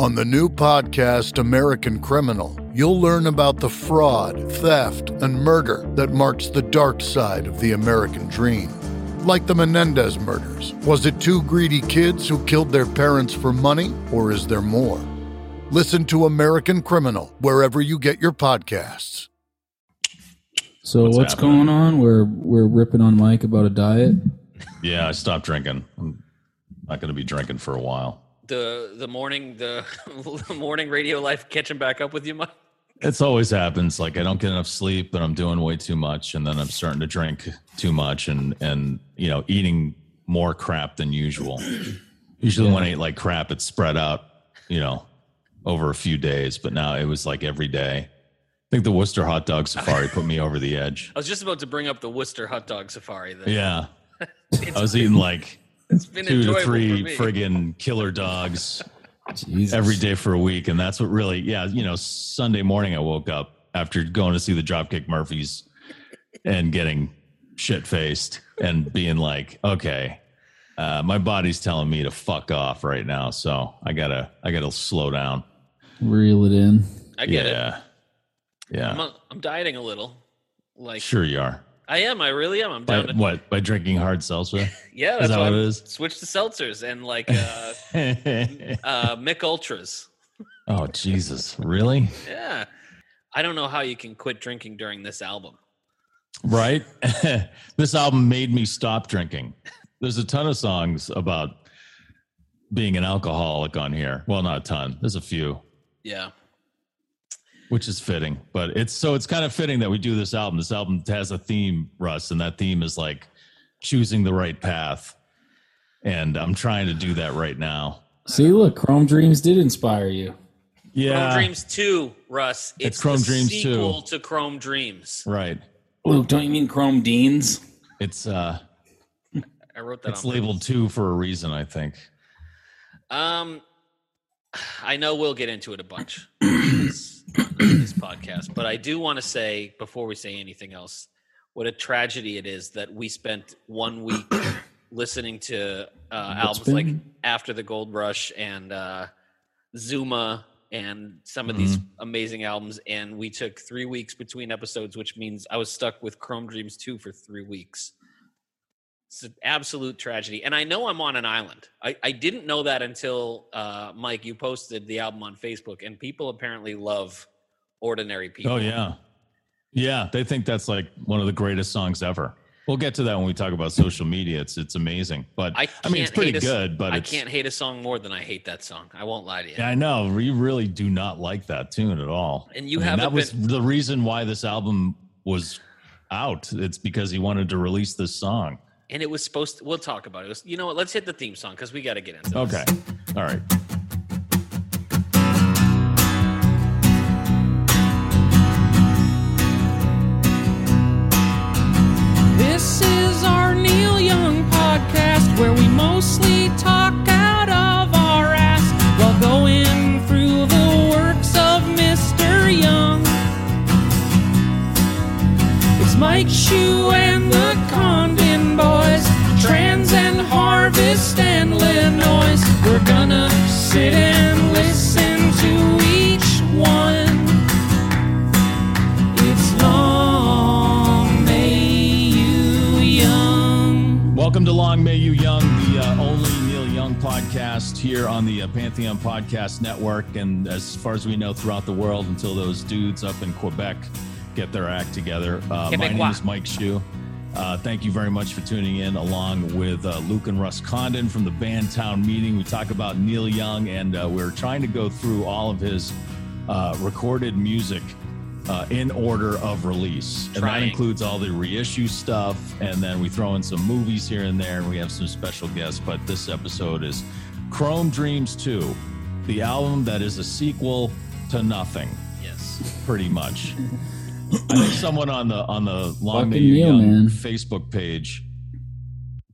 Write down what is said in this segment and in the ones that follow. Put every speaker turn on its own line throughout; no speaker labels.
On the new podcast, American Criminal, you'll learn about the fraud, theft, and murder that marks the dark side of the American dream. Like the Menendez murders, was it two greedy kids who killed their parents for money, or is there more? Listen to American Criminal wherever you get your podcasts.
So
What's
what's,
happening?
going on? We're we're ripping on Mike about a diet.
Yeah, I stopped drinking. I'm not going to be drinking for a while.
the the morning the morning radio life catching back up with you, Mike.
It's always happens. Like I don't get enough sleep, and I'm doing way too much, and then I'm starting to drink too much, and and you know eating more crap than usual. Usually when I eat like crap, it's spread out, you know, over a few days. But now it was like every day. I think the Worcester hot dog safari put me over the edge.
I was just about to bring up the Worcester hot dog safari. That
Yeah, I was eating like
it's been
two to
enjoyable for
three
me.
friggin' killer dogs
Jesus.
every day for a week and that's what really yeah you know sunday morning i woke up after going to see the dropkick murphys and getting shit faced and being like okay uh, my body's telling me to fuck off right now so i gotta i gotta slow down
Reel it in.
I get it.
yeah
I'm,
yeah
i I'm dieting a little. Like
sure you are
I am. I really am. I'm
by,
down. to,
what by drinking hard seltzer
yeah,
is
that's
that
why
what
I
it is
switched to seltzers and like uh, uh, Mick Ultras.
oh jesus really
Yeah, I don't know how you can quit drinking during this album.
Right? this album made me stop drinking. There's a ton of songs about being an alcoholic on here. Well, not a ton. There's a few,
Yeah,
which is fitting. But it's so it's kind of fitting that we do this album. This album has a theme, Russ, and that theme is like choosing the right path. And I'm trying to do that right now.
See, look, Chrome Dreams did inspire you.
Yeah.
Chrome Dreams Two, Russ. It's,
Chrome
the
Dreams 2.
sequel to Chrome Dreams.
Right.
Luke, don't you mean Chrome Deans?
It's uh
I wrote that.
it's
on purpose.
labeled 2 for a reason, I think.
Um, I know we'll get into it a bunch on this, on this podcast, but I do want to say before we say anything else, what a tragedy it is that we spent one week listening to uh,
What's
albums like
been-
After the Gold Rush and uh, Zuma and some
Mm-hmm.
of these amazing albums, and we took three weeks between episodes, which means I was stuck with Chrome Dreams 2 for three weeks. It's an absolute tragedy. And I know I'm on an island. I, I didn't know that until uh, Mike, you posted the album on Facebook, and people apparently love ordinary people.
Oh yeah, yeah. They think that's like one of the greatest songs ever. We'll get to that when we talk about social media. It's it's amazing, but
I,
I, mean it's
can't
pretty
hate a s-
good. But
I
it's,
can't hate a song more than I hate that song. I won't lie to you.
Yeah, I know you really do not like that tune at all.
And you
I mean,
haven't
that was the reason why this album was out. It's because he wanted to release this song.
And it was supposed to, we'll talk about it. It was- you know what? Let's hit the theme song because we got to get into this.
Okay, all right.
This is our Neil Young podcast where we mostly talk out of our ass while going through the works of Mr. Young. It's Mike Shue and the Condon Boys, Trans and Harvest and Linois. We're gonna sit and listen to each one. It's long may you young.
Welcome to Long May You Young, the uh, only Neil Young podcast here on the uh, Pantheon Podcast Network. And as far as we know, throughout the world until those dudes up in Quebec get their act together. Uh, my name
Quebecois.
is Mike Shue. Uh, thank you very much for tuning in, along with uh, Luke and Russ Condon from the Band Town Meeting. We talk about Neil Young, and uh, we're trying to go through all of his uh, recorded music uh, in order of release. And that
Trying.
includes all the reissue stuff. And then we throw in some movies here and there. And we have some special guests. But this episode is Chrome Dreams 2, the album that is a sequel to nothing,
Yes.
pretty much. I know someone on the on the Long May
Fucking
You
Neil,
Young
man.
Facebook page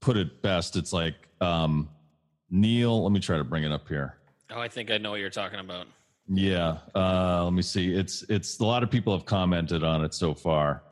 put it best. It's like um, Neil. Let me try to bring it up here.
Oh, I think I know what you're talking about.
Yeah, uh, let me see. It's it's a lot of people have commented on it so far.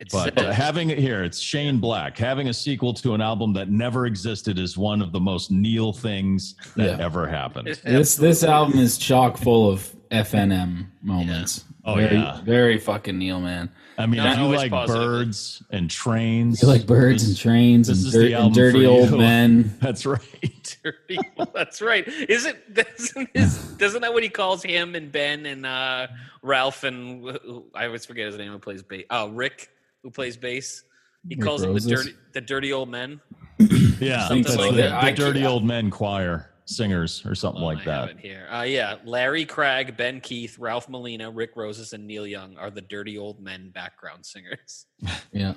It's
But uh, having it here, it's Shane Black. Having a sequel to an album that never existed is one of the most Neil things that
Yeah.
ever happened.
This this album is chock full of FNM moments.
Oh,
very,
yeah.
very fucking Neil, man.
I mean,
No,
if you
always
like
positive.
birds and trains,
You like birds
this-
and trains
this
and,
is
dirt,
the
and
album
dirty
for
old
you.
men.
That's right.
That's right. Is it doesn't is, doesn't that what he calls him and Ben and uh, Ralph and wh- who- I always forget his name who plays bass. Oh, Rick who plays bass. He
Rick
calls
Roses?
them the dirty the dirty old men.
Yeah,
Something
that's
like
the,
that.
the
I
dirty
can't-
old men choir singers or something
Oh, I
like
Have
that.
it here. Uh, yeah, Larry Craig, Ben Keith, Ralph Molina, Rick Roses, and Neil Young are the dirty old men background singers.
Yeah.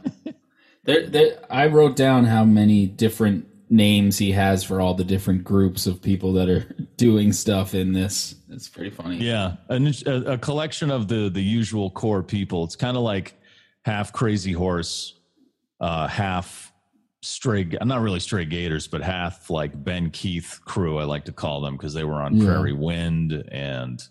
there, there, I wrote down how many different names he has for all the different groups of people that are doing stuff in this. It's pretty funny.
Yeah, and it's a, a collection of the the usual core people. It's kind of like half crazy horse, uh, half stray. I'm not really stray gators, but half like Ben Keith crew. I like to call them because they were on
Yeah.
Prairie Wind and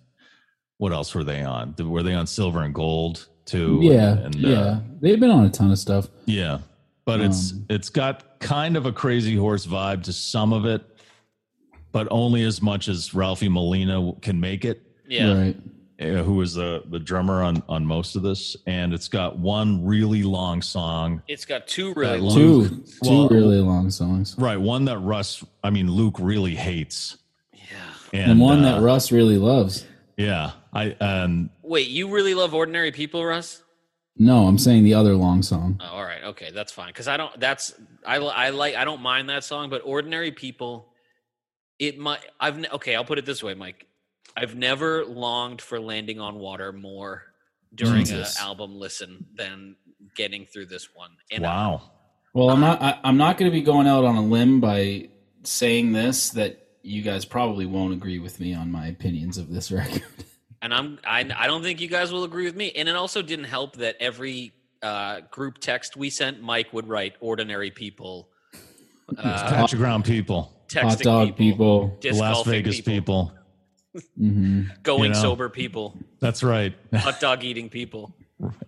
what else were they on? Were they on Silver and Gold too?
Yeah,
and, uh,
yeah. They've been on a ton of stuff.
Yeah, but it's
Um,
it's got kind of a crazy horse vibe to some of it, but only as much as Ralphie Molina can make it,
Yeah,
Right.
uh, who is the the drummer on on most of this. And it's got one really long song,
it's got two really
That
long.
Two two
Well-
really long songs.
right? One that Russ, I mean Luke, really hates,
Yeah.
and,
And, one that
uh,
Russ really loves.
yeah, I um,
Wait, you really love ordinary people, Russ?
No, I'm saying the other long song.
Oh, all right, okay, that's fine. Because I don't. That's I. li- I like. I don't mind that song, but ordinary people. It might. I've ne- okay. I'll put it this way, Mike. I've never longed for landing on water more during an
Jesus.
album listen than getting through this one. And I-
wow,
Well, I'm not. I, I'm not going to be going out on a limb by saying this that you guys probably won't agree with me on my opinions of this record.
and I'm I, I don't think you guys will agree with me. And it also didn't help that every uh, group text we sent, Mike would write ordinary people, uh,
patch of ground people,
texting
Hot dog people.
disc
Las
golfing
Vegas people.
hmm
going
know.
sober people,
That's right,
hot dog eating people,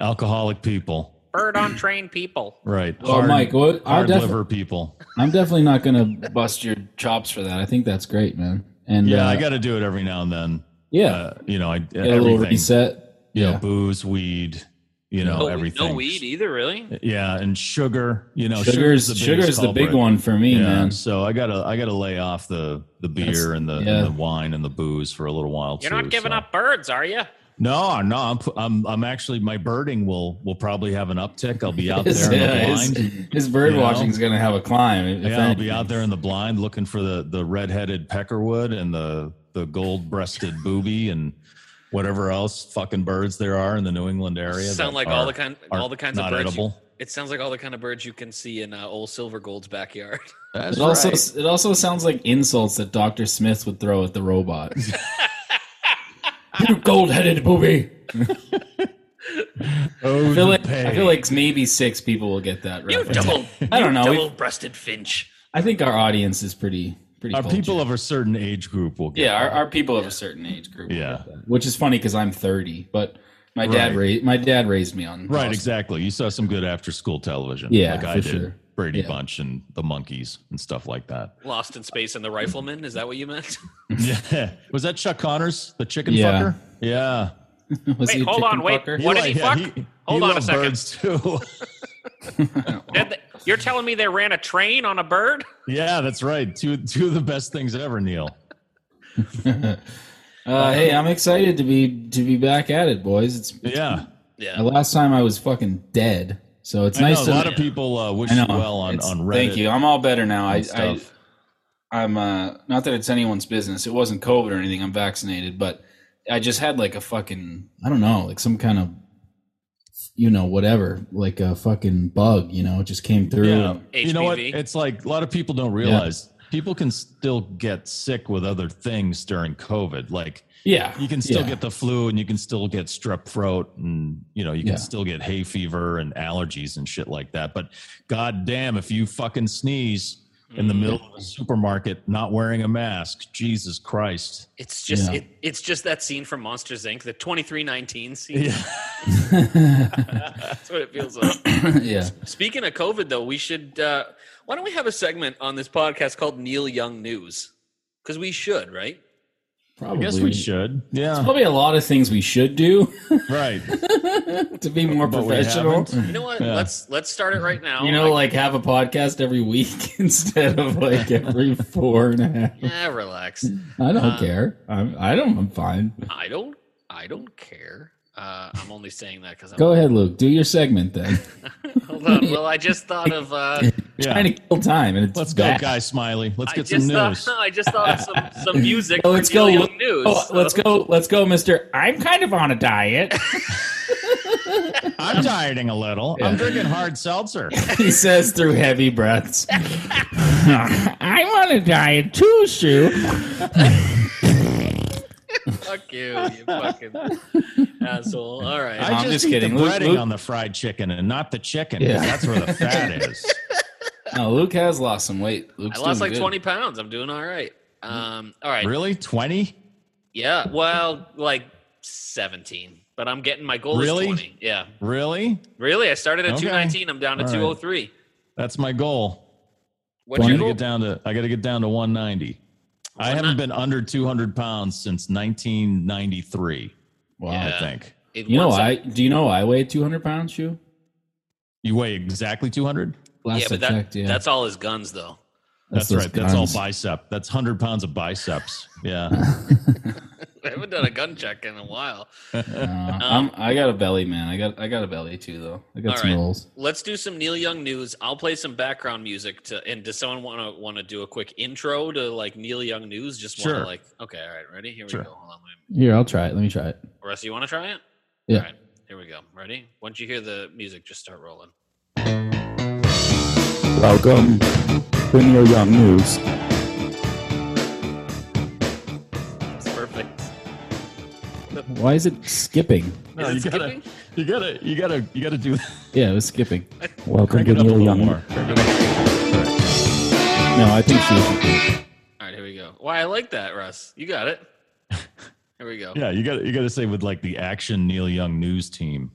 alcoholic people,
bird on train people.
right?
Well, Oh, Mike, what- I
hard
defi-
liver people.
I'm definitely not going to bust your chops for that. I think that's great, man. And
Yeah,
uh,
I got to do it every now and then.
yeah,
Uh, you know, I
get a little
everything.
reset.
You know, booze, weed. You know,
No, weed-
everything.
no weed either, really.
Yeah, and sugar. You know,
sugar's
the biggest
sugar's the big
culprit.
one for me,
Yeah,
man.
so I gotta I gotta lay off the the beer and, the,
yeah.
and the wine and the booze for a little while.
You're
too,
not giving
so.
up birds, are you?
No, no, I'm pu- I'm I'm actually my birding will will probably have an uptick. I'll be out
His,
there in the
yeah,
blind.
his, his uh, bird
you know?
watching's going to have a climb. if
yeah, I'll be
anything.
out there in the blind looking for the the red-headed peckerwood and the the gold-breasted booby and whatever else fucking birds there are in the New England area.
sound
that
like
are-
all the kind,
are
all the kinds of
not
birds. you-
edible.
it sounds like all the kind of birds you can see in uh, old Silver Gold's backyard.
That's
It also
right.
it also sounds like insults that Doctor Smith would throw at the robot. you gold headed booby. I feel like I feel like maybe six people will get that.
you
Reference.
double,
I don't know.
double
We've-
breasted finch.
I think our audience is pretty pretty.
Our
cultured.
people of a certain age group will get
yeah, our, our people of a certain age group. will
Yeah.
get that, which is funny because I'm 30, but my dad raised my dad raised me on
Right, exactly. You saw some good after school television.
Yeah,
like I
for
did.
sure.
Brady
Yeah.
Bunch and the monkeys and stuff like that.
Lost in Space and the Rifleman. Is that what you meant?
Yeah. Was that Chuck Connors, the chicken
Yeah.
fucker? Yeah.
Was
Wait,
a
hold on,
chicken
wait.
fucker?
What did he fuck?
He,
Hold
he
on a
loved
second.
Birds too.
You're telling me they ran a train on a bird?
yeah, that's right. Two two of the best things ever, Neil.
Uh, hey, I'm excited to be to be back at it, boys. It's, it's
Yeah.
Yeah.
the last time I was fucking dead, so it's
I
nice
know,
to
a lot of people uh, wish
I
you
know.
well on,
It's-
on Reddit.
Thank you. I'm all better now. I,
and
I
stuff.
I'm uh not that it's anyone's business. It wasn't COVID or anything. I'm vaccinated, but I just had like a fucking I don't know, like some kind of you know, whatever, like a fucking bug, you know, it just came through.
yeah.
and-
You know what?
HPV.
It's like a lot of people don't realize people can still get sick with other things during COVID. Like
Yeah,
you can still
yeah.
get the flu and you can still get strep throat and you know you can
Yeah.
still get hay fever and allergies and shit like that but god damn if you fucking sneeze in
Mm.
the middle of a supermarket not wearing a mask jesus christ
It's just
Yeah.
it, it's just that scene from Monsters Inc. The twenty three nineteen scene.
yeah
That's what it feels like.
yeah.
Speaking of COVID, though, we should. Uh, why don't we have a segment on this podcast called Neil Young News? Because we should, right?
i
Probably.
guess we should yeah
Probably a lot of things we should do
right
to be more
But we
professional.
haven't.
You know what?
Yeah.
Let's let's start it right now.
You know,
I-
like have a podcast every week instead of like every four and a half.
yeah, relax.
I don't
Uh,
care. I'm, I don't. I'm fine.
I don't. I don't care. Uh, I'm only saying that because I'm.
Go ahead, Luke. Do your segment then.
Hold on. Well, I just thought of. Uh,
yeah
Trying to kill time, and it's
let's
bad.
go guy smiley let's
I
get
just uh,
some news
Thought, I just thought of some some music.
Oh,
for
let's go.
Neil
Luke.
Young News.
Oh, let's
so-
go. Let's go, Mister. I'm kind of on a diet.
i'm dieting a little i'm drinking hard seltzer
he says through heavy breaths. I'm on a diet too, Sue.
Fuck you, you fucking asshole. All right.
I
I'm
just,
just
eat
kidding.
the
Luke-
breading
Luke-
on the fried chicken and not the chicken. 'cause
Yeah.
That's where the fat is.
No, Luke has lost some weight. Luke's
I
doing
lost like
good. Mm-hmm.
20 pounds. I'm doing all right. Um, all right.
Really? 20?
Yeah. Well, like 17, but I'm getting my goal
Really?
is 20. Yeah.
Really?
Really? I started at
Okay.
219. I'm down to
All right.
203.
That's my goal.
What's
I
your
gotta
goal?
get down to I gotta get down to 190. I haven't been under 200 pounds since 1993.
Wow.
I think
It
You know,
was-
I do you know I weighed 200 pounds, Shu?
you weigh exactly 200.
Last
Yeah,
I
but that,
checked, yeah.
that's all his guns, though.
That's,
those
right. That's all
guns.
bicep. That's 100 pounds of biceps. Yeah.
I haven't done a gun check in a while.
Uh, I'm, I got a belly, man. I got I got a belly too, though. I got
Um, All
some
right.
rolls.
Let's do some Neil Young news. I'll play some background music to. And does someone want to want to do a quick intro to like Neil Young news? Just want to
Sure.
like. Okay, all right, ready? Here we
Sure.
go. Hold on. Let me
Here, I'll try it. Let me try it.
Russ, you want to try it?
Yeah.
All right, here we go. Ready? Once you hear the music, just start rolling.
Welcome to Neil Young News.
It's perfect.
Why is it skipping?
No,
Is
you
it
gotta,
skipping?
you gotta, you gotta, you gotta do.
Yeah, it was skipping.
Welcome
Crank
to
it up a
Neil
little
Young.
more. Crank it up.
No, I think she was.
All right, here we go. Why I like that, Russ. You got it. Here we go.
Yeah, you gotta, you gotta say with like the action Neil Young news team.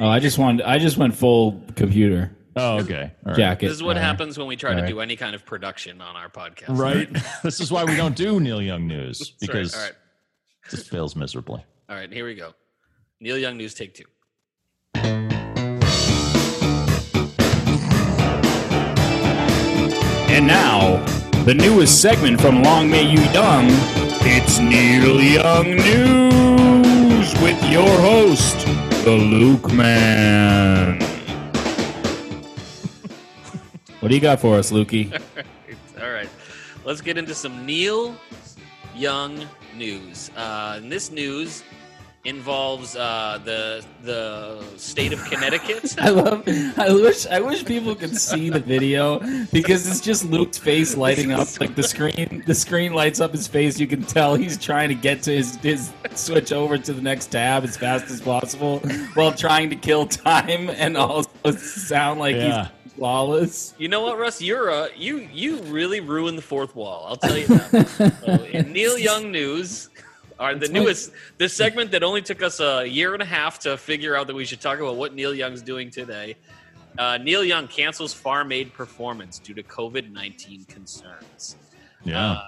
Oh, I just wanted. I just went full computer
Oh, okay. All right.
jacket.
This is what
Uh,
happens when we try to
Alright.
do any kind of production on our podcast.
Right. this is why we don't do Neil Young news
That's right.
because
All right.
it just fails miserably.
All right, here we go. Neil Young News Take Two.
And now, the newest segment from Long May You Young. It's Neil Young News with your host, the Luke Man.
What do you got for us, Lukey?
All right, let's get into some Neil Young news. Uh, and this news involves uh, the the state of Connecticut.
I love. I wish. I wish people could see the video because it's just Luke's face lighting up. Like the screen, the screen lights up his face. You can tell he's trying to get to his his switch over to the next tab as fast as possible while trying to kill time and also sound like
Yeah.
he's flawless.
You know what, Russ? You're a, you you really ruined the fourth wall. I'll tell you that. so, in Neil Young news are the newest this segment that only took us a year and a half to figure out that we should talk about what Neil Young's doing today. Uh, Neil Young cancels Farm Aid performance due to COVID nineteen concerns.
Yeah.
Um,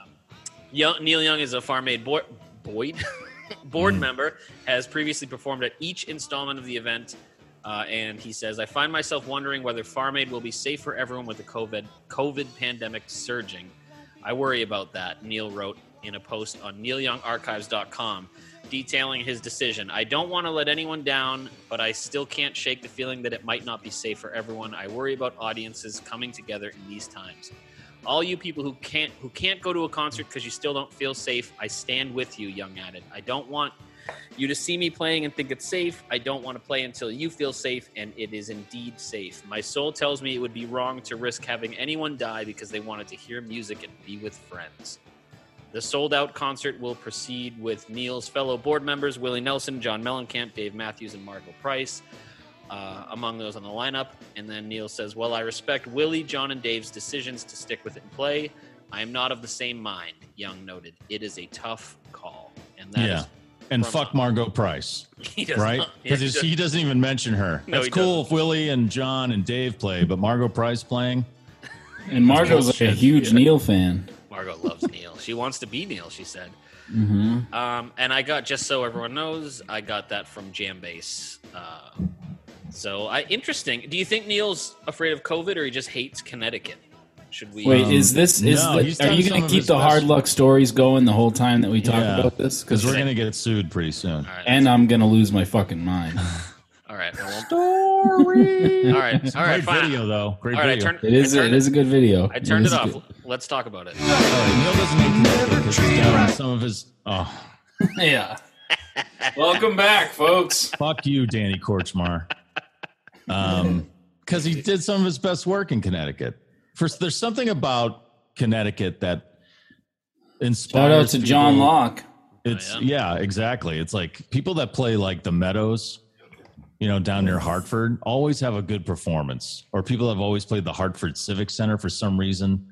Young, Neil Young is a Farm Aid board Boyd board member, has previously performed at each installment of the event, uh, and he says, "I find myself wondering whether Farm Aid will be safe for everyone with the COVID COVID pandemic surging. I worry about that." Neil wrote in a post on neilyoungarchives.com detailing his decision. I don't want to let anyone down, but I still can't shake the feeling that it might not be safe for everyone. I worry about audiences coming together in these times all you people who can't who can't go to a concert because you still don't feel safe i stand with you young added i don't want You just see me playing and think it's safe. I don't want to play until you feel safe, and it is indeed safe. My soul tells me it would be wrong to risk having anyone die because they wanted to hear music and be with friends. The sold out concert will proceed with Neil's fellow board members Willie Nelson, John Mellencamp, Dave Matthews, and Margot Price uh, among those on the lineup. And then Neil says, Well, I respect Willie, John, and Dave's decisions to stick with it and play. I am not of the same mind, Young noted. It is a tough call. And that is
yeah. And
from-
fuck Margot Price,
he does
right?
not- yeah,
Because
he does-
he doesn't even mention her.
No,
That's
he
cool if Willie and John and Dave play, but Margot Price playing.
And Margot's like a
Bullshit.
huge Neil fan.
Margot loves Neil. She wants to be Neil, she said.
hmm
Um, and I got just so everyone knows, I got that from Jambase. Uh, so I interesting. Do you think Neil's afraid of COVID or he just hates Connecticut? Should we?
Wait,
Um,
is this is
no,
the-
he's
are
done
you
some
going to
of
keep
his
the hard
best-
luck stories going the whole time that we talk
Yeah.
about this?
Because we're gonna get sued pretty soon.
all right,
and I'm going to lose my fucking mind.
all right, well,
Story.
all right, all
Great
right, fine.
video though. Great
All right, I
video.
turned
It is
I
a,
turned,
it is a good video.
I turned it
is
off.
good.
Let's talk about it.
All right, Oh, Neil doesn't need Connecticut 'cause he's down on some of his. Oh,
Yeah. Welcome back, folks.
fuck you, Danny Korchmar. Um, because he did some of his best work in Connecticut. First, there's something about Connecticut that inspires.
Shout out to John
people-
Locke.
It's yeah. exactly. It's like people that play like the Meadows, you know, down near Hartford, always have a good performance. Or people have always played the Hartford Civic Center for some reason.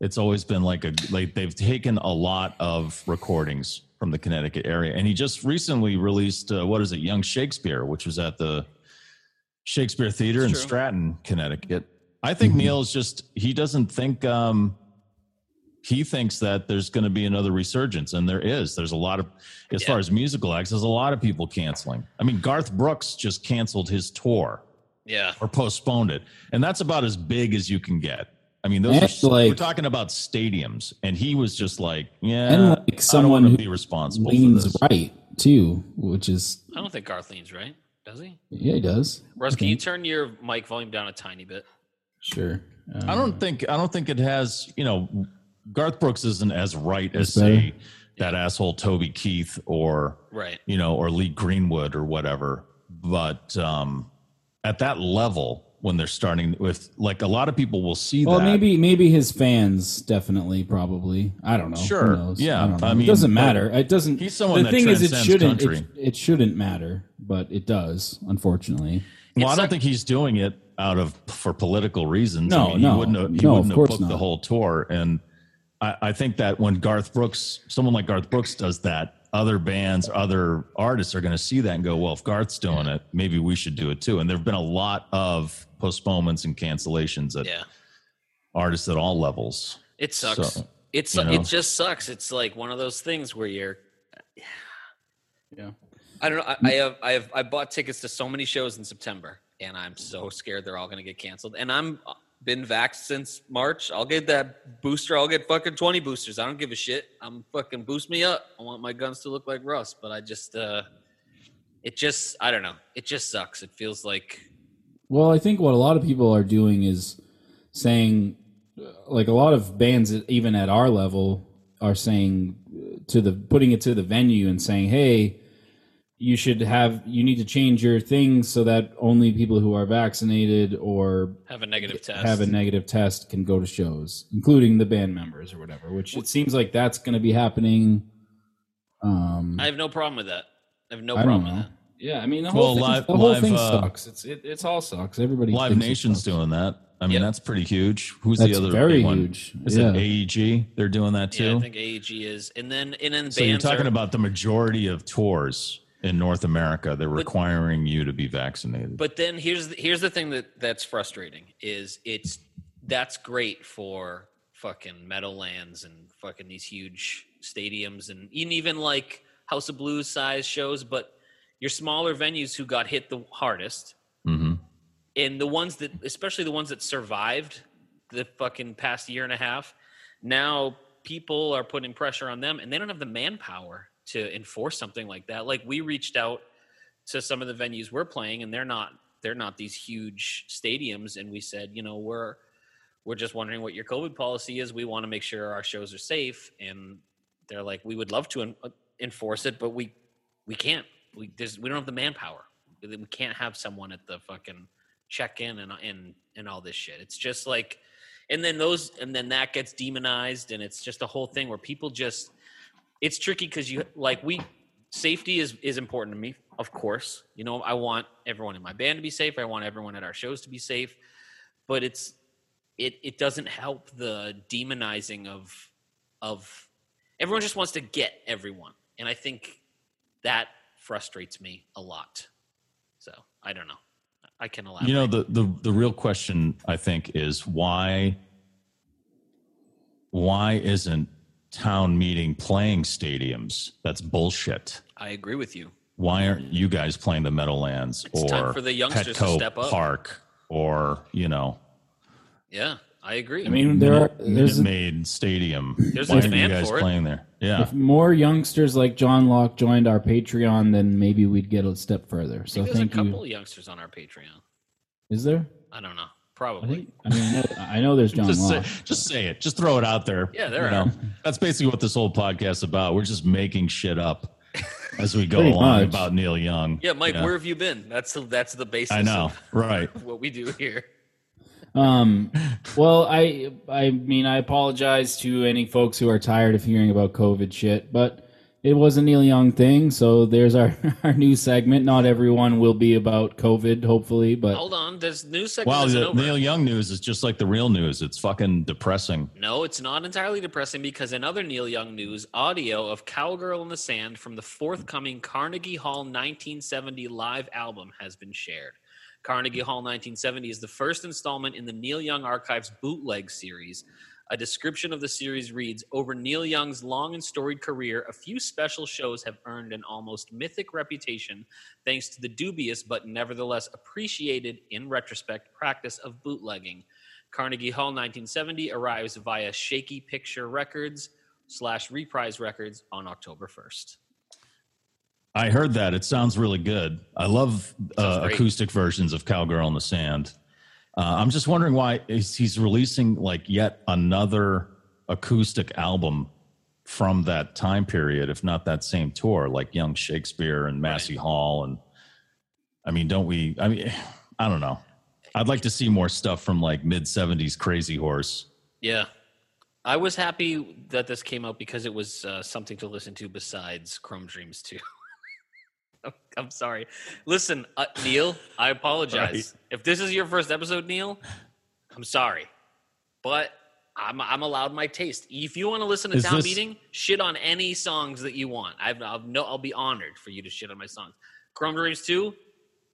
It's always been like a like they've taken a lot of recordings from the Connecticut area, and he just recently released uh, what is it, Young Shakespeare, which was at the Shakespeare Theater in
true.
Stratton, Connecticut. I think Neil's just he doesn't think um, he thinks that there's going to be another resurgence, and there is. There's a lot of, as far as musical acts, there's a lot of people canceling. I mean, Garth Brooks just canceled his tour
Yeah,
or postponed it, and that's about as big as you can get. I mean, those
That's
are,
like-
we're talking about stadiums, and he was just like,
And
yeah,
like
someone
someone
who
who
be responsible for
leans
this.
right too, which is
I don't think Garth leans right, does he?
yeah, he does.
Russ, can you turn your mic volume down a tiny bit?
Sure. Um,
I don't think I don't think it has. You know, Garth Brooks isn't as right as
That's better.
say that asshole Toby Keith or
Right.
you know, or Lee Greenwood or whatever. But um, at that level, when they're starting with, like, a lot of people will see
Well,
that.
maybe maybe his fans definitely probably. I don't know. Who
Sure.
knows?
Yeah.
I, don't know.
I mean,
it doesn't
but
matter. It doesn't.
he's someone
the
that
thing is, it
transcends
shouldn't.
country.
It, it shouldn't matter, but it does. Unfortunately,
well, I
It's
don't
like-
think he's doing it out of for political reasons.
No,
I mean,
no,
he wouldn't have, he
no,
wouldn't
of
have
course
booked the
not.
whole tour. And I, I think that when Garth Brooks, someone like Garth Brooks, does that, other bands, other artists are going to see that and go, "Well, if Garth's doing it, maybe we should do it too." And there have been a lot of postponements and cancellations at
Yeah.
artists at all levels.
It sucks.
So,
it's
you know.
it just sucks. It's like one of those things where you're.
Yeah.
I don't know. I, I have I have I bought tickets to so many shows in September, and I'm so scared they're all going to get canceled. And I'm uh, been vaxxed since March. I'll get that booster. I'll get fucking twenty boosters. I don't give a shit. I'm fucking boost me up. I want my guns to look like Russ, but I just uh, it just I don't know. It just sucks. It feels like
Well, I think what a lot of people are doing is saying, uh, like a lot of bands, even at our level, are saying uh, to the putting it to the venue and saying, "Hey, you should have you need to change your thing so that only people who are vaccinated or
have a negative test.
have a negative test can go to shows, including the band members or whatever." Which it seems like that's going to be happening. Um,
I have no problem with that. I have no
I
problem
don't
with
know.
that.
Yeah, I mean the
Well,
whole
live-
thing, the whole
live,
thing
uh,
sucks. It's it, it's all sucks. Everybody
Live
thinks it
Nation's
sucks.
doing that. I mean,
Yep.
that's pretty huge. Who's
That's
the other
very
big one?
huge.
Is
Yeah.
it AEG? They're doing that too.
Yeah, I think AEG is, and then and then
so you're
bands
talking
are,
about the majority of tours in North America. They're requiring you to be vaccinated.
But then here's the, here's the thing that that's frustrating is it's that's great for fucking Meadowlands and fucking these huge stadiums and and even like House of Blues size shows, but your smaller venues who got hit the hardest
hmm
and the ones that especially the ones that survived the fucking past year and a half now people are putting pressure on them and they don't have the manpower to enforce something like that like we reached out to some of the venues we're playing and they're not they're not these huge stadiums and we said you know we're we're just wondering what your covid policy is we want to make sure our shows are safe and they're like we would love to en- enforce it but we we can't. We there's we don't have the manpower. We we can't have someone at the fucking check in and and and all this shit. It's just like, and then those and then that gets demonized, and it's just a whole thing where people just. It's tricky because you like we safety is is important to me, of course. You know, I want everyone in my band to be safe. I want everyone at our shows to be safe, but it's it it doesn't help the demonizing of of everyone just wants to get everyone and i think that frustrates me a lot so i don't know i can allow
You know, the, the the real question I think is why why isn't town meeting playing stadiums? That's bullshit.
i agree with you
Why aren't you guys playing the Meadowlands
It's
or
time for the youngsters to
Petco
step up.
Park or you know
yeah i agree
I mean, there are there's
Minute Maid Stadium?
There's a
Why aren't you
demand
guys
for it.
playing there? Yeah,
if more youngsters like John Locke joined our Patreon, then maybe we'd get a step further.
I
So
think there's a
thank
couple
you.
youngsters on our patreon
Is there?
i don't know
I
probably
think. I mean, I know, I know there's John
just say,
Locke.
just say it. Just throw it out there.
Yeah, there
You
are.
know, That's basically what this whole podcast is about. We're just making shit up as we go
Pretty
along
much.
about Neil Young.
yeah mike
You know?
where have you been that's the that's the basis
I know.
of
Right.
what we do here
Um, well, I I mean, I apologize to any folks who are tired of hearing about COVID shit, but it was a Neil Young thing, so there's our our new segment. Not everyone will be about COVID, hopefully, but
hold on this news segment
Wow,
isn't
the
over.
Neil Young news is just like the real news. It's fucking depressing.
No, it's not entirely depressing because in other Neil Young news, audio of Cowgirl in the Sand from the forthcoming Carnegie Hall 1970 live album has been shared. Carnegie Hall 1970 is the first installment in the Neil Young Archives bootleg series. A description of the series reads Over Neil Young's long and storied career, a few special shows have earned an almost mythic reputation thanks to the dubious but nevertheless appreciated, in retrospect, practice of bootlegging. Carnegie Hall 1970 arrives via Shaky Picture Records slash Reprise Records on October 1st.
I heard that. It sounds really good. I love
Sounds
uh,
great.
acoustic versions of Cowgirl in the Sand. Uh, I'm just wondering why is he's releasing like yet another acoustic album from that time period, if not that same tour, like Young Shakespeare and Massey Hall. And I mean, don't we? I mean, I don't know. I'd like to see more stuff from like mid 70s Crazy Horse.
Yeah. I was happy that this came out because it was uh, something to listen to besides Chrome Dreams 2. I'm- I'm sorry. Listen, uh, Neil, I apologize. If this is your first episode, Neil, I'm sorry. But I'm, I'm allowed my taste. If you want to listen to
Is
Town
this-
Meeting, shit on any songs that you want. I've, I've no, I'll be honored for you to shit on my songs. Chrome Dreams 2,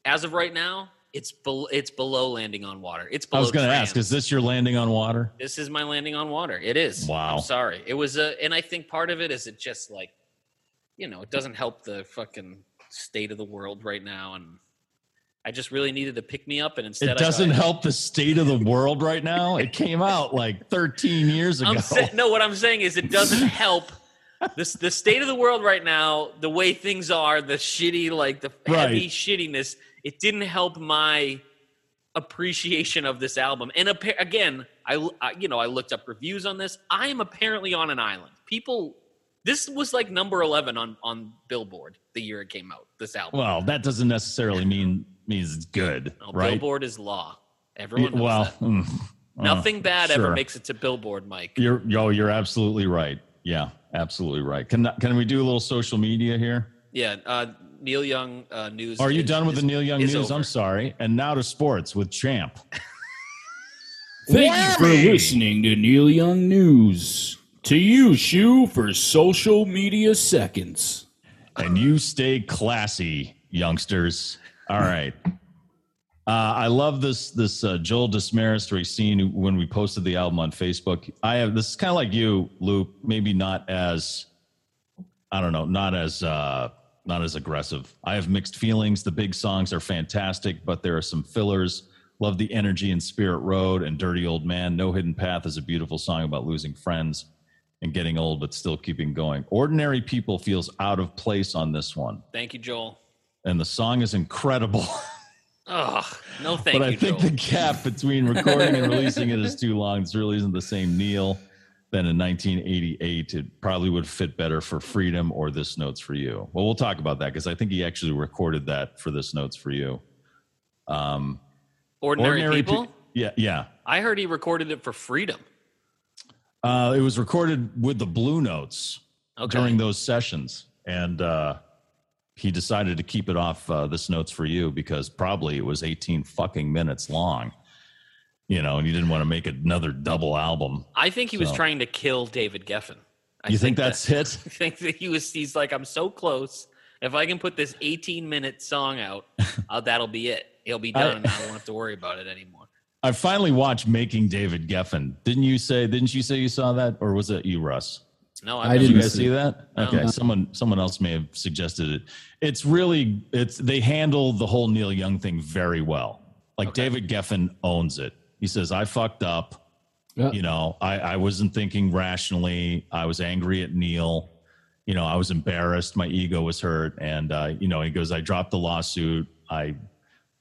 as of right now, it's, bel it's below Landing on Water. It's below
I was going to
Tran.
ask, is this your landing on water?
This is my landing on water. It is.
Wow.
I'm sorry. It was a, and I think part of it is it just like, you know, it doesn't help the fucking state of the world right now, and I just really needed to pick me up, and instead
it doesn't
I got,
help the state of the world right now. It came out like 13 years ago.
I'm sa- no, what I'm saying is it doesn't help. This the state of the world right now, the way things are, the shitty like the heavy
Right.
shittiness. It didn't help my appreciation of this album. And appa- again, I, l- I- you know I looked up reviews on this. I am apparently on an island. People, this was like number eleven on on Billboard the year it came out. This album.
well, that doesn't necessarily mean means it's good,
No,
right?
Billboard is law. Everyone knows
Well,
that.
mm, uh,
nothing bad ever
sure.
makes it to Billboard, Mike.
You're yo, you're absolutely right. Yeah, absolutely right. Can can we do a little social media here?
Yeah, uh, Neil Young uh, news.
Are you
is-
done with
is-
the Neil Young
is
news?
over.
I'm sorry. And now to sports with Champ.
Thank you
for
for listening.
listening to Neil Young news. To you, Shu, for social media seconds.
and you stay classy, youngsters. All right. Uh, I love this this uh, Joel Dismaris Racine when we posted the album on Facebook. I have this is kind of like you, Luke. Maybe not as I don't know, not as uh, not as aggressive. I have mixed feelings. The big songs are fantastic, but there are some fillers. Love the energy in Spirit Road and Dirty Old Man. No Hidden Path is a beautiful song about losing friends and getting old, but still keeping going. Ordinary people feels out of place on this one,
Thank you, Joel.
and the song is incredible.
Ugh, no thank
but I
you,
think
Joel.
the gap between recording and releasing it is too long. This really isn't the same Neil. then in 1988, it probably would fit better for Freedom or This Notes for You. Well, we'll talk about that because I think he actually recorded that for This Notes for You. Um,
Ordinary, people.
Pe- yeah, yeah.
I heard he recorded it for Freedom.
Uh, it was recorded with the Blue Notes
Okay.
during those sessions, and uh, he decided to keep it off uh, this notes for you because probably it was 18 fucking minutes long, you know, and he didn't want to make another double album.
I think he was
So-
trying to kill David Geffen. I
you think,
that-
that's it?
I think that he was. He's like, I'm so close. If I can put this 18 minute song out, uh, that'll be it. It'll be
I-
done. I, don't have to worry about it anymore.
I finally watched Making David Geffen. Didn't you say? Didn't you say you saw that, or was it you, Russ?
No,
I
I,
Did
didn't
you guys
see
see that?
No.
Okay, someone someone else may have suggested it. It's really it's they handle the whole Neil Young thing very well. Like David Geffen owns it. He says, "I fucked up.
Yeah.
You know, I I wasn't thinking rationally. I was angry at Neil. You know, I was embarrassed. My ego was hurt, and uh, you know, he goes, I dropped the lawsuit. I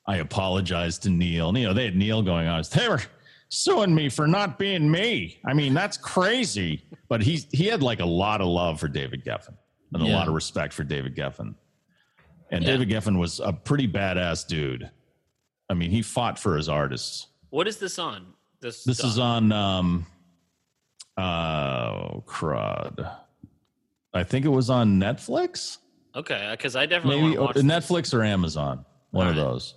I apologized to Neil. And, you know, they had Neil going on. They were suing me for not being me. I mean, that's crazy. But he he had like a lot of love for David Geffen and a
Yeah.
lot of respect for David Geffen. And David Geffen was a pretty badass dude. I mean, he fought for his artists.
what is this on? This,
This is on um uh, oh crud. I think it was on Netflix
okay because I definitely
maybe or
want to watch.
Netflix or Amazon, one of
Alright.
those.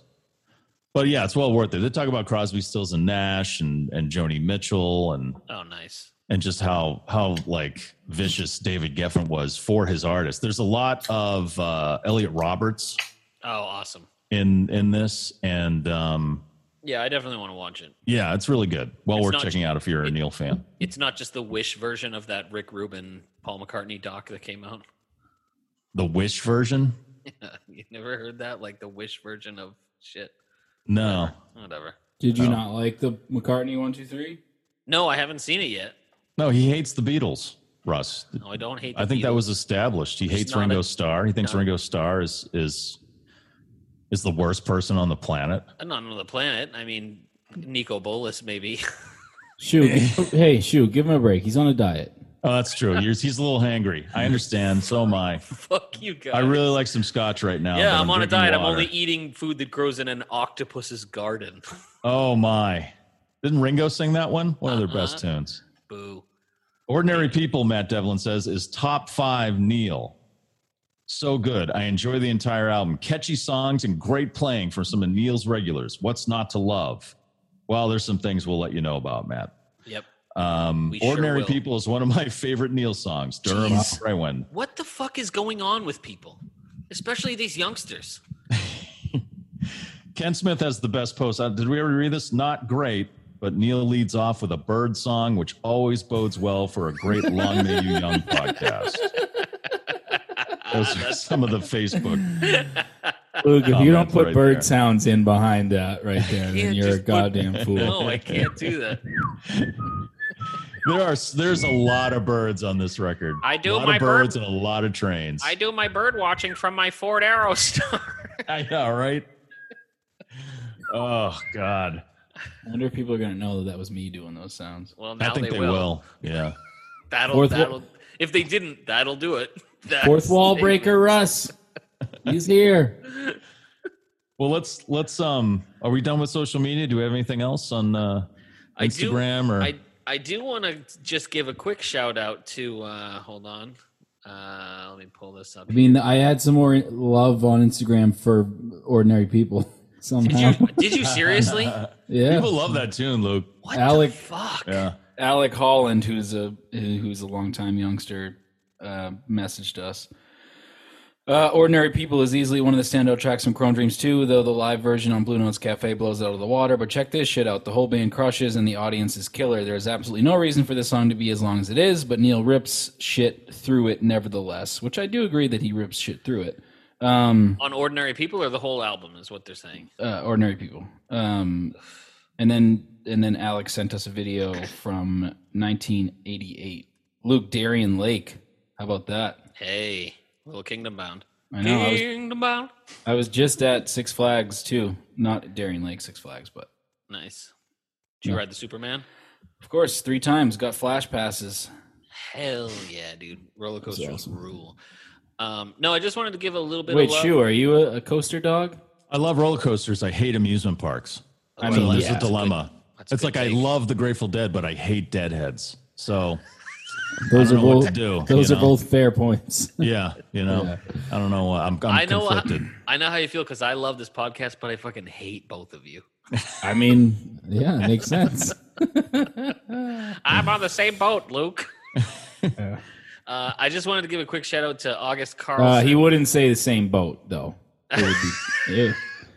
But yeah, it's well worth it. They talk about Crosby, Stills, and Nash, and and Joni Mitchell, and
Oh, nice.
and just how how like vicious David Geffen was for his artists. There's a lot of uh, Elliot Roberts
Oh, awesome.
in in this, and um,
Yeah, I definitely want to watch it.
yeah, it's really good. Well
It's
worth
not-
checking out if you're a Neil fan.
It's not just the Wish version of that Rick Rubin Paul McCartney doc that came out.
The Wish version?
you never heard that? Like the Wish version of shit.
No,
Whatever.
Did you
Oh.
No.
not like the McCartney one two three?
No, I haven't seen it yet.
no, he hates the Beatles. Russ,
No, I don't hate.
I
the
think that
Beatles.
was established. He
He's
hates
not
Ringo
a-
Starr. He thinks
not-
Ringo Starr is is is the worst person on the planet.
not on the planet. I mean, Nico Bolas maybe.
Shoot, hey, shoot, give him a break. He's on a diet.
Oh, that's true. He's, he's a little hangry. I understand. So am I.
Fuck you guys.
I really like some scotch right now. but
yeah, I'm on a
drinking
diet. I'm
water.
only eating food that grows in an octopus's garden.
Oh my! Didn't Ringo sing that one? One of their
Uh-huh.
best tunes.
Boo.
Ordinary People, Matt Devlin says, is top five Neil. So good. I enjoy the entire album. Catchy songs and great playing from some of Neil's regulars. What's not to love? Well, there's some things we'll let you know about, Matt.
Yep.
Um,
We sure
Ordinary
will.
People is one of my favorite Neil songs. Durham
Jeez.
Frewen.
What the fuck is going on with people, especially these youngsters?
Ken Smith has the best post. Uh, Did we already read this? Not great, but Neil leads off with a bird song, which always bodes well for a great Long May You Young podcast. Those are some of the Facebook.
Oh,
Luke, if you don't
Comments
put
right
bird
there.
sounds in behind that right there,
Yeah,
then you're a
just put-
goddamn fool.
No, I can't do that.
There are there's a lot of birds on this record.
I do
a lot
my
of
bird-
birds and a lot of trains.
I do my bird watching from my Ford Aerostar.
I know, right? Oh God,
I wonder if people are gonna know that that was me doing those sounds.
well, now
I think
they,
they
will.
will. Yeah.
That'll
Fourth wa-
that'll. if they didn't, that'll do it. That's
Fourth wall
it.
breaker, Russ. He's here.
Well, let's let's um. Are we done with social media? Do we have anything else on uh,
I do-
Instagram or?
I I do want to just give a quick shout out to. Uh, hold on, uh, let me pull this up.
I mean, I had some more love on Instagram for ordinary people
did
somehow.
you did you seriously?
yeah,
People love that tune, Luke.
What
Alec-
the fuck?
Yeah.
Alec Holland, who's a who's a longtime youngster, uh, messaged us. Uh, Ordinary People is easily one of the standout tracks from Chrome Dreams 2, though the live version on Blue Notes Cafe blows it out of the water. But check this shit out. The whole band crushes and the audience is killer. There is absolutely no reason for this song to be as long as it is, but Neil rips shit through it nevertheless, which I do agree that he rips shit through it. Um,
On ordinary people or the whole album is what they're saying.
uh, ordinary people. Um, and then and then Alex sent us a video from 1988. Luke Darien Lake. How about that?
Hey, little Kingdom Bound.
I know. I was,
Kingdom Bound.
I was just at Six Flags too. Not Darien Lake Six Flags, but
Nice. Did you ride the Superman?
Of course, three times got flash passes.
Hell yeah, dude! Roller coasters rule. Um, no, I just wanted to give a little bit.
Wait,
of love.
Shu, are you a, a coaster dog?
I love roller coasters. I hate amusement parks.
I
So
mean,
there's
yeah.
a dilemma.
that's a
It's
good
like I
take.
love the Grateful Dead, but I hate deadheads. So
Those
I
are
don't know what
both.
to do,
those
you
are
know?
both fair points.
yeah, you know, I don't know. what- I'm, I'm
I know. How,
conflicted.
I know how you feel because I love this podcast, but I fucking hate both of you.
I mean, yeah, it makes sense.
I'm on the same boat, Luke. uh, I just wanted to give a quick shout out to August Carlson.
Uh, he wouldn't say the same boat though. It would be- yeah.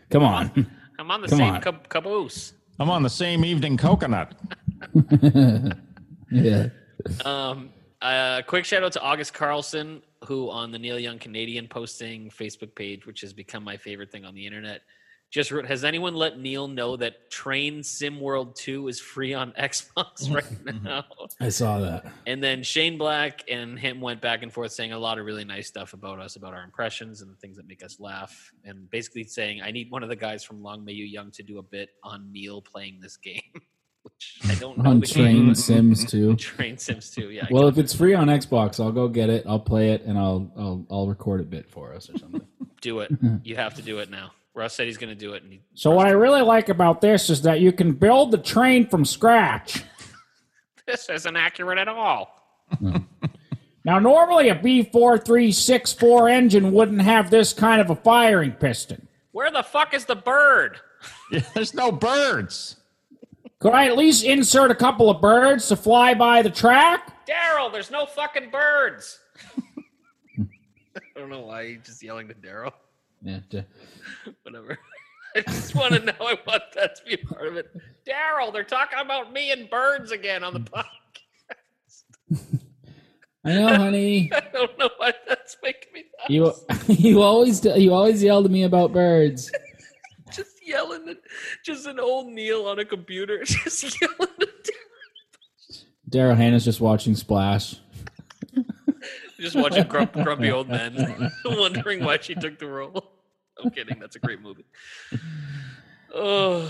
Come on.
I'm on the
come
same
on.
cab- caboose.
I'm on the same evening coconut.
Yeah.
Um, uh, quick shout out to August Carlson, who on the Neil Young Canadian posting Facebook page, which has become my favorite thing on the internet, just wrote, "Has anyone let Neil know that Train Sim World Two is free on Xbox right now?"
I saw that.
and then Shane Black and him went back and forth saying a lot of really nice stuff about us, about our impressions and the things that make us laugh, and basically saying, "I need one of the guys from Long May You Young to do a bit on Neil playing this game," which I don't know
On
the game,
Train Sims too.
but Train Sims Two. Yeah, I
Well, if it's free on Xbox, I'll go get it. I'll play it, and I'll I'll, I'll record a bit for us or something.
Do it. You have to do it now. Russ said he's going to do it. And he,
so what I really like about this is that you can build the train from scratch.
this isn't accurate at all.
Now, normally a B four three six four engine wouldn't have this kind of a firing piston.
Where the fuck is the bird?
There's no birds.
Could I at least insert a couple of birds to fly by the track?
Daryl, there's no fucking birds. I don't know why he's just yelling to Daryl.
Yeah.
Whatever. I just want to know. I want that to be a part of it. Daryl, they're talking about me and birds again on the podcast.
I know, honey.
I don't know why that's making me laugh.
You you always you always yelled at me about birds.
just yelling at just an old Neil on a computer, just yelling at
Daryl Hannah's just watching Splash.
Just watching grump, grumpy old men, wondering why she took the role. I'm kidding. That's a great movie. Oh,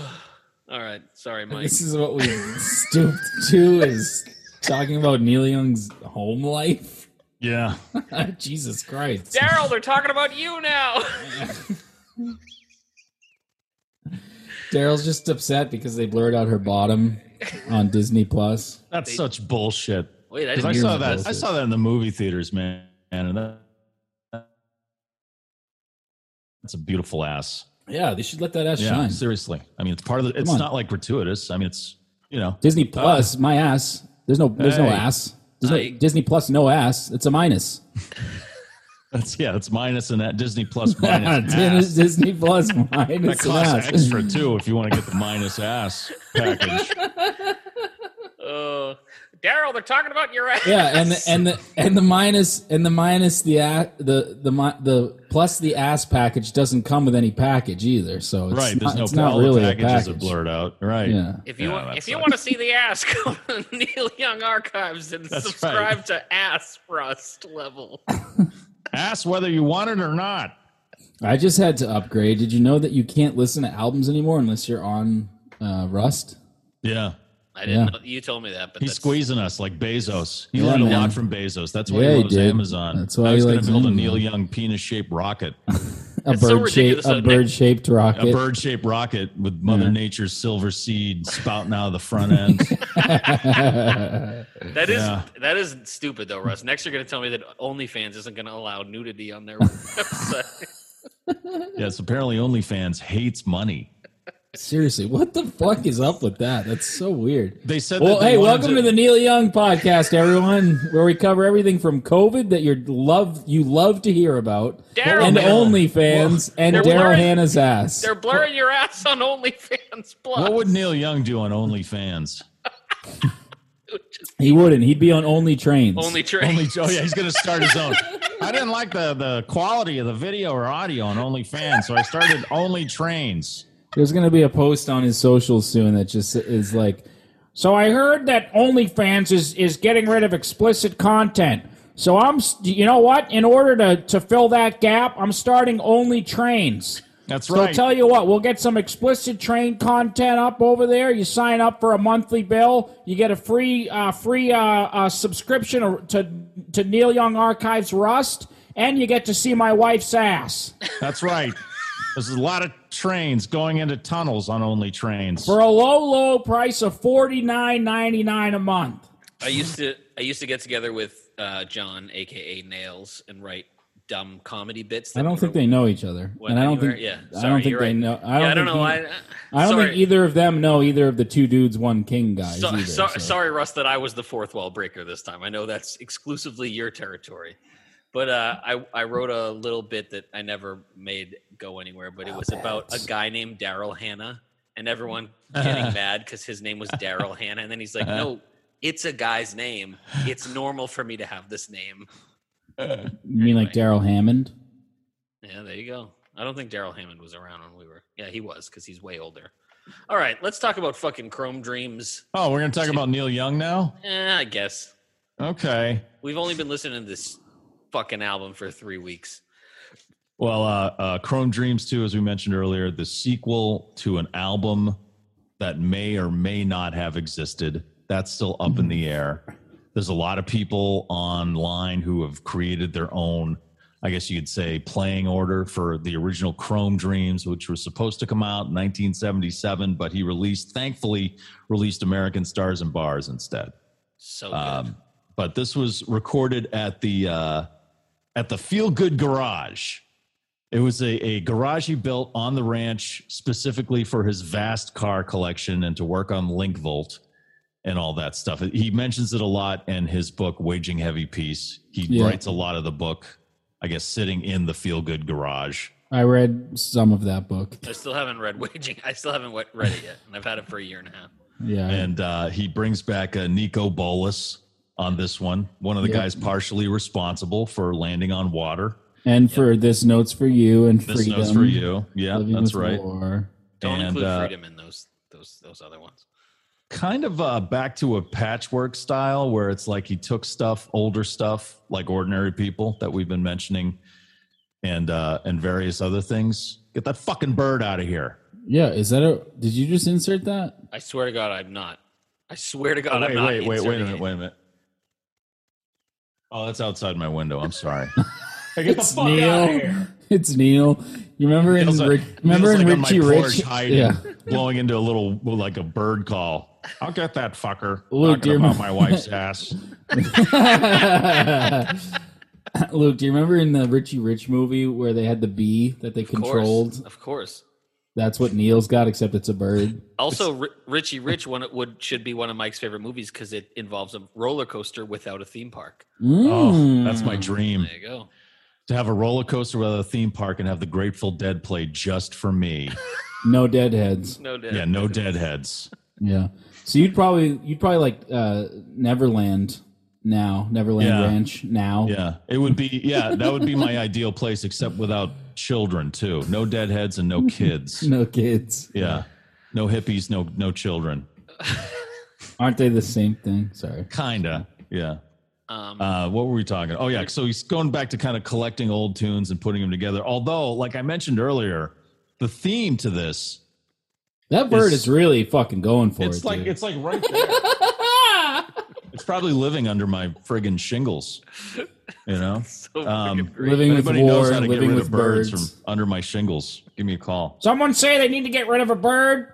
all right. Sorry, Mike.
This is what we stooped to is talking about Neil Young's home life. Ah,
Yeah.
Jesus Christ.
Daryl, they're talking about you now.
Daryl's just upset because they blurred out her bottom on Disney Plus.
That's such bullshit.
Wait, I
'Cause I
didn't.
Years
saw
of
that. I
bullshit.
saw that in the movie theaters, man. And that, that's a beautiful ass.
Yeah, they should let that ass
Yeah,
shine.
seriously. I mean, it's part of the. It's
on.
not like gratuitous. I mean, it's you know.
Disney Plus, my ass. There's no there's no
uh, Hey.
ass. There's
Hey.
no Disney Plus no ass. It's a minus.
That's yeah. It's minus and that Disney plus minus. ass.
Dis- Disney Plus
That
minus an
costs
ass.
extra too if you want to get the minus ass package.
Uh, Daryl, they're talking about your ass.
Yeah, and the, and the and the minus and the minus the a- the the mi- the plus the ass package doesn't come with any package either. So it's
right.
not,
There's no
it's
all
not
the
really a
packages
package.
that blurred out. Right.
Yeah.
If you
Yeah,
want,
that
if you
sucks.
want to see the ass, go to the Neil Young Archives and
That's
subscribe
right.
to Ass Rust level.
Ask whether you want it or not.
I just had to upgrade. Did you know that you can't listen to albums anymore unless you're on uh, Rust?
Yeah.
I didn't.
Yeah.
know. You told me that, but
He's
that's-
squeezing us like Bezos. He
Yeah,
learned a
man.
lot from Bezos. That's why
Yeah,
he
he
loves
did.
Amazon.
That's why
Now
he
he's going to
likes
build a
Amazon.
Neil Young penis-shaped rocket,
A
It's so
bird shaped
ridiculous
a
that Nick-
bird shaped
a
rocket.
bird-shaped rocket with Mother Nature's silver seed spouting out of the front end.
That is
Yeah.
that is stupid though, Russ. Next, you're going to tell me that OnlyFans isn't going to allow nudity on their website.
yes, apparently OnlyFans hates money.
Seriously, what the fuck is up with that? That's so weird.
They said.
Well,
that they
hey,
wanted
welcome to the Neil Young podcast, everyone, where we cover everything from COVID that you love you love to hear about,
Daryl
and
Hannah.
OnlyFans, and
They're
Daryl
blurring-
Hannah's ass.
They're blurring your ass on OnlyFans Plus.
What would Neil Young do on OnlyFans?
He wouldn't. He'd be on Only Trains.
Only train.
Only oh yeah, he's gonna start his own. I didn't like the the quality of the video or audio on OnlyFans, so I started Only Trains.
There's going to be a post on his socials soon that just is like. So I heard that OnlyFans is is getting rid of explicit content. So I'm, s- you know what? In order to to fill that gap, I'm starting Only Trains.
That's
So
right.
tell you what, we'll get some explicit train content up over there. You sign up for a monthly bill, you get a free uh, free uh, uh, subscription to to Neil Young Archives Rust, and you get to see my wife's ass
That's right. There's a lot of trains going into tunnels on only trains.
for a low low price of forty nine ninety nine a month.
I used to I used to get together with uh, John, aka Nails, and write dumb comedy bits. That
I don't
were-
think they know each other,
What,
and I don't
anywhere?
think
Yeah,
I don't
sorry,
think
you're
they
right.
know. I
Yeah,
don't,
I don't
think
know.
e-
I,
I don't
sorry.
think either of them know either of the two dudes, one king guys.
So,
either,
so-
so.
Sorry, Russ, that I was the fourth wall breaker this time. I know that's exclusively your territory. But uh, I, I wrote a little bit that I never made go anywhere, but it was about a guy named Daryl Hannah and everyone getting mad because his name was Daryl Hannah. And then he's like,
Uh-huh.
no, it's a guy's name. It's normal for me to have this name.
You mean like Daryl Hammond?
Yeah, there you go. I don't think Daryl Hammond was around when we were. Yeah, he was because he's way older. All right, let's talk about fucking Chrome Dreams.
Oh, we're going to talk about Neil Young now?
Eh, I guess.
Okay.
We've only been listening to this fucking album for three weeks.
Well, uh, uh, Chrome Dreams 2, as we mentioned earlier, the sequel to an album that may or may not have existed. That's still up in the air. There's a lot of people online who have created their own, I guess you could say, playing order for the original Chrome Dreams, which was supposed to come out in 1977, but he released, thankfully, released American Stars and Bars instead.
So good.
Um, but this was recorded at the uh, at the Feel Good Garage. It was a, a garage he built on the ranch specifically for his vast car collection and to work on Linkvolt and all that stuff. He mentions it a lot in his book, Waging Heavy Peace. He
Yeah.
writes a lot of the book, I guess, sitting in the Feel Good Garage.
I read some of that book.
I still haven't read Waging. I still haven't wa- read it yet, and I've had it for a year and a half.
Yeah,
And uh, he brings back uh, Nico Bolas on this one, one of the
Yeah.
guys partially responsible for landing on water.
and for this notes for you and
This
freedom.
notes for you. Yeah,
Living
that's
with
right.
War.
Don't
And,
include
uh,
freedom in those those those other ones.
Kind of uh, back to a patchwork style where it's like he took stuff, older stuff, like ordinary people that we've been mentioning, and uh, and various other things. Get that fucking bird out of here.
Yeah, is that a? Did you just insert that?
I swear to God, I'm not. I swear to God, I'm
wait,
not.
wait, wait, wait a
inserting
minute,
it.
wait a minute. Oh, that's outside my window. I'm sorry. Hey, get the
It's
fuck out of
Neil.
here.
It's Neil. You remember in
Feels like-
Rick,
feels
remember in
like on my
Richie
porch
Rich?
hiding, blowing into a little like a bird call. I'll get that fucker.
Luke,
talking
you're-
about my wife's ass.
Luke, do you remember in the Richie Rich movie where they had the bee that they
Of course,
controlled?
of course.
That's what Neil's got, except it's a bird.
Also, Ri Richie Rich one would should be one of Mike's favorite movies because it involves a roller coaster without a theme park.
Oh,
Mm.
that's my dream
There you go.
to have a roller coaster without a theme park and have the Grateful Dead play just for me.
no deadheads.
No doubt.
Yeah, no deadheads.
Yeah. So you'd probably you'd probably like uh, Neverland now, Neverland
Yeah.
Ranch now.
Yeah, it would be. Yeah, that would be my ideal place, except without children too. No deadheads and no kids.
No kids.
Yeah, no hippies, no no children.
Aren't they the same thing? Sorry.
Kinda. Yeah.
Um,
Uh, what were we talking? Oh yeah, so he's going back to kind of collecting old tunes and putting them together. Although, like I mentioned earlier, the theme to this
That bird
It's-
is really fucking going for
it's
it.
like
dude.
it's like right there. it's probably living under my friggin' shingles. You know,
so
um,
freaking great.
living
if
with
anybody knows
war,
how to get
living
rid
with
of birds,
birds.
from under my shingles, give me a call.
Someone say they need to get rid of a bird.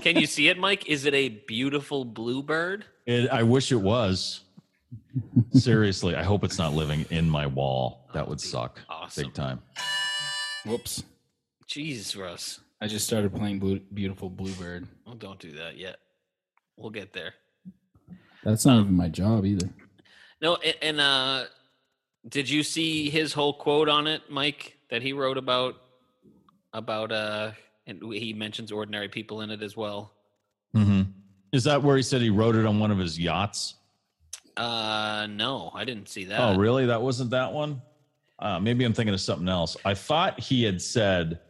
Can you see it, Mike? Is it a beautiful bluebird?
It, I wish it was. Seriously, I hope it's not living in my wall. That would suck
awesome.
big time.
Whoops.
Jeez, Russ.
I just started playing Blue, Beautiful Bluebird.
Well, Oh, don't do that yet. We'll get there.
That's not even my job either.
No, and, and uh, did you see his whole quote on it, Mike, that he wrote about about uh, and he mentions ordinary people in it as well.
hmm Is that where he said he wrote it on one of his yachts?
Uh, no, I didn't see that.
Oh, really? That wasn't that one? Uh, maybe I'm thinking of something else. I thought he had said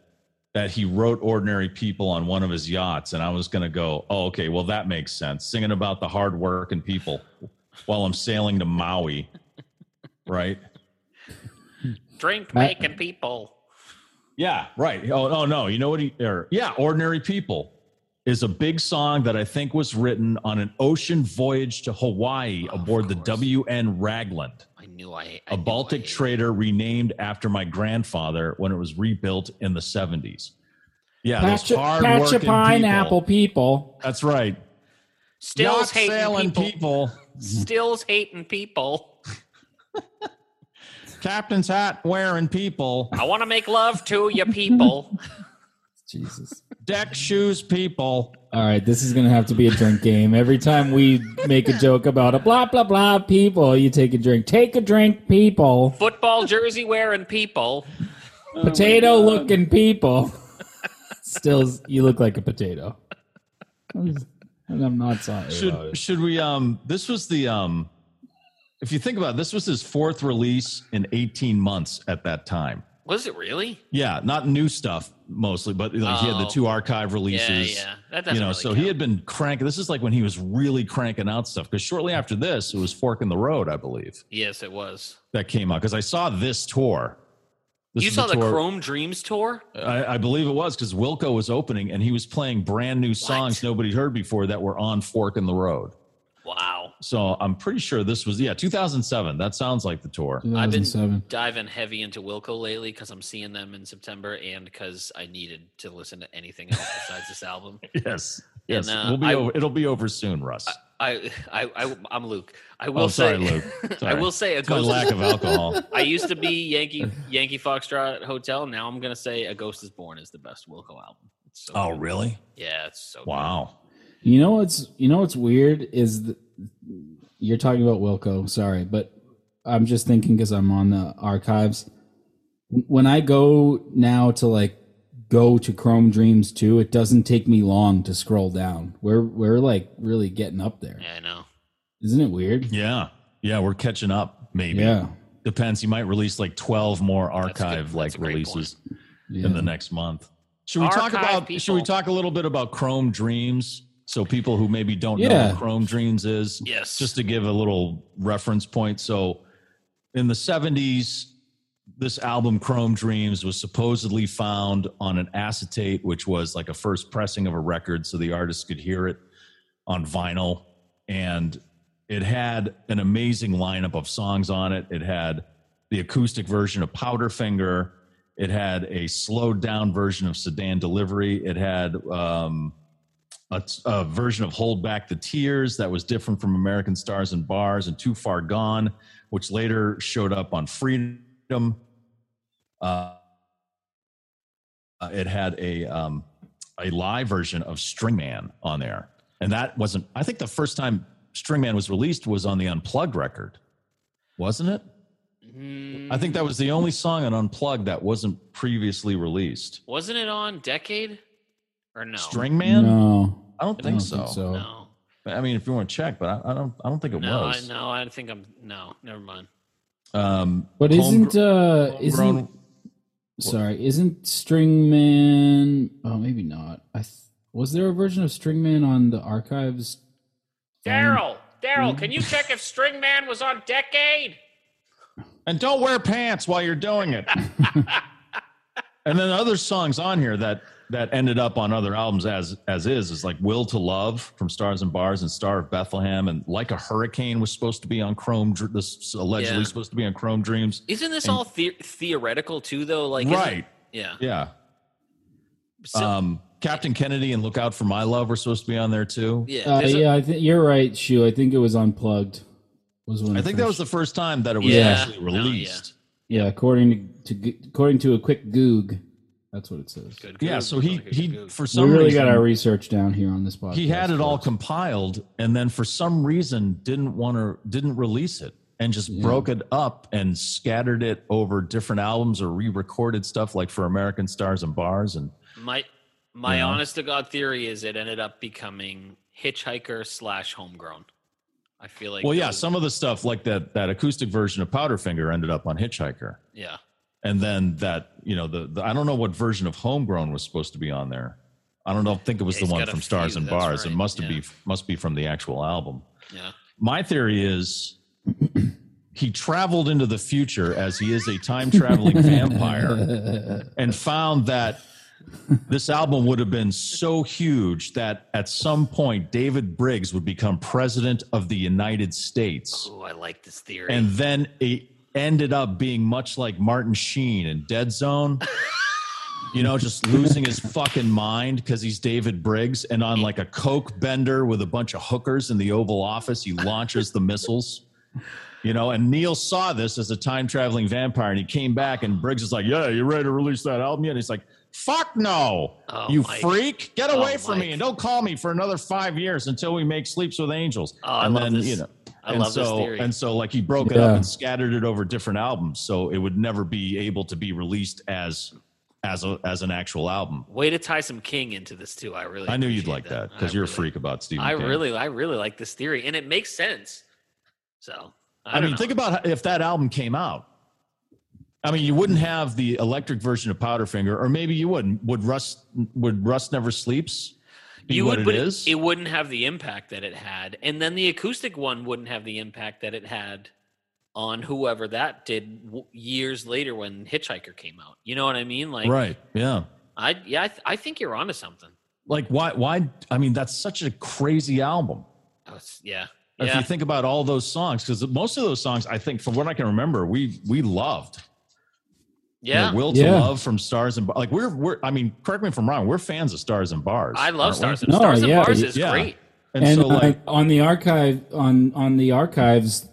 that he wrote Ordinary People on one of his yachts, and I was going to go, oh, okay, well, that makes sense. Singing about the hard work and people while I'm sailing to Maui, right?
Drink making people.
Yeah, right. Oh, oh no. You know what he or yeah, Ordinary People is a big song that I think was written on an ocean voyage to Hawaii aboard the WN Ragland,
I knew I. I
a
knew I
Baltic
hated
trader renamed after my grandfather when it was rebuilt in the 70s. Yeah,
Patch,
those
your-
hard
patch your pineapple
people.
people.
That's right.
it. Stills
Yacht sailing
hating people.
people.
Stills hating people.
Captain's hat wearing people.
I want to make love to you people.
Jesus.
Deck shoes people.
All right, this is gonna have to be a drink game. Every time we make a joke about a blah blah blah people, you take a drink. Take a drink, people.
Football jersey wearing people.
potato looking people. Still, you look like a potato. I'm just- and I'm not sorry. about
should
it.
should we um this was the um if you think about it, this was his fourth release in 18 months at that time
Was it really?
yeah not new stuff mostly but like he had the
Oh.
two archive
Yeah,
releases
yeah. That doesn't
you know
really
so
count.
he had been cranking this is like when he was really cranking out stuff because shortly after this it was fork in the road i believe
Yes, it was.
that came out because i saw this tour This
you
is
saw the,
tour-
Chrome Dreams tour?
I, I believe it was because Wilco was opening and he was playing brand new songs nobody heard before that were on Fork in the Road.
Wow.
So I'm pretty sure this was yeah 2007. That sounds like the tour.
Mm-hmm.
2007.
Diving heavy into Wilco lately because I'm seeing them in September and because I needed to listen to anything else besides this album.
Yes, yes.
And, uh,
we'll be
I-
over, it'll be over soon, Russ.
I, I, I, I'm Luke. I will
oh, sorry,
say,
Luke.
I
Sorry.
will say a
It's my
ghost.
lack
Is,
of alcohol.
I used to be Yankee Yankee Foxtrot Hotel. Now I'm gonna say A Ghost Is Born is the best Wilco album. It's so
Oh,
good.
really?
Yeah, it's so.
Wow.
You know what's you know what's weird is th you're talking about Wilco. Sorry, but I'm just thinking because I'm on the archives. When I go now to like go to Chrome Dreams 2, it doesn't take me long to scroll down. We're we're like really getting up there,
Good. Yeah, I know.
isn't it weird?
Yeah, yeah. We're catching up. Maybe.
Yeah.
Depends. He might release like 12 more
good.
archive
That's
like
a great
releases
yeah.
in the next month. Should we talk
Archive
about? Should we
people.
talk a little bit about Chrome Dreams? So people who maybe don't know
Yeah.
what Chrome Dreams is.
Yes.
just to give a little reference point. So, in the 70s, this album, Chrome Dreams, was supposedly found on an acetate, which was like a first pressing of a record, so the artist could hear it on vinyl. And it had an amazing lineup of songs on it. It had the acoustic version of Powderfinger. It had a slowed down version of Sedan Delivery. It had um, a, a version of Hold Back the Tears that was different from American Stars and Bars and Too Far Gone, which later showed up on Freedom. Uh, uh, it had a um, a live version of String Man on there, and that wasn't. I think the first time String Man was released was on the Unplugged record, wasn't it?
Mm,
I think that was the only song on Unplugged that wasn't previously released.
wasn't it on Decade or no?
String Man?
No.
I don't
I
think
don't
so.
think so.
No.
I mean, if you want to check, but I, I don't. I don't think it
No, I,
was.
no, I think I'm no. Never mind.
Um,
But
home-
isn't uh isn't
homegrown-
sorry, isn't Stringman oh maybe not. I th- was there a version of Stringman on the archives?
Daryl, Daryl, can you check if String Man was on Decade?
and don't wear pants while you're doing it. and then other songs on here that that ended up on other albums as as is is like "Will to Love" from Stars and Bars and "Star of Bethlehem" and "Like a Hurricane" was supposed to be on Chrome. Dr- This allegedly
Yeah.
supposed to be on Chrome Dreams.
Isn't this
And-
all the- theoretical too, though? Like, isn't-
right? Uh,
Yeah.
Yeah.
So,
um, Captain Kennedy and "Look Out for My Love" were supposed to be on there too.
yeah.
Uh,
there's a-
yeah, I think you're right, Shu. I think it was unplugged. Was when
I
it
think that was
first-
the first time that it was
Yeah.
actually
No,
released.
yeah, according to, to Go- according to a quick Goog, that's what it says.
good
Yeah,
Goog,
so he
good Goog,
he
good Goog.
for
We
some
really
reason
got our research down here on this podcast.
he had it all
folks.
compiled and then for some reason didn't want to didn't release it and just broke it up and scattered it over different albums or re-recorded stuff like for American Stars and Bars and
my my
Yeah.
honest to god theory is it ended up becoming hitchhiker slash homegrown. I feel like
well yeah
those-
some of the stuff like that that acoustic version of Powderfinger ended up on Hitchhiker
yeah.
and then that you know the, the I don't know what version of Homegrown was supposed to be on there I don't know think it was
Yeah,
the
he's
one
got a
from Stars
few,
and
that's
Bars it
right,
must have
yeah.
be must be from the actual album
Yeah.
my theory is he traveled into the future as he is a time traveling vampire and found that this album would have been so huge that at some point David Briggs would become president of the United States.
Oh, I like this theory.
And then it ended up being much like Martin Sheen in Dead Zone. You know, just losing his fucking mind because he's David Briggs, and on like a coke bender with a bunch of hookers in the Oval Office, he launches the missiles. You know, and Neil saw this as a time traveling vampire, and he came back, and Briggs is like, "Yeah, you ready to release that album yet?" And he's like, "Fuck no,
Oh,
you
Mike.
freak! Get
Oh,
away from me,
Mike.
and don't call me for another five years until we make Sleeps with Angels."
Oh, I
and
love
then
this.
you know,
I
and
love
so,
this theory.
And so, like, he broke it
Yeah.
up and scattered it over different albums, so it would never be able to be released as as a, as an actual album.
Way to tie some King into this too. I really.
I knew you'd
appreciate
like that
I
because you're a
really-
freak about Stephen.
I
King.
really, I really like this theory, and it makes sense. So I,
I, mean, think about if that album came out. I mean, you wouldn't have the electric version of Powderfinger, or maybe you wouldn't. Would Rust would Rust Never Sleeps be
you
what
would,
it
but it,
is?
it wouldn't have the impact that it had, and then the acoustic one wouldn't have the impact that it had on whoever that did w- years later when Hitchhiker came out. You know what I mean? Like,
right? Yeah.
I yeah, I, th- I think you're onto something.
Like why? Why? I mean, that's such a crazy album.
I was- Oh, yeah,
If
yeah.
you think about all those songs, because most of those songs, I think, from what I can remember, we we loved. You know,
yeah.
Will to
Yeah.
Love from Stars and Bars. Like we're we're. I mean, correct me if I'm wrong. We're fans of Stars and Bars.
I
aren't
love
we?
Stars and
No,
Stars and
yeah,
Bars is
yeah.
great.
And,
And
so, like,
I, on the archive on on the archives,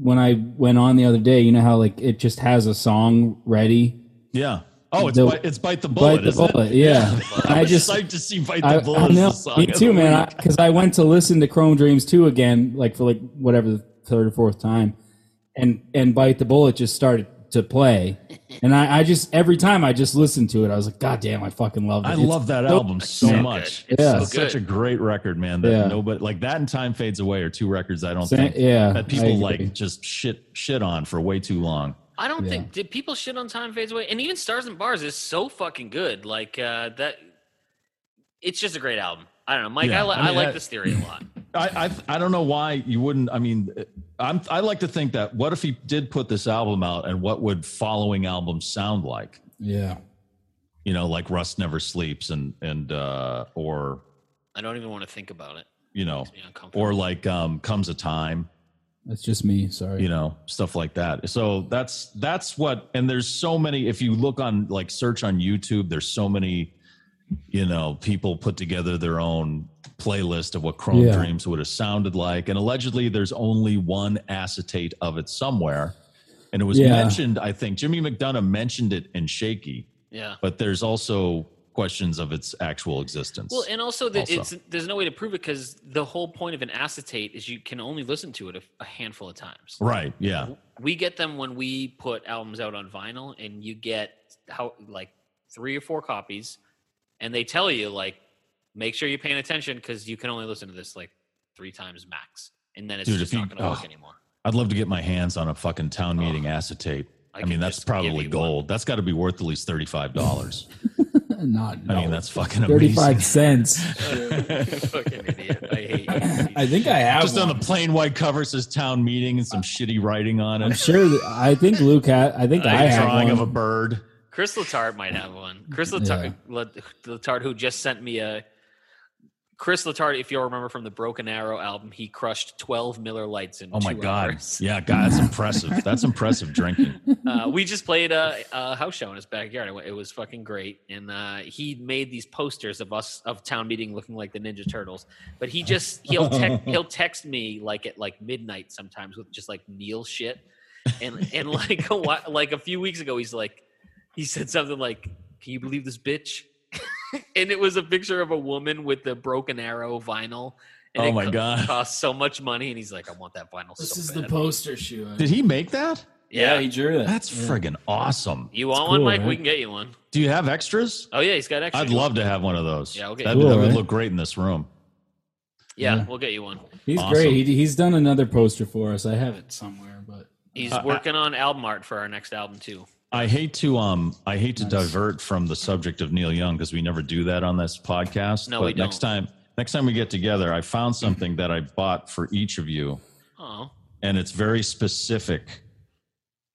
when I went on the other day, you know how like it just has a song ready.
yeah. Oh, it's
The-
bite, it's bite the bullet.
Bite the
isn't it?
bullet, yeah. I
I'm
just
psyched to see Bite
I,
the
I
Bullet. as
know,
the song
me
of
too,
the
man.
week.
Because I, went to listen to Chrome Dreams two again, like for like whatever the third or fourth time, and and Bite the Bullet just started to play, and I, I just every time I just listened to it, I was like, God damn, I fucking love it.
I
It's-
love that
so-
album so
good.
much.
It's
Yeah.
so
It's such a
good.
great record, man. That
Yeah.
nobody like that and Time Fades Away are two records I don't
Sa-
think
yeah,
that
I
people
agree.
like just shit shit on for way too long.
I don't think did people shit on Time Fades Away, and even Stars and Bars is so fucking good. Like uh, that, it's just a great album. I don't know, Mike.
Yeah,
I, li-
I
I,
mean,
like
I-
this theory a lot.
I, I I don't know why you wouldn't. I mean, I'm I like to think that what if he did put this album out and what would following albums sound like?
Yeah,
You know, like Rust Never Sleeps and and uh or
I don't even want to think about it.
you know
Be uncomfortable.
or like um comes a time.
that's just me. Sorry.
you know stuff like that so that's that's what and there's so many if you look on like search on youtube there's so many you know people put together their own playlist of what chrome
Yeah.
dreams would have sounded like and allegedly there's only one acetate of it somewhere and it was
Yeah.
mentioned i think jimmy mcdonough mentioned it in shaky
yeah.
but there's also questions of its actual existence
Well, and also, that
also.
it's there's no way to prove it because the whole point of an acetate is you can only listen to it a, a handful of times.
right yeah
We get them when we put albums out on vinyl, and you get how like three or four copies, and they tell you like make sure you're paying attention because you can only listen to this like three times max, and then it's
Dude,
just
if you-
not going to work
oh.
anymore.
I'd love to get my hands on a fucking town meeting acetate.
I
I,
could
mean, that's
just give
probably
you one.
gold. That's got to be worth at least thirty-five dollars.
not
I mean, that's fucking amazing.
thirty-five cents.
fucking idiot. I hate you.
I think I have.
Just on
one.
the plain white cover says "town meeting"
Uh,
and some shitty writing on
I'm
it.
sure. That, I think Luke. Ha- I think I,
A
have
drawing
one.
of a bird.
Chris Letard might have one. Chris Letard, Letard, who just sent me a Chris Letard, if you'll remember from the Broken Arrow album, he crushed twelve Miller Lights in
Oh my
two
god!
hours.
Yeah, God, that's impressive. That's impressive drinking.
Uh, we just played a, a house show in his backyard. It wa- It was fucking great, and uh, he made these posters of us of town meeting looking like the Ninja Turtles. But he just he'll tec- he'll text me like at like midnight sometimes with just like Neil shit, and and like a while, like a few weeks ago he's like he said something like, "Can you believe this bitch?" and it was a picture of a woman with the broken arrow vinyl.
Oh
And it
my
co-
God.
Cost so much money, and he's like, "I want that vinyl."
This
so
is the
bad."
poster shoe.
Did he make that?
Yeah,
he drew that.
That's friggin' awesome.
you want one,
cool,
Mike?
right?
We can get you one.
Do you have extras?
Oh yeah, he's got extra.
I'd love to have one of those.
Yeah, okay.
That'd-
Cool,
that would
right?
look great in this room.
Yeah, we'll get you one.
He's
Awesome.
great. He, he's done another poster for us. I have it somewhere, but
He's
Uh,
working on album art for our next album too.
I hate to um I hate to divert from the subject of Neil Young because we never do that on this podcast.
No,
but
we
Mm-hmm.
next time next time we get together, I found something that I bought for each of you
Oh,
and it's very specific,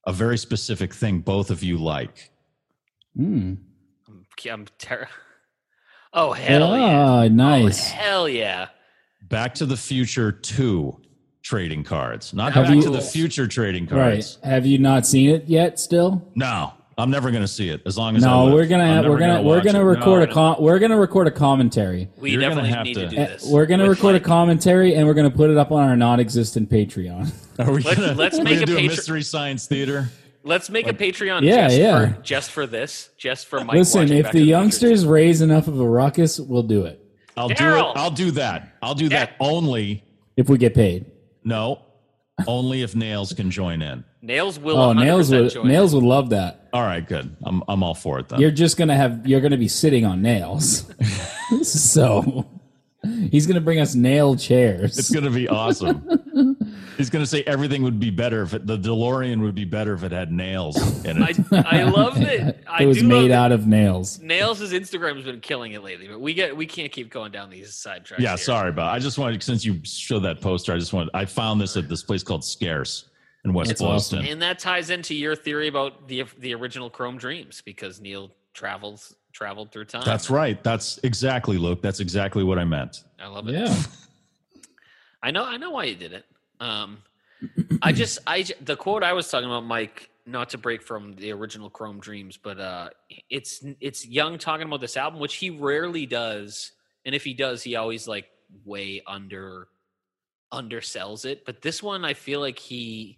a very specific thing both of you like.
Mm.
I'm, I'm ter- Oh hell yeah!
Ah, nice.
Hell yeah!
Back to the Future 2 trading cards, not
Have
Back
you-
to the Future trading
right.
cards.
Have you not seen it yet? Still?
No, I'm never going to see it as long as I
No,
live.
we're gonna
I'm
have,
never
we're gonna,
watch
we're gonna
it.
record
No.
a com- we're gonna record a commentary.
We
You're gonna
definitely
have
need
to-
to, do
Eh,
this.
We're gonna
With,
record
like,
a commentary and we're gonna put it up on our non-existent Patreon.
Are we
Let's-
gonna,
let's
we're
make
gonna
a
do
patron-
a mystery science theater.
Let's make a Patreon.
Yeah,
just
yeah.
For, just for this, just for Mike.
Listen,
watching
if
Back
the
to
youngsters raise enough of a ruckus, we'll do it
I'll do
Daryl!
it. I'll do that. I'll do that only.
if we get paid.
No, only if nails can join in.
Future. nails will.
Oh,
100%
nails would
join.
nails would love that.
All right, good. I'm I'm all for it then.
You're just gonna have you're gonna be sitting on nails, so he's gonna bring us nail chairs.
It's going to be awesome. He's going to say everything would be better if it, the DeLorean would be better if it had nails in
I,
it.
I love that. I
it was
do love
made
that-
out of nails.
Nails' Instagram's been killing it lately, but we get we can't keep going down these sidetracks.
yeah,
here.
sorry about. I just wanted since you showed that poster, I just wanted. I found this at this place called Scarce in West
That's
Boston.
And that ties into your theory about the the original Chrome Dreams because Neil travels traveled through time.
That's right. That's exactly Luke. That's exactly what I meant.
I love it.
Yeah,
I know I know why you did it. Um, I just I j- the quote I was talking about, Mike. Not to break from the original Chrome Dreams, but uh, it's it's Young talking about this album, which he rarely does, and if he does, he always like way under undersells it. But this one, I feel like he.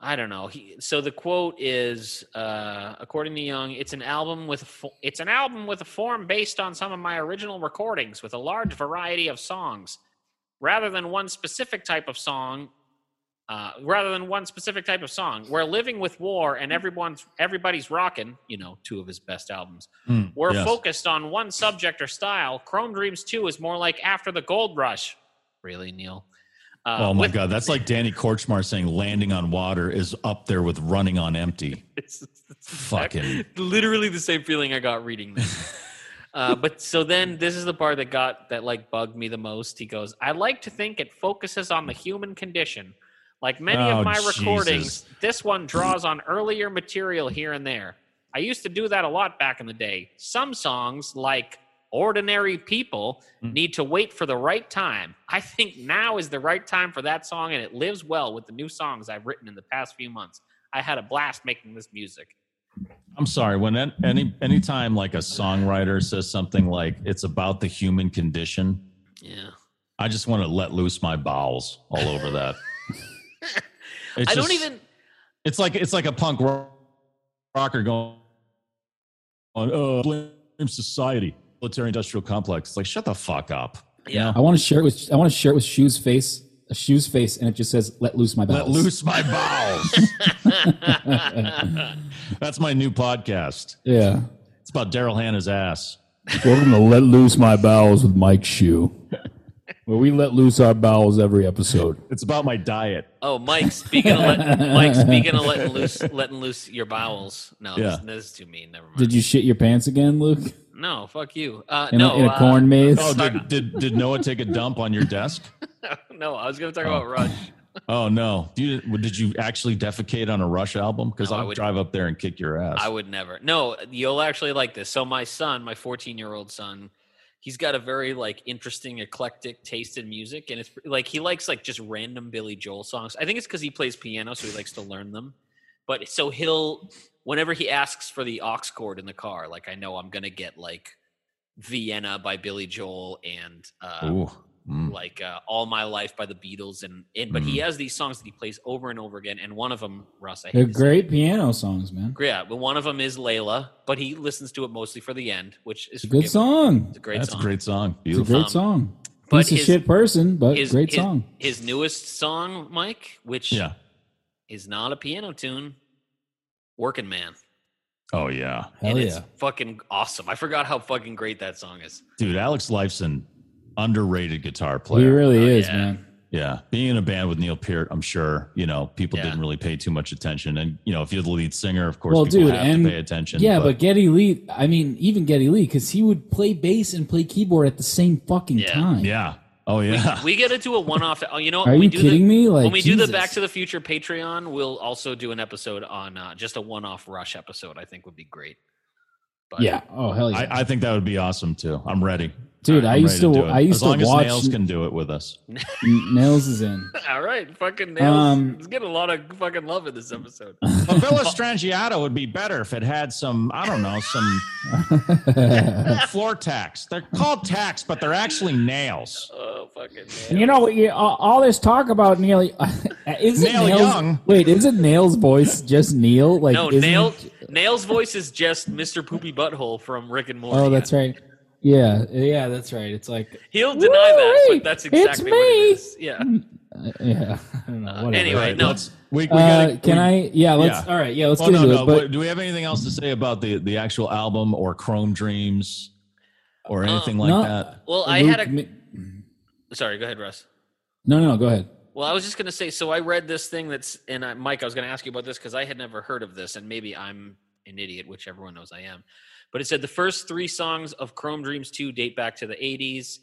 I don't know. He, so the quote is, uh, according to Young, it's an album with a fo- it's an album with a form based on some of my original recordings, with a large variety of songs rather than one specific type of song uh, rather than one specific type of song we're living with war
Hmm.
and everyone's everybody's rocking you know two of his best albums
Hmm,
we're
yes.
focused on one subject or style chrome dreams 2 is more like after the gold rush really neil uh,
oh my
with-
god, that's like Danny Korchmar saying landing on water is up there with running on empty.
it's, it's
Fucking-
literally the same feeling I got reading this. uh, but so then this is the part that got that like bugged me the most. He goes, "I like to think it focuses on the human condition. Like many
Oh,
of my
Jesus.
recordings, this one draws on earlier material here and there. I used to do that a lot back in the day. Some songs like." Ordinary people
Mm.
need to wait for the right time. I think now is the right time for that song, and it lives well with the new songs I've written in the past few months. I had a blast making this music.
I'm sorry when an- any anytime like a songwriter says something like it's about the human condition,
Yeah.
I just want to let loose my bowels all over that. It's
I don't
just-
even
It's like it's like a punk ro- rocker going on. Uh, blame society, military industrial complex. It's like shut the fuck up. you
Yeah.
know?
I want a shirt with I want a shirt with shoes face a shoes face, and it just says "Let loose my
Let
bowels."
loose my bowels. That's my new podcast.
Yeah.
It's about Daryl Hannah's ass.
Welcome to Let Loose My Bowels with Mike Shue, where we let loose our bowels every episode.
It's about my diet.
Oh, Mike, speaking of let, Mike, speaking of letting loose, letting loose your bowels. No,
Yeah.
this, this is too mean. Never mind.
Did you shit your pants again, Luke?
No, fuck you. Uh,
In,
no,
a, in a
uh,
corn maze?
Oh, did, did did Noah take a dump on your desk?
No, I was gonna talk about Rush.
Oh no! Do you, did you actually defecate on a Rush album? Because
No, I
I'll
would-
drive up there and kick your ass.
I would never. No, you'll actually like this. So my son, my 14 year old son, he's got a very like interesting, eclectic taste in music, and it's like he likes like just random Billy Joel songs. I think it's because he plays piano, so he likes to learn them. But so he'll, whenever he asks for the aux chord in the car, like I know I'm gonna get like Vienna by Billy Joel and uh,
Ooh. Mm.
like uh, all my life by the beatles and, and but he has these songs that he plays over and over again and one of them russ i hate
They're
to say
great piano songs, man.
yeah, but one of them is Layla, but he listens to it mostly for the end, which is
It's a good
forgivable.
song.
It's a great
That's
song.
a great song.
It's a
Beautiful.
great song.
but
Piece of
his-
shit person, but great song.
His newest song, Mike, which
Yeah.
is not a piano tune, "Working Man,"
Oh yeah,
Hell
and
yeah.
it's fucking awesome. I forgot how fucking great that song is.
dude. Alex Lifeson, underrated guitar
He
player.
really
Oh,
is,
yeah.
man.
yeah. Being in a band with Neil Peart, I'm sure you know people
Yeah.
didn't really pay too much attention. And you know, if you're the lead singer, of course,
Well,
people
dude,
have
and
to pay attention.
Yeah, but, Getty Lee, I mean, even Getty Lee, because he would play bass and play keyboard at the same fucking
Yeah.
time.
yeah, Oh yeah.
We got to do a one-off. Oh, you know, what,
Are
when we
you
do the,
kidding me? Like
when we do the Back
Jesus.
to the Future Patreon, we'll also do an episode on uh, just a one-off Rush episode. I think would be great. But
yeah. Oh hell yeah,
I, I think that would be awesome too. I'm ready.
dude! I
I'm
used
ready
to.
do it.
I used
as long
to
as
watch
Nails can do it with us.
N- Nails is in.
all right, fucking nails.
Um,
it's getting a lot of fucking love in this episode.
But Villa Strangiato would be better if it had some, I don't know, some floor tacks. They're called tacks, but they're actually nails.
Oh fucking nails.
You know, you, all, all this talk about Neil is it
Neil
Nails,
Young.
Wait, isn't Nail's voice just Neil? Like
no,
isn't-
nail nails voice is just Mr. Poopy Butthole from Rick and Morty.
Oh, that's right. Yeah, yeah, that's right. It's like
He'll deny that,
Woo-wee,
but that's
it's
exactly what
me. Mm.
it is. Yeah.
uh, yeah. I don't know, whatever.
Uh, anyway,
Right,
no,
let's- we, we
Uh,
gotta,
can
we-
I? Yeah, let's.
yeah.
All right, yeah, let's
Oh,
get
no,
into
no.
it. But
What- do we have anything else to say about the, the actual album or Chrome Dreams or
Uh,
anything like
no.
that?
Well, I had
Luke
a.
Mi-
Sorry, go ahead, Russ.
no, no, no. Go ahead.
Well, I was just going to say, so I read this thing that's, and I, Mike, I was going to ask you about this because I had never heard of this, and maybe I'm an idiot, which everyone knows I am. But it said the first three songs of Chrome Dreams 2 date back to the 80s.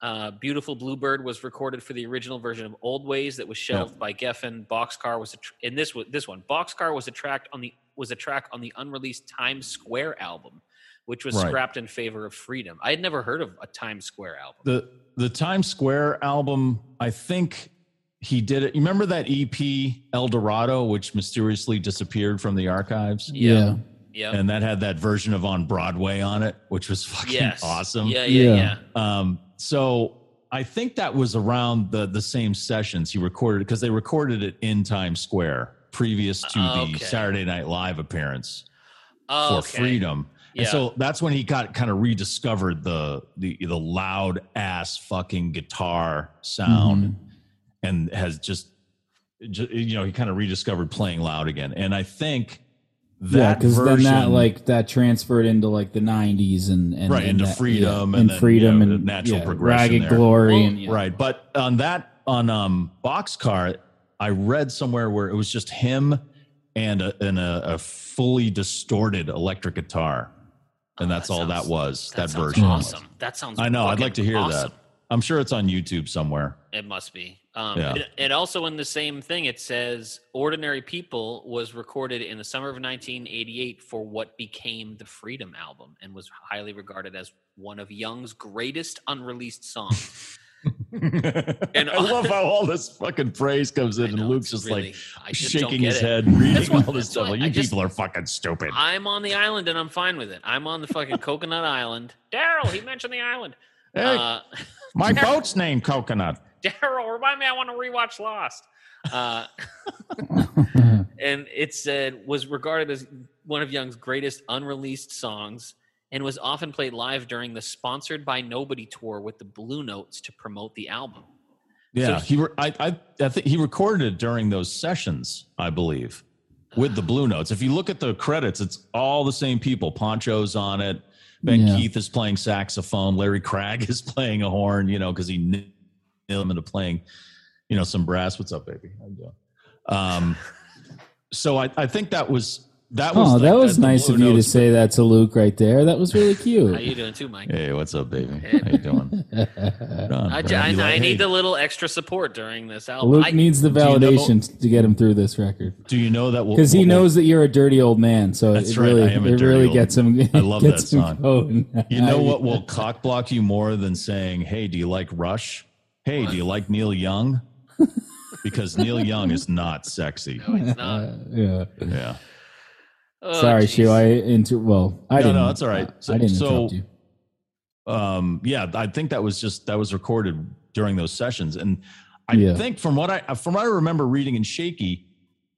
Uh, Beautiful Bluebird was recorded for the original version of Old Ways that was shelved by Geffen. Boxcar was, a tr- and this was this one. Boxcar was a track on the was a track on the unreleased Times Square album, which was
Right.
scrapped in favor of Freedom. I had never heard of a Times Square album.
the the Times Square album, I think he did it. You remember that EP El Dorado, which mysteriously disappeared from the archives,
Yeah.
Yeah.
and that had that version of On Broadway on it, which was fucking
yes.
awesome.
Yeah, yeah, yeah.
Yeah.
Um, so I think that was around the the same sessions he recorded because they recorded it in Times Square previous to
Oh, Okay.
the Saturday Night Live appearance
Oh,
for
okay.
freedom. And
Yeah.
so that's when he got kind of rediscovered the the the loud ass fucking guitar sound
Mm-hmm.
and has just ju- you know he kind of rediscovered playing loud again. And I think that
yeah, because then
version
that like that transferred into like the '90s and, and
Right,
and
into
that- yeah,
freedom and
and
then,
freedom
you know,
and
the natural
yeah,
progression
ragged
there.
glory
Well,
and yeah.
right. But on that on um boxcar, I read somewhere where it was just him and a and a, a fully distorted electric guitar. And that's
Oh, that
all
sounds-
that was, that,
sounds
version.
Awesome. That sounds.
I know. I'd like to
fucking
hear
awesome.
that. I'm sure it's on YouTube somewhere.
It must be. Um,
Yeah.
and, and also in the same thing, it says "Ordinary People" was recorded in the summer of 1988 for what became the Freedom album and was highly regarded as one of Young's greatest unreleased songs.
and I love how all this fucking praise comes in,
know,
and Luke's
it's
just
really-
like
I just don't
shaking
get
his
it.
head, reading all this
that's
stuff.
why
Like,
I
you
just-
people are fucking stupid.
I'm on the island and I'm fine with it. I'm on the fucking Coconut Island. Daryl, he mentioned the island.
Hey,
Uh,
my boat's named Coconut.
Daryl, remind me, I want to rewatch Lost. Uh, and it said was regarded as one of Young's greatest unreleased songs, and was often played live during the "Sponsored by Nobody" tour with the Blue Notes to promote the album.
Yeah, he. Re- I, I, I think he recorded it during those sessions, I believe, with the Blue Notes. If you look at the credits, it's all the same people. Poncho's on it. Ben
Yeah.
Keith is playing saxophone. Larry Cragg is playing a horn. You know, because he knew him into playing, you know, some brass. What's up, baby? How you doing? Um, so I, I think that was that was.
Oh,
like
that was
the- the
nice
Blue
of you to
Notes-
say that to Luke right there. That was really
How
cute.
you doing too, Mike?
Hey, what's up, baby? How you doing? Don, bro,
I, ju- I,
you like-
I
hey,
need a little extra support during this album.
Luke
I,
needs the
you know-
validation to get him through this record
Do you know that we'll-
because he
we'll-
knows that you're a dirty old man. So
That's
it
right,
really,
I am a
it
dirty
really
old-
gets him.
I love
gets
that
him
song.
going.
You know what will cock block you more than saying, Hey, do you like Rush? Hey, do you like Neil Young? Because Neil Young is not sexy.
no, it's
Uh,
not.
uh, Yeah.
Yeah.
Oh,
Sorry,
geez.
Shu. I inter. Well, I
No,
didn't. uh,
no, that's all right. So-
I didn't
so-
interrupt you.
Um, yeah, I think that was just that was recorded during those sessions. And I
Yeah.
think from what I from what I remember reading in Shaky,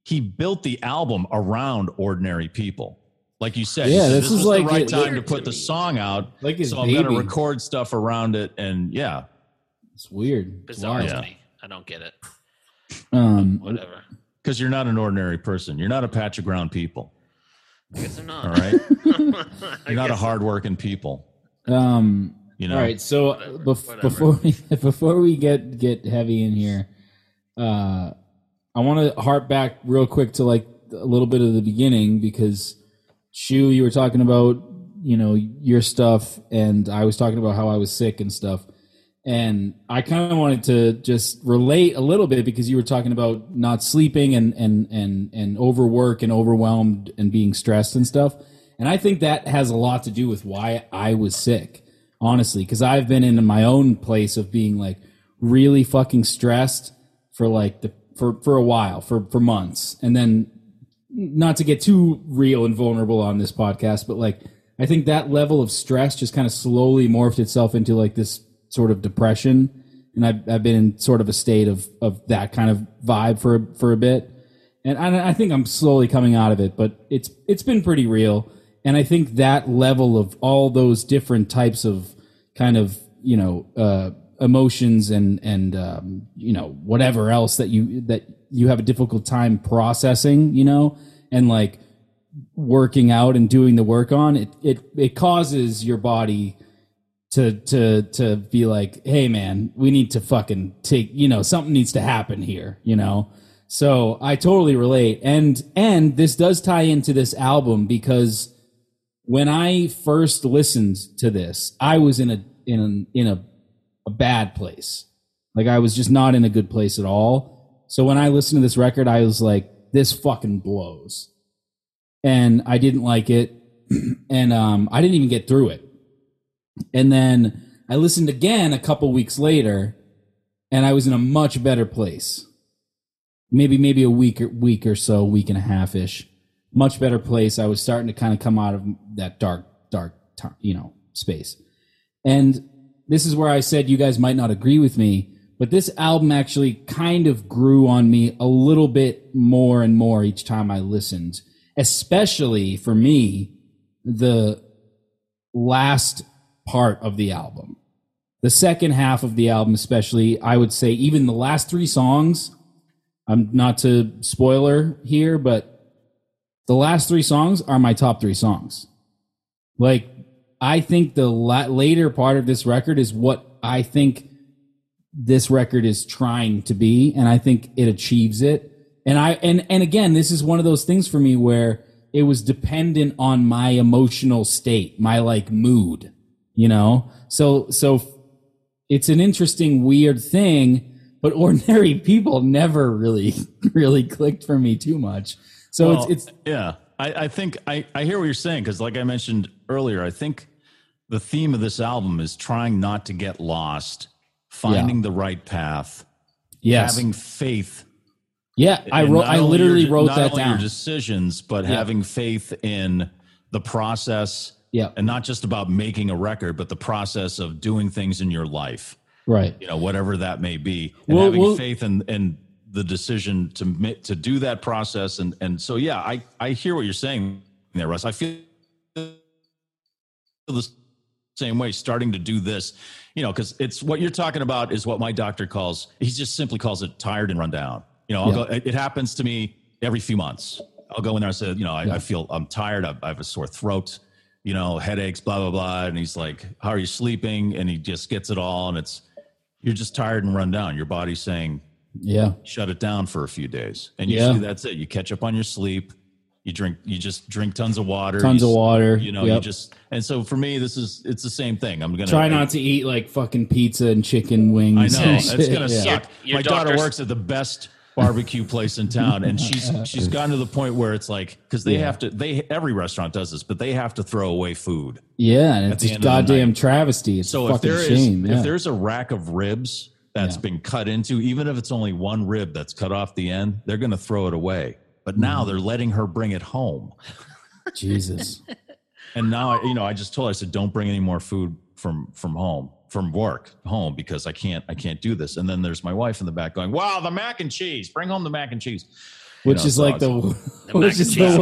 he built the album around ordinary people. Like you said, he
Yeah,
said,
this is
was
like
the right
it-
time to put the song out.
Like his
So I'm gonna
baby.
record stuff around it and yeah.
It's weird. It's
Bizarre
wild.
to
Yeah.
me. I don't get it.
Um,
Whatever.
Because you're not an ordinary person. You're not a patch of ground people.
I guess I'm not.
All right.
I
You're not a
guess-
hardworking people.
um,
You know.
All right, so uh,
Whatever,
bef-
whatever.
before we before we get get heavy in here, uh, I want to harp back real quick to like a little bit of the beginning because Shu, you were talking about you know your stuff, and I was talking about how I was sick and stuff, and I kind of wanted to just relate a little bit because you were talking about not sleeping and and and and overwork and overwhelmed and being stressed and stuff. And I think that has a lot to do with why I was sick, honestly, because I've been in my own place of being like really fucking stressed for like the for for a while, for for months, and then not to get too real and vulnerable on this podcast, but like I think that level of stress just kind of slowly morphed itself into like this sort of depression, and I've I've been in sort of a state of of that kind of vibe for for a bit, and I, I think I'm slowly coming out of it, but it's it's been pretty real, and I think that level of all those different types of kind of you know uh, emotions and and um, you know whatever else that you that you have a difficult time processing, you know, and like working out and doing the work on it it it causes your body to to to be like hey man we need to fucking take you know something needs to happen here you know so i totally relate and and this does tie into this album because when i first listened to this i was in a in a, in a, a bad place like i was just not in a good place at all so when i listened to this record i was like this fucking blows and I didn't like it, and um, I didn't even get through it. And then I listened again a couple weeks later, and I was in a much better place. Maybe maybe a week or week or so, week and a half ish, much better place. I was starting to kind of come out of that dark dark ti- you know space, and this is where I said you guys might not agree with me. But this album actually kind of grew on me a little bit more and more each time I listened especially for me, the last part of the album. The second half of the album, especially, I would say, even the last three songs, I'm not to spoiler here, but the last three songs are my top three songs. Like, I think the la- later part of this record is what I think this record is trying to be, and I think it achieves it and i and and again this is one of those things for me where it was dependent on my emotional state my like mood you know so so it's an interesting weird thing but ordinary people never really really clicked for me too much so
Well,
it's it's
yeah. I, I think I, I hear what you're saying because, like I mentioned earlier, I think the theme of this album is trying not to get lost, finding the right path,
yes
having faith.
yeah i
in
wrote
not
i
only
literally
your-
wrote
not
that
only your
down
decisions, but having faith in the process.
Yeah.
and not just about making a record, but the process of doing things in your life.
right
you know whatever that may be and
Well,
having
well-
faith in in the decision to ma- to do that process and and so yeah i i hear what you're saying there russ i feel the same way starting to do this you know because it's what you're talking about is what my doctor calls he just simply calls it tired and run down you know I'll go, it, it happens to me every few months i'll go in there and say you know i, I feel i'm tired I, I have a sore throat you know headaches blah blah blah and he's like how are you sleeping and he just gets it all and it's you're just tired and run down your body's saying
yeah
shut it down for a few days and
Yeah.
usually that's it you catch up on your sleep you drink you just drink tons of water
tons
you
of
s-
water
you know you
Yep.
just and so for me this is it's the same thing i'm gonna
try not to eat like fucking pizza and chicken wings
i know
and
it's
shit.
gonna
Yeah.
suck
Your- your
my daughter
doctor's-
works at the best barbecue place in town and she's she's gotten to the point where it's like because they have to they every restaurant does this but they have to throw away food
yeah and it's
the
a
end of the night.
goddamn travesty it's
So
a
if
fucking
there is
shame yeah.
if there's a rack of ribs that's been cut into, even if it's only one rib that's cut off the end, they're going to throw it away. But now
Mm-hmm.
they're letting her bring it home.
jesus
And now, I- you know, I just told her, I said, don't bring any more food from from home, from work home, because I can't, I can't do this. And then there's my wife in the back going, wow, the mac and cheese, bring home the mac and cheese. You
which
know,
is
so
like
it's-
the,
The mac
which
and
is
cheese
the
is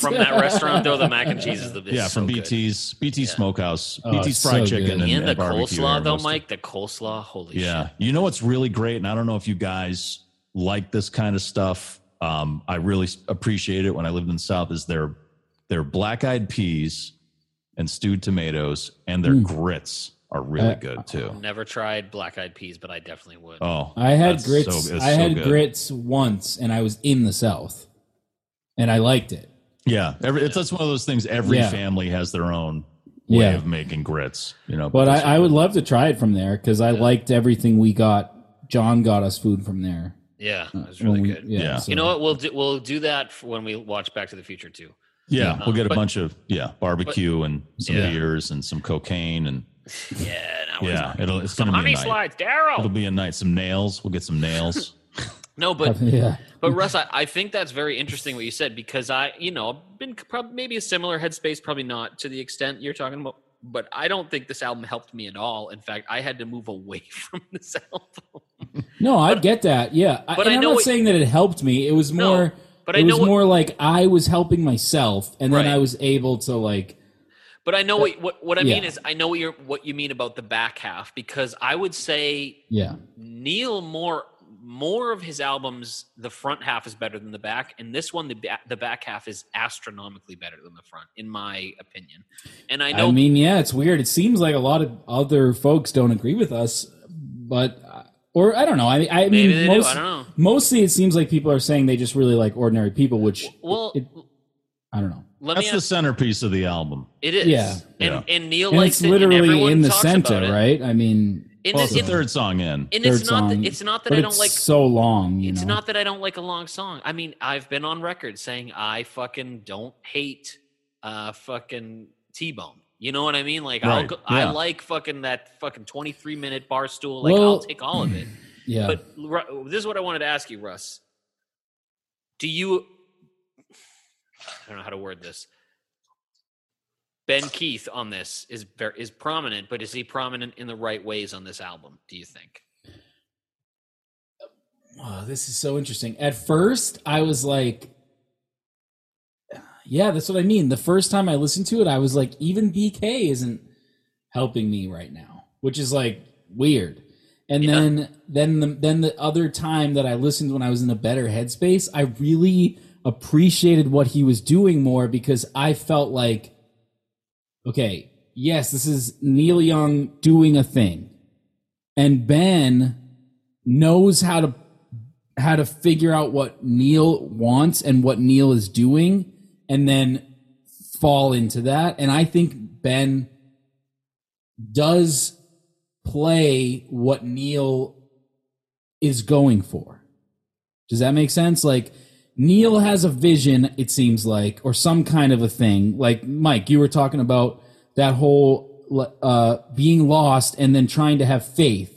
so, from that restaurant though. The mac and cheese is the is
yeah,
so
from
good.
BT's BT's Smokehouse,
Oh,
BT's
it's
Fried
so
Chicken, and,
good.
And, the
and barbecue
coleslaw
are
though,
listed.
Mike. The coleslaw. Holy
Yeah.
shit!
You know what's really great? And I don't know if you guys like this kind of stuff. Um, I really s- appreciate it when I lived in the South is their their black eyed peas and stewed tomatoes and their grits are really
Mm. Uh,
good too.
Never tried black eyed peas, but I definitely would.
Oh,
I had
that's
grits.
so- it's
I
so
had
good.
grits once, and I was in the South, and I liked it.
Yeah. Every, It's, that's one of those things. Every
Yeah.
family has their own way
Yeah.
of making grits. You know,
But
because-
I, I would love to try it from there because I liked everything we got. John got us food from there.
Yeah, that's
when
really
we-
good.
Mm, Yeah.
Yeah.
so-
You know what? We'll do we'll do that for when we watch Back to the Future too.
yeah, we'll get a
but-
bunch of yeah barbecue and some
Yeah.
beers and some cocaine and
Yeah, now we're
yeah, it'll it's
some
gonna be
honey
a night.
slides,
It'll
Daryl.
be a night. Some nails. We'll get some nails.
No, but
yeah.
But Russ, I, I think that's very interesting what you said because I, you know, I've been probably maybe a similar headspace, probably not to the extent you're talking about. But I don't think this album helped me at all. In fact, I had to move away from this album.
No, I get that. Yeah, I,
but
and
I
I'm
know
not
what-
saying that it helped me. It was
No,
more.
but
but
I
it
know
was
what-
more like I was helping myself, and then
Right.
I was able to like.
But I know what what, what I mean
Yeah.
is I know what you're what you mean about the back half because I would say
Yeah,
Neil more more of his albums the front half is better than the back and this one the back, the back half is astronomically better than the front in my opinion. And I
I,
know
mean, yeah, it's weird. It seems like a lot of other folks don't agree with us, but uh, or I don't know. I, I
Maybe
mean,
they do, I
most,
don't know.
mostly it seems like people are saying they just really like ordinary people, which
well
it- I don't know.
let me
That's
ask,
the centerpiece of the album.
It is.
Yeah.
And, and Neil
And
likes
it's
it, and
literally
everyone
in the
talks about
center,
it.
right? I mean,
And,
Well,
it-
it's the
it-
third song in.
and
third
it's not.
song,
That, it's not that
but
I don't
it's
like.
so long. You
it's
know?
not that I don't like a long song. I mean, I've been on record saying I fucking don't hate, uh, fucking T Bone. You know what I mean? Like I'll
Right,
go, I
yeah.
like fucking that fucking twenty three minute bar stool. Like I'll
Well-
take all of it.
Yeah.
But Ru- this is what I wanted to ask you, Russ. Do you? I don't know how to word this. Ben Keith on this is ver- is prominent, but is he prominent in the right ways on this album? Do you think?
Wow, this is so interesting. At first, I was like, yeah, that's what I mean. The first time I listened to it, I was like, even BK isn't helping me right now, which is like weird. And
Yeah.
then then the then the other time that I listened when I was in a better headspace, I really appreciated what he was doing more because I felt like okay, yes, this is Neil Young doing a thing. And Ben knows how to how to figure out what Neil wants and what Neil is doing and then fall into that. And I think Ben does play what Neil is going for. Does that make sense? Like Neil has a vision, it seems like, or some kind of a thing. Like Mike, you were talking about that whole uh, being lost and then trying to have faith.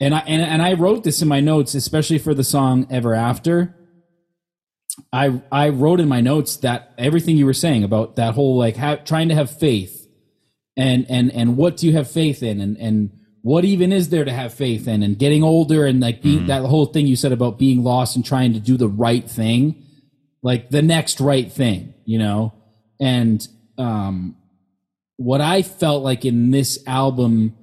And I and, and I wrote this in my notes, especially for the song "Ever After." I I wrote in my notes that everything you were saying about that whole like ha- trying to have faith, and and and what do you have faith in, and and what even is there to have faith in, and getting older, and like being, that whole thing you said about being lost and trying to do the right thing, like the next right thing, you know, and um, what I felt like in this album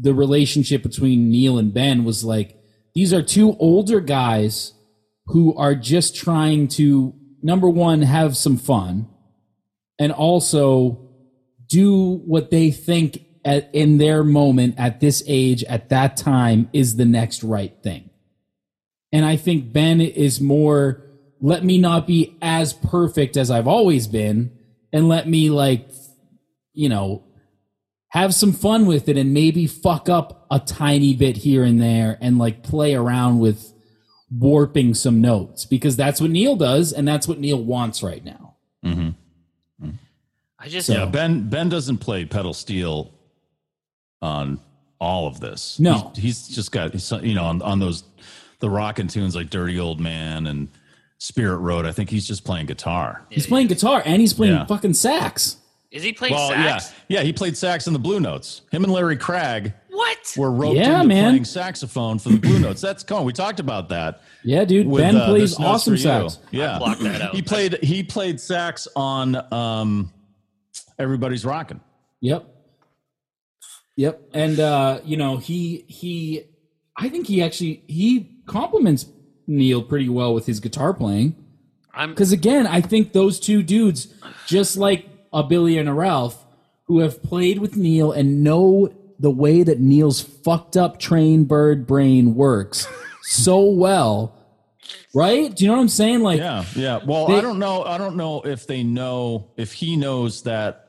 the relationship between Neil and Ben was like these are two older guys who are just trying to number one have some fun and also do what they think at, in their moment at this age at that time is the next right thing and i think ben is more let me not be as perfect as i've always been and let me like you know have some fun with it and maybe fuck up a tiny bit here and there and like play around with warping some notes because that's what Neil does and that's what Neil wants right now.
I just
Yeah, Ben Ben doesn't play pedal steel on all of this.
No.
he's, he's just got he's, you know on on those the rockin' tunes like "Dirty Old Man" and "Spirit Road." I think he's just playing guitar.
He's playing guitar and he's playing
Yeah.
fucking sax.
is he playing
Well,
sax?
yeah, yeah, he played sax in the Blue Notes. Him and Larry Cragg
What?
were roped
Yeah,
into
man.
playing saxophone for the Blue Notes. That's cool. We talked about that.
Yeah, dude.
with,
ben
uh,
plays
This Note's
awesome
for You.
sax.
Yeah,
block that out.
He played he played sax on um, "Everybody's Rockin'."
Yep. Yep. And uh, you know, he he I think he actually he compliments Neil pretty well with his guitar playing.
I'm
Because again, I think those two dudes, just like a Billy and a Ralph, who have played with Neil and know the way that Neil's fucked up train bird brain works so well, right? Do you know what I'm saying? Like,
Yeah, yeah. Well,
They-
I don't know. I don't know if they know if he knows that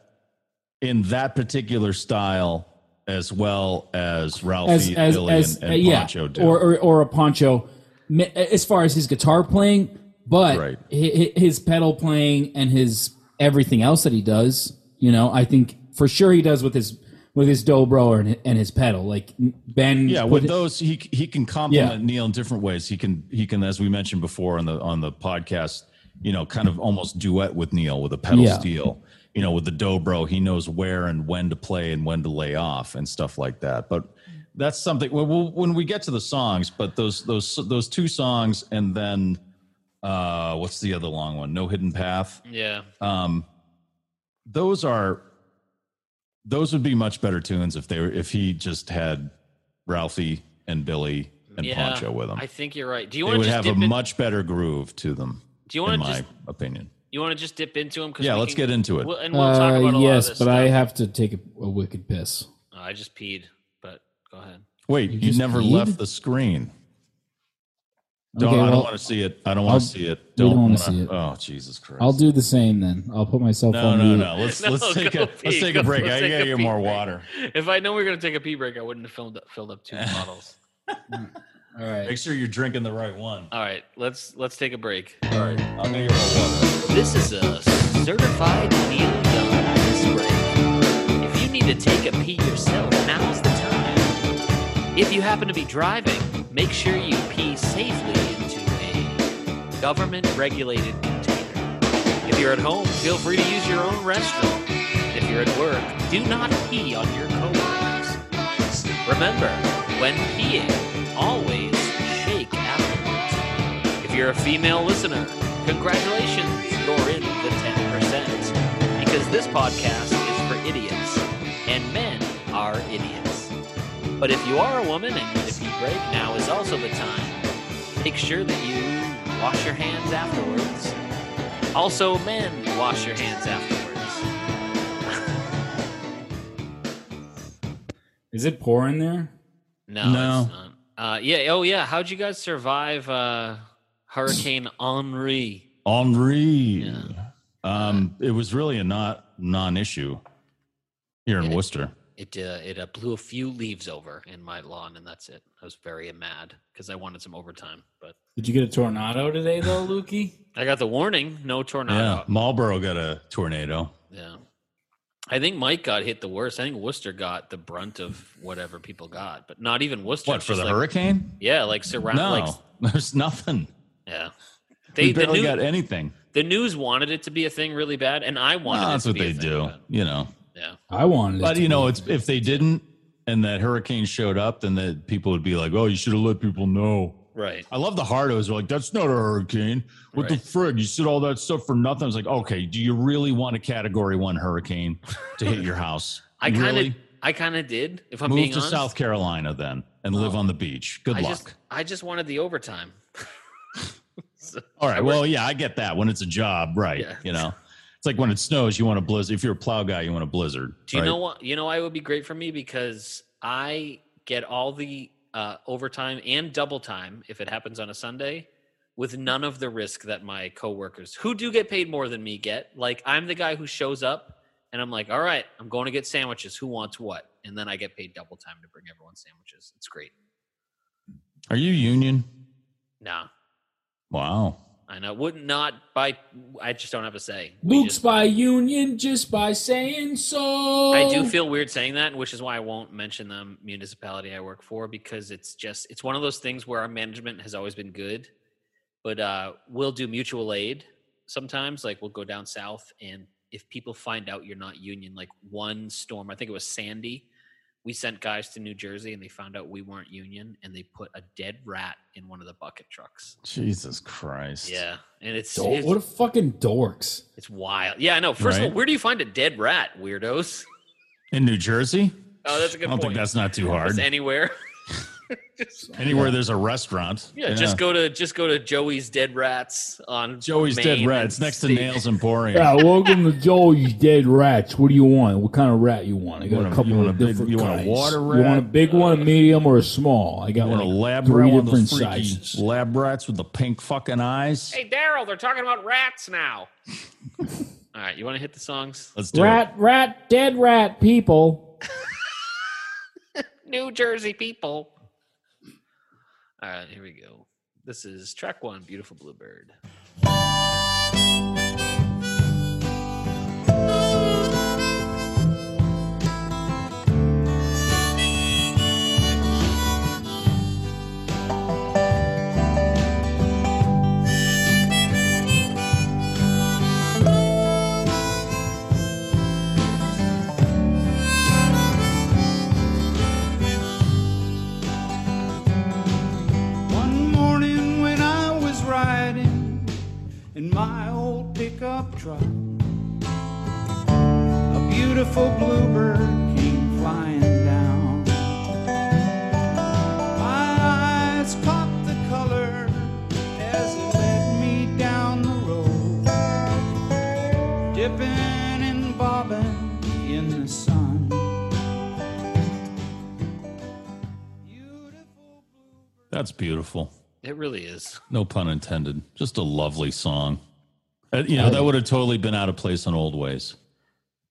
in that particular style as well as Ralphie,
as as
Billy,
as
and, and
uh, yeah,
Poncho do.
or, or or a Poncho. Mi- As far as his guitar playing, but
Right.
hi- hi- his pedal playing and his everything else that he does, you know, I think for sure he does with his with his dobro and hi- and his pedal. Like Ben,
yeah,
put
with
it-
those he he can complement
Yeah.
Neil in different ways. He can he can, as we mentioned before on the on the podcast, you know, kind of almost duet with Neil with a pedal
Yeah.
steel. You know, with the dobro, he knows where and when to play and when to lay off and stuff like that. But that's something well, we'll, when we get to the songs. But those those those two songs and then uh what's the other long one? No hidden path.
Yeah.
um, those are those would be much better tunes if they were if he just had Ralphie and Billy and
yeah.
Poncho with him.
I think you're right. Do you
They
want
would
to just
have a
dip in,
much better groove to them,
Do you
in
want to
my
just
opinion.
you want to just dip into him?
Yeah, let's get into it.
We'll, and we'll talk about a
uh,
lot of
yes,
this
but
stuff.
I have to take a, a wicked piss.
Oh, I just peed, but go ahead.
Wait, you,
just
never
peed?
left the screen. Don't,
Okay,
I don't
well,
want to see it. I don't
I'll-
want to see it.
we
Don't,
don't wanna
want to
see it.
Oh, Jesus Christ!
I'll do the same then. I'll put myself
No,
on
no,
mute.
no. Let's let's
No,
take a
go
let's
pee.
take a
Go-
break.
let's
I
take
gotta
a
get
pee
more
break.
water.
If I know we are going to take a pee break, I wouldn't have filled up, filled up two bottles.
All right.
Make sure you're drinking the right one.
All right, let's let's take a break.
All right, I'm gonna get more water.
This is a certified Neil Young piss break. If you need to take a pee yourself, now's the time. If you happen to be driving, make sure you pee safely into a government-regulated container. If you're at home, feel free to use your own restroom. If you're at work, do not pee on your coworkers. Remember, when peeing, always shake afterwards. If you're a female listener, congratulations, you're in the 10%. Because this podcast is for idiots, and men are idiots. But if you are a woman and need a pee break, now is also the time. Make sure that you wash your hands afterwards. Also, men, wash your hands afterwards.
Is it pouring there?
No,
No.
it's not. Uh, yeah, oh yeah, how'd you guys survive uh, Hurricane Henri?
Henri. Um, it was really a not non-issue here in
Yeah.
Worcester.
It uh, it uh, blew a few leaves over in my lawn, and that's it. I was very mad because I wanted some overtime, but
Did you get a tornado today, though, Lukey?
I got the warning: no
Yeah,
tornado.
Marlboro got a tornado.
Yeah. I think Mike got hit the worst. I think Worcester got the brunt of whatever people got, but not even Worcester.
What
it's
for
just
the
like-
hurricane?
Yeah, like surround.
no,
Like,
there's nothing.
yeah.
They
They the
barely
news,
got anything.
the news wanted it to be a thing really bad, and I wanted.
No,
it
that's
to
what
be a
they
thing,
do.
but-
You know,
Yeah.
I wanted. it
but
to
you
be.
know, it's if they didn't and that hurricane showed up, then the people would be like, "Oh, you should have let people know."
Right.
I love the hardos. They're like, that's not a hurricane. What the
Right.
frig? You said all that stuff for nothing. I was like, okay, do you really want a category one hurricane to hit your house?
I kind of.
Really?
I kind of did. If I'm
move
being
to
honest, Oh.
South Carolina then and live on the beach. Good
I
luck.
just I just wanted the overtime. So-
all
I
right.
work-
Well, yeah, I get that. When it's a job, right.
Yeah.
You know, it's like when it snows, you want a blizzard. If you're a plow guy, you want a blizzard.
Do you
right?
know what? You know, I would be great for me because I get all the uh, overtime and double time if it happens on a Sunday, with none of the risk that my coworkers who do get paid more than me get. Like I'm the guy who shows up and I'm like, all right, I'm going to get sandwiches. Who wants what? And then I get paid double time to bring everyone sandwiches. It's great.
Are you union?
Nah,
Wow.
I know. Wouldn't not by. I just don't have a say. We
Luke's
just-
by union just by saying so.
I
Um,
do feel weird saying that, which is why I won't mention the municipality I work for because it's just it's one of those things where our management has always been good, but uh, we'll do mutual aid sometimes. Like we'll go down south, and if people find out you're not union, like one storm, I think it was Sandy, we sent guys to New Jersey, and they found out we weren't union, and they put a dead rat in one of the bucket trucks.
Jesus Christ.
Yeah, and it's
Dor-
it's,
what a fucking dorks.
it's wild. Yeah, I know. First of
Right?
all, where do you find a dead rat, weirdos?
In New Jersey?
Oh, that's a
I
good
don't
point.
think that's not too
Just
hard.
anywhere.
Anywhere there's a restaurant.
Yeah, just go to just go to Joey's Dead Rats on
Joey's
Main
Dead
and
Rat. It's next to
State.
Nails Emporium.
Yeah, welcome to Joey's Dead Rats. What do you want? What kind of rat you want? I got
You want
a
a-
couple
you want
of
a big-
different
you want a
kinds.
water
You want a
rat?
big one, a medium, or a small? I got
What
like
a lab
three
rat, one of
different
those freaky
sizes.
lab rats with the pink fucking eyes.
Hey Daryl, they're talking about rats now. All right, you want to hit the songs?
Let's do
Rat, rat, dead rat people.
New Jersey people. All right, here we go. This is track one, Beautiful Bluebird.
One morning when I was riding in my old pickup truck, a beautiful bluebird came flying down. My eyes caught the color as it led me down the road, dipping and bobbing in the sun. Beautiful blue.
it. That's beautiful.
It really is.
No pun intended. Just a lovely song. Uh, you know, that would have totally been out of place on old ways.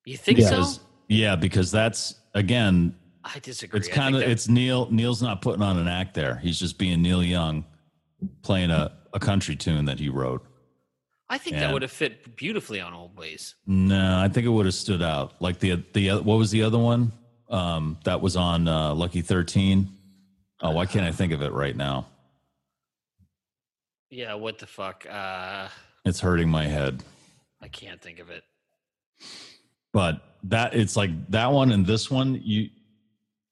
You think so?
Because- yeah, because that's again,
I disagree.
it's
I think
kind of
that-
it's Neil. Neil's not putting on an act there. He's just being Neil Young, playing a, a country tune that he wrote.
I think
yeah.
that would have fit beautifully on Old Ways.
No, I think it would have stood out. Like the the what was the other one? Um, that was on uh, Lucky Thirteen. Oh, why can't I think of it right now?
Yeah, what the fuck? Uh,
It's hurting my head.
I can't think of it.
But that it's like that one and this one, you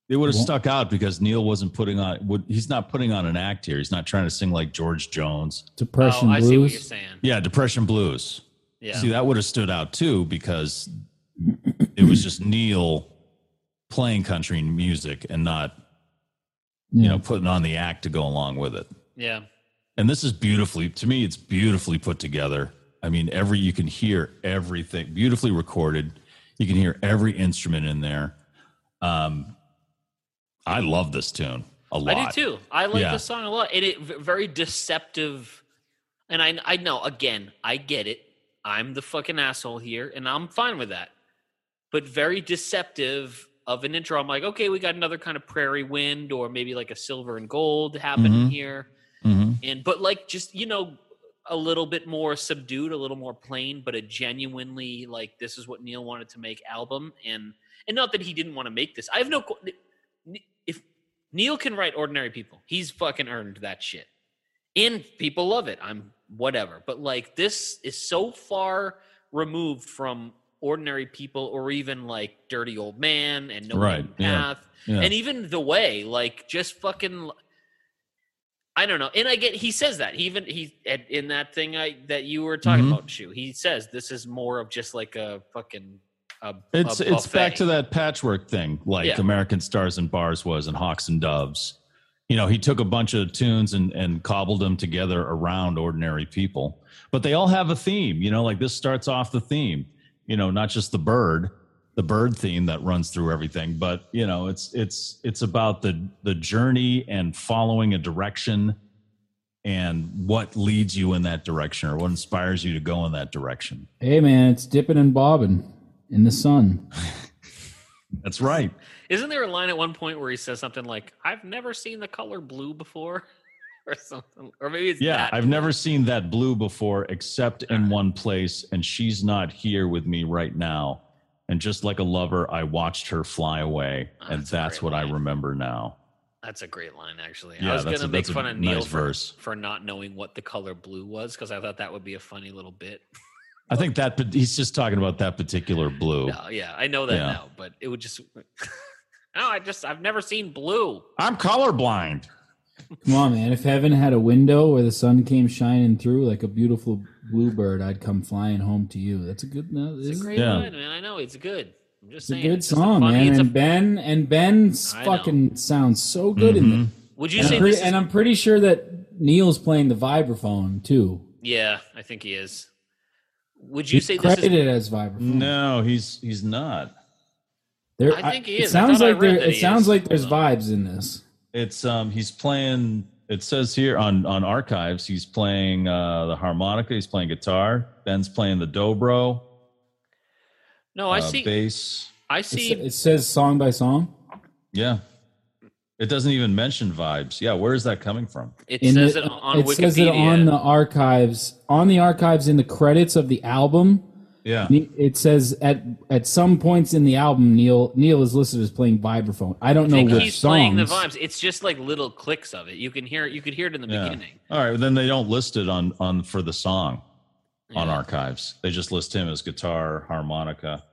it would have stuck out because Neil wasn't putting on. Would, he's not putting on an act here. He's not trying to sing like George Jones.
Depression
oh, I see what you're
blues.
saying.
Yeah, Depression Blues.
Yeah.
See, that would have stood out too because it was just Neil playing country music and not, you know, putting on the act to go along with it.
yeah.
And this is beautifully, to me, it's beautifully put together. I mean, every, you can hear everything beautifully recorded. You can hear every instrument in there. Um, I love this tune a lot.
I do too. I like
Yeah.
this song a lot. And it v- very deceptive. And I I know again, I get it. I'm the fucking asshole here, and I'm fine with that. But very deceptive of an intro. I'm like, okay, we got another kind of prairie wind, or maybe like a silver and gold happening
Mhm.
here.
Mhm.
And but like just you know, a little bit more subdued, a little more plain, but a genuinely like this is what Neil wanted to make album. And and not that he didn't want to make this. I have no qu- Ne- if Neil can write ordinary people, he's fucking earned that shit. And people love it. I'm whatever. But like this is so far removed from ordinary people or even like dirty old man and no
Right,
Hidden
yeah,
path.
yeah.
And even the way, like just fucking I don't know. And I get he says that. He even he at- in that thing I that you were talking
Mm-hmm.
Mhm.
about, Shu, he says this is more of just like a fucking a, a
It's it's back
buffet.
to that patchwork thing, like
Yeah.
American Stars and Bars was, and Hawks and Doves. You know, he took a bunch of tunes and and cobbled them together around ordinary people, but they all have a theme. You know, like this starts off the theme. You know, not just the bird, the bird theme that runs through everything, but you know, it's it's it's about the the journey and following a direction, and what leads you in that direction, or what inspires you to go in that direction.
Hey man, it's dipping and bobbing in the sun.
That's right.
Isn't there a line at one point where he says something like, "I've never seen the color blue before," or something, or maybe it's
Yeah,
that. Uh-huh.
I've never seen that blue before except in one place, and she's not here with me right now. And just like a lover, I watched her fly away,
Oh,
and
that's a
that's
great
what I
line.
remember now.
That's a great line, actually.
Yeah,
I was
that's
gonna
a-
make
that's a
fun of
nice
Neil for,
verse.
for not knowing what the color blue was because I thought that would be a funny little bit.
I think that but he's just talking about that particular blue.
No, yeah, I know that
Yeah.
now, but it would just. no, "Oh, I just I've never seen blue.
I'm colorblind.
Come on, man. If heaven had a window where the sun came shining through like a beautiful bluebird, I'd come flying home to you. That's a good. No, this
It's
is-
a great
Yeah.
line, man. I know it's good. I'm just
It's a
saying,
good
it's just a
song,
funny-
man.
it's a-
And Ben and Ben's
I know. Mm-hmm.
fucking sounds so good in
Mhm.
this.
would you
And
say
I'm, pretty,
this? Is,
and I'm pretty sure that Neil's playing the vibraphone too.
yeah, I think he is. Would you say this is? Mm.
credited as vibraphone?
No, he's he's not.
There-
I think he
It
is. I
sounds
thought I
like
read
there.
that
It
he
sounds
is.
like there's
Hold on.
vibes in this.
It's um he's playing it says here on on archives he's playing uh the harmonica, he's playing guitar, Ben's playing the dobro,
Oh,
No, I
uh,
see.
bass.
I
It's,
see.
it says song by song.
Yeah. It doesn't even mention vibes. Yeah, where is that coming from?
it
In
says
the-
it on
it
Wikipedia.
says it on the archives on the archives in the credits of the album.
Yeah.
Ne- It says at at some points in the album, Neil Neil is listed as playing vibraphone. I don't
I
know
think
which
he's
songs.
playing the vibes. It's just like little clicks of it. You can hear it. You could hear it in the
Yeah.
beginning.
All right, well, then they don't list it on on for the song on archives. They just list him as guitar, harmonica,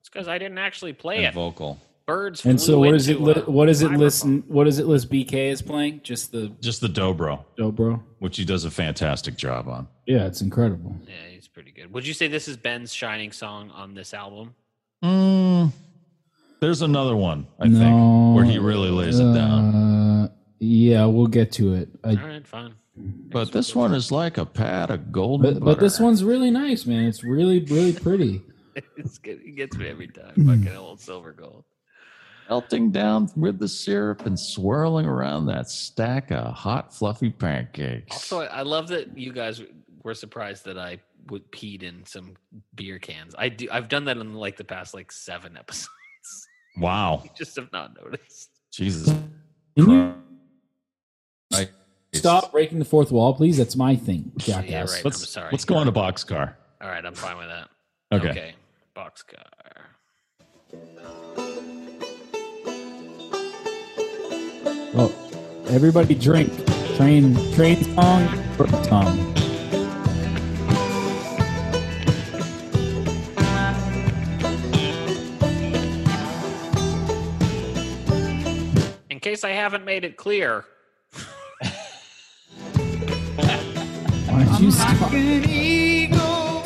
It's because I didn't actually play
and
it.
vocal.
Birds.
And so,
flew
what does it
into
uh,
li-
a
what does it
vibraphone.
list? What does it list? BK is playing just the
Just the dobro,
dobro.
which he does a fantastic job on.
Yeah, it's incredible.
Yeah, he's pretty good. Would you say this is Ben's shining song on this album?
Mm, there's another one I
No,
think where he really lays it down.
Uh, yeah, we'll get to it. I,
All right, fine.
But this one is like a pat of golden
but but this
butter.
one's really nice, man. It's really really pretty.
It's good. It gets me every time.
Mm.
Fucking old silver gold.
melting down with the syrup and swirling around that stack of hot fluffy pancakes.
Also, I I love that you guys were surprised that I would peed in some beer cans. I do. I've done that in like the past like seven episodes.
wow,
Just have not noticed.
Jesus!
Can you
Christ.
stop breaking the fourth wall, please? That's my thing, jackass.
Yeah, right.
Let's
I'm sorry.
let's go on to boxcar.
All right, I'm fine with that.
Okay.
Boxcar.
Well, everybody drink. Train, train song, for Tom.
In case I haven't made it clear,
Why don't you stop?
An eagle,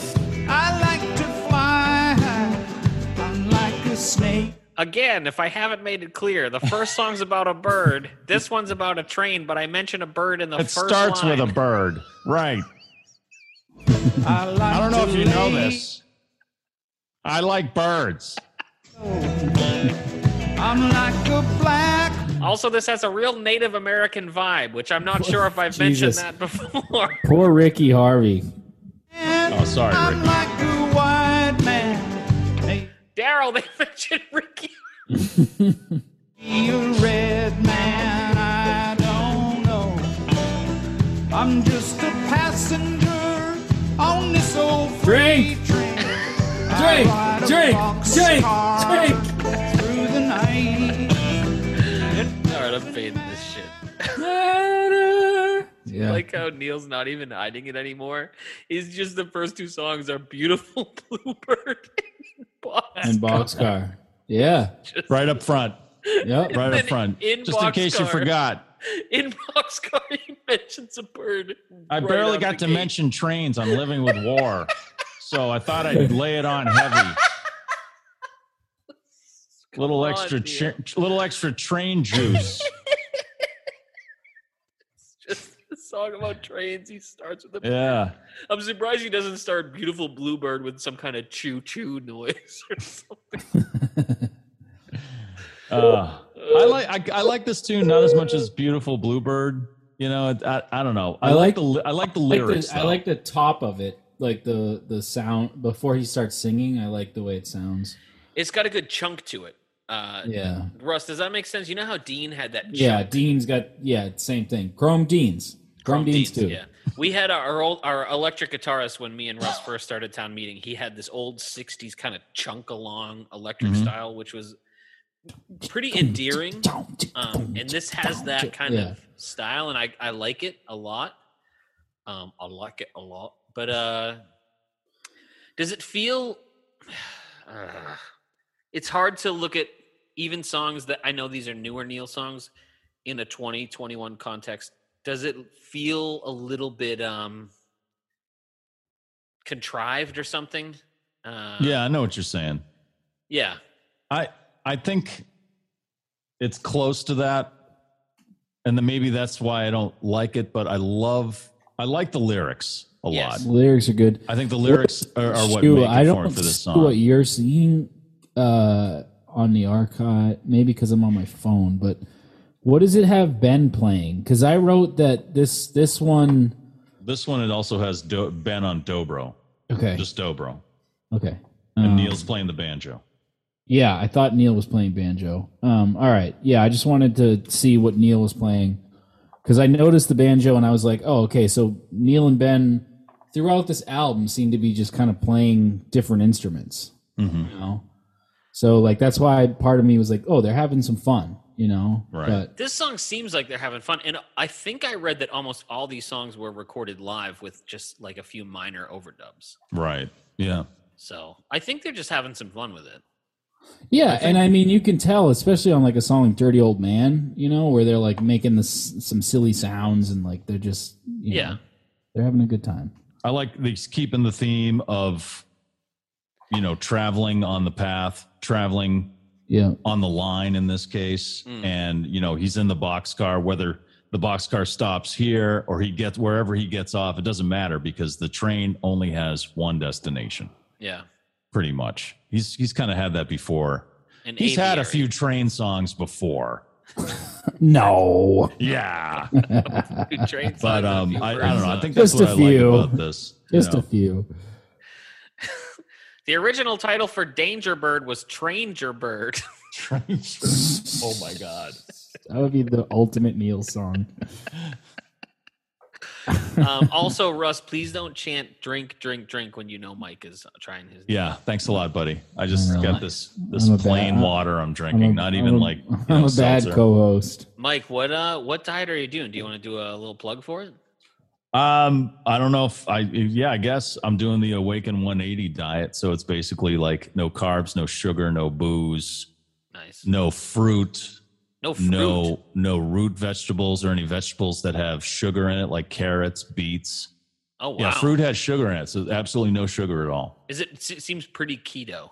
I like to fly high. I'm like a snake.
again, if I haven't made it clear, the first song's about a bird. This one's about a train, but I mention a bird in the
It
first
starts
line.
with a bird, right?
I like
I don't know
to
if you know
lay
this. I like birds.
I'm like a black
Also, this has a real Native American vibe, which I'm not sure if I've mentioned
Jesus.
that before.
Poor Ricky Harvey.
man.
Oh, sorry,
I'm
Ricky.
like a white man. Make
Daryl, they mentioned Ricky.
me a red man. I don't know. I'm just a passenger on this old freight
Drink.
train. I
Drink,
ride a
drink, drink,
boxcar
drink.
Through the night.
All right, I'm fading this shit.
Yeah.
Like how Neil's not even hiding it anymore. He's just the first two songs are beautiful bluebird and box.
and boxcar. Yeah.
Right up front.
Yep.
Right
then
up front.
in
Just in case you
Boxcar.
forgot.
In boxcar, he mentions a bird.
I
right
barely
out
got
the
to
gate.
mention trains. I'm living with war. so I thought I'd lay it on heavy. little
on,
extra
Neil.
chi- little extra train juice.
just a song about trains. He starts with a.
yeah.
I'm surprised he doesn't start "Beautiful Bluebird" with some kind of choo choo noise or something.
Uh, I like I, I like this tune not as much as beautiful bluebird. You know, I, I, I don't know. I,
I
like
like-
the li- I like the
I like the-
lyrics.
I
though.
like the top of it, like the the sound before he starts singing. I like the way it sounds.
It's got a good chunk to it. Uh,
Yeah.
Russ, does that make sense? You know how Dean had that. Chunk?
Yeah. Dean's got yeah same thing. Chrome Dean's. Chrome, Dean's, too.
Yeah, we had our old, our electric guitarist when me and Russ first started town meeting. He had this old '60s kind of chunk along electric
Mm-hmm.
Mhm.
style, which was pretty endearing. Um, and this has that kind
Yeah.
of style, and I I like it a lot. Um, I like it a lot. But uh, does it feel? Uh, it's hard to look at even songs that I know these are newer Neil songs in a 2021 context. Does it feel a little bit um contrived or something? Uh,
yeah, I know what you're saying.
yeah.
I I think it's close to that, and then maybe that's why I don't like it. But I love I like the lyrics a
Yes.
lot.
Lyrics are good.
I think the lyrics are, are what
Stu,
make it
I
for,
don't
me for this
see
song.
what you're seeing uh, on the archive. Maybe because I'm on my phone, but what does it have Ben playing? Because I wrote that this this one.
this one it also has do- Ben on dobro,
Okay.
just dobro.
okay.
and
Um,
Neil's playing the banjo.
Yeah, I thought Neil was playing banjo. Um, all right. Yeah, I just wanted to see what Neil was playing because I noticed the banjo and I was like, oh, okay. So Neil and Ben throughout this album seem to be just kind of playing different instruments.
Mm-hmm.
You know? So like that's why part of me was like, oh, they're having some fun. You know,
Right.
But
This song seems like they're having fun, and I think I read that almost all these songs were recorded live with just like a few minor overdubs.
Right. Yeah.
So I think they're just having some fun with it.
Yeah, and I mean, you can tell, especially on like a song like "Dirty Old Man," you know, where they're like making this some silly sounds and like they're just you
Yeah.
know, they're having a good time.
I like these keeping the theme of, you know, traveling on the path, traveling
Yeah,
on the line in this case.
Hmm.
And, you know, he's in the boxcar, whether the boxcar stops here or he gets wherever he gets off, it doesn't matter because the train only has one destination,
Yeah.
pretty much. He's he's kind of had that before.
An
He's had a
aviary.
few train songs before.
no,
Yeah.
Dude, train
But
songs, a
um
few
I, I
bird
don't know. I
songs.
think that's
Just a
what I
few.
like about this. you
just
know.
a few.
the original title for Danger Bird was Tranger Bird.
Oh my god.
That would be the ultimate Neil song.
um, also, Russ, please don't chant "drink, drink, drink" when you know Mike is trying his.
Yeah, thanks a lot, buddy. I just
Really?
got this this
I'm a bad-
plain water I'm
I'm
drinking,
a-
not
I'm
even
a-
like you know,
I'm a bad
seltzer.
co-host.
Mike, what uh, what diet are you doing? Do you want to do a little plug for it?
Um, I don't know if I yeah, I guess I'm doing the Awaken 180 diet, so it's basically like no carbs, no sugar, no booze,
Nice.
no fruit,
No fruit.
no no root vegetables or any vegetables that have sugar in it like carrots, beets.
Oh wow.
Yeah, fruit has sugar in it, so absolutely no sugar at all.
Is it, it seems pretty keto.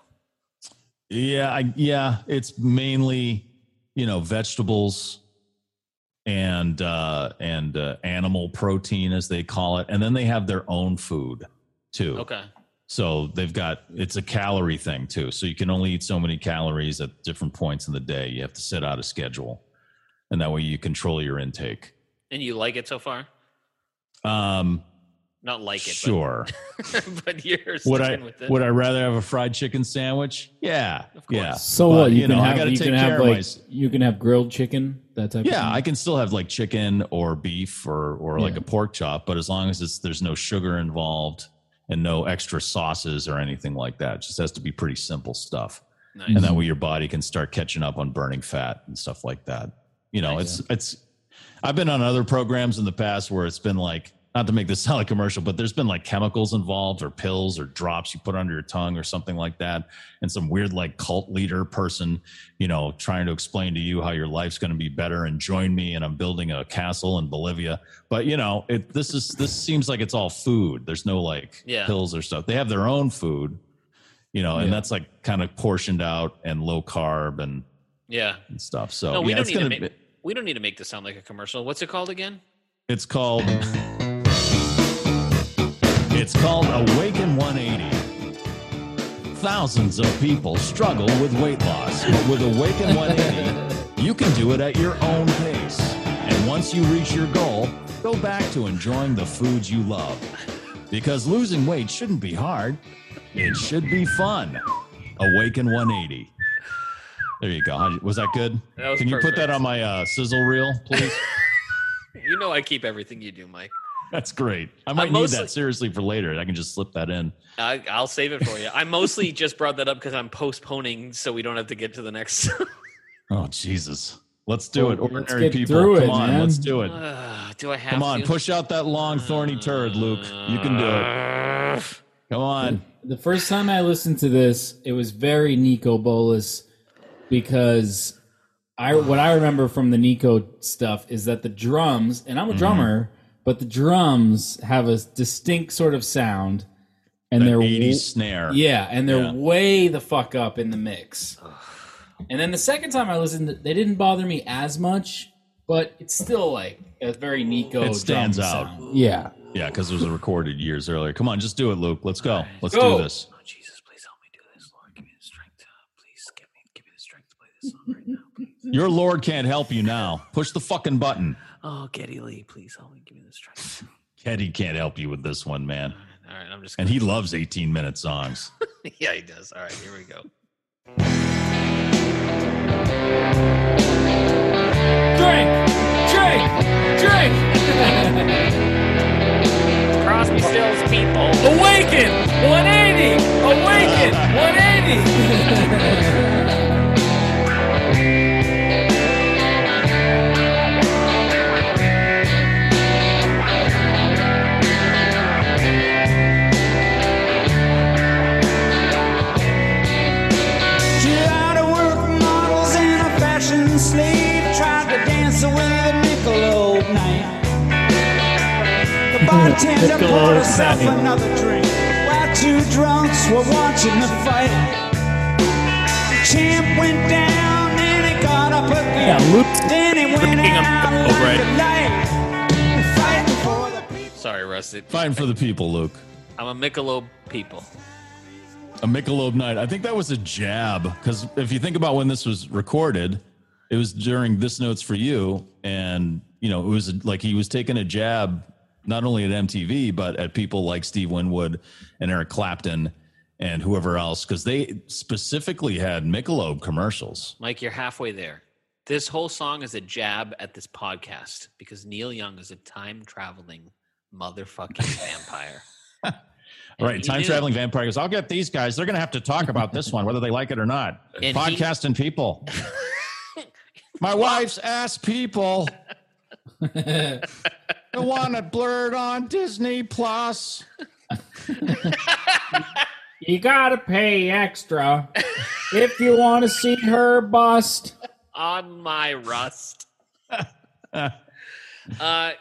Yeah, I, yeah, it's mainly you know vegetables and uh, and uh, animal protein as they call it, and then they have their own food too.
Okay.
So they've got it's a calorie thing too. So you can only eat so many calories at different points in the day. You have to set out a schedule, and that way you control your intake.
And you like it so far?
Um,
Not like it.
sure.
But, but you're sticking
Would I
with it.
would I rather have a fried chicken sandwich? Yeah,
Of course.
yeah.
So
But,
what? You, can
know, I
have
gotta
you
take
can
care
have
of
like
my-
you can have grilled chicken that type.
Yeah, I
of thing.
can still have like chicken or beef or or like
Yeah.
a pork chop, but as long as it's there's no sugar involved and no extra sauces or anything like that. It just has to be pretty simple stuff.
Nice.
And that way your body can start catching up on burning fat and stuff like that. You know, it's it's I've been on other programs in the past where it's been like not to make this sound like commercial, but there's been like chemicals involved or pills or drops you put under your tongue or something like that. And some weird like cult leader person, you know, trying to explain to you how your life's going to be better and join me and I'm building a castle in Bolivia. But you know, it this is this seems like it's all food. There's no like
Yeah.
pills or stuff. They have their own food, you know, and
Yeah.
that's like kind of portioned out and low carb and,
yeah.
and stuff. So
No, we
Oh, yeah,
don't
it's
need
gonna
to make.
be-
We don't need to make this sound like a commercial. What's it called again?
It's called. It's called Awaken 180. Thousands of people struggle with weight loss, but with Awaken 180, you can do it at your own pace. And once you reach your goal, go back to enjoying the foods you love. Because losing weight shouldn't be hard, it should be fun. Awaken 180. There you go. How'd you- Was that good?
That was
can you put
perfect.
that on my uh, sizzle reel, please?
You know I keep everything you do, Mike.
That's great. I might
mostly-
need that seriously for later. I can just slip that in.
I, I'll save it for you. I mostly just brought that up because I'm postponing, so we don't have to get to the next.
Oh Jesus. Let's do
Well,
it.
let's
Ordinary
get
people.
through
Come
it,
on,
man.
let's do it.
Ugh, Uh, do I have?
Come on,
to?
push out that long thorny turd, Luke. You can do it. Come on.
The first time I listened to this, it was very Nico Bolas because I what I remember from the Nico stuff is that the drums, and
Mm-hmm.
I'm a drummer, but the drums have a distinct sort of sound, and
That
they're
80s snare.
yeah, and they're
Yeah.
way the fuck up in the mix. And then the second time I listened, they didn't bother me as much, but it's still like a very Nico.
It stands
drum
out.
sound. Yeah.
Yeah, because it was recorded years earlier. Come on, just do it, Luke. Let's go. Let's
Go.
do this.
Oh, Jesus, please help me do this, Lord. Give me the strength. To, please give me give me the strength to play this song right now. Please.
Your Lord can't help you now. Push the fucking button.
Oh, Getty Lee, please help me. Give me the strength.
Teddy can't help you with this one, man.
All right, I'm just.
And he
Gonna,
loves 18 minute songs.
yeah, he does. All right, here we go.
Drink, drink, drink.
Crosby, Stills, people.
Awaken, 180. Awaken, 180.
Chill out of work models in a fashion sleeve. Tried to dance away the Michelob night. The bartender poured herself another drink. While two drunks were watching the fight. Champ went down and he got up again. then he went
drinking a
out
Michelob,
like
right?
a light. Fighting for the people.
Sorry, Rusted.
Fine for the people, Luke.
I'm a Michelob people.
A Michelob night. I think that was a jab because if you think about when this was recorded, it was during this notes for you, and you know it was like he was taking a jab not only at MTV but at people like Steve Winwood and Eric Clapton and whoever else because they specifically had Michelob commercials.
Mike, you're halfway there. This whole song is a jab at this podcast because Neil Young is a time traveling motherfucking vampire.
All right,
he
time
knew.
traveling vampire goes. I'll get these guys. They're going to have to talk about this one, whether they like it or not.
And he-
Podcasting people. My wife's ass people. the one that blurred on Disney Plus.
You gotta pay extra if you want to see her bust.
on my rust. uh,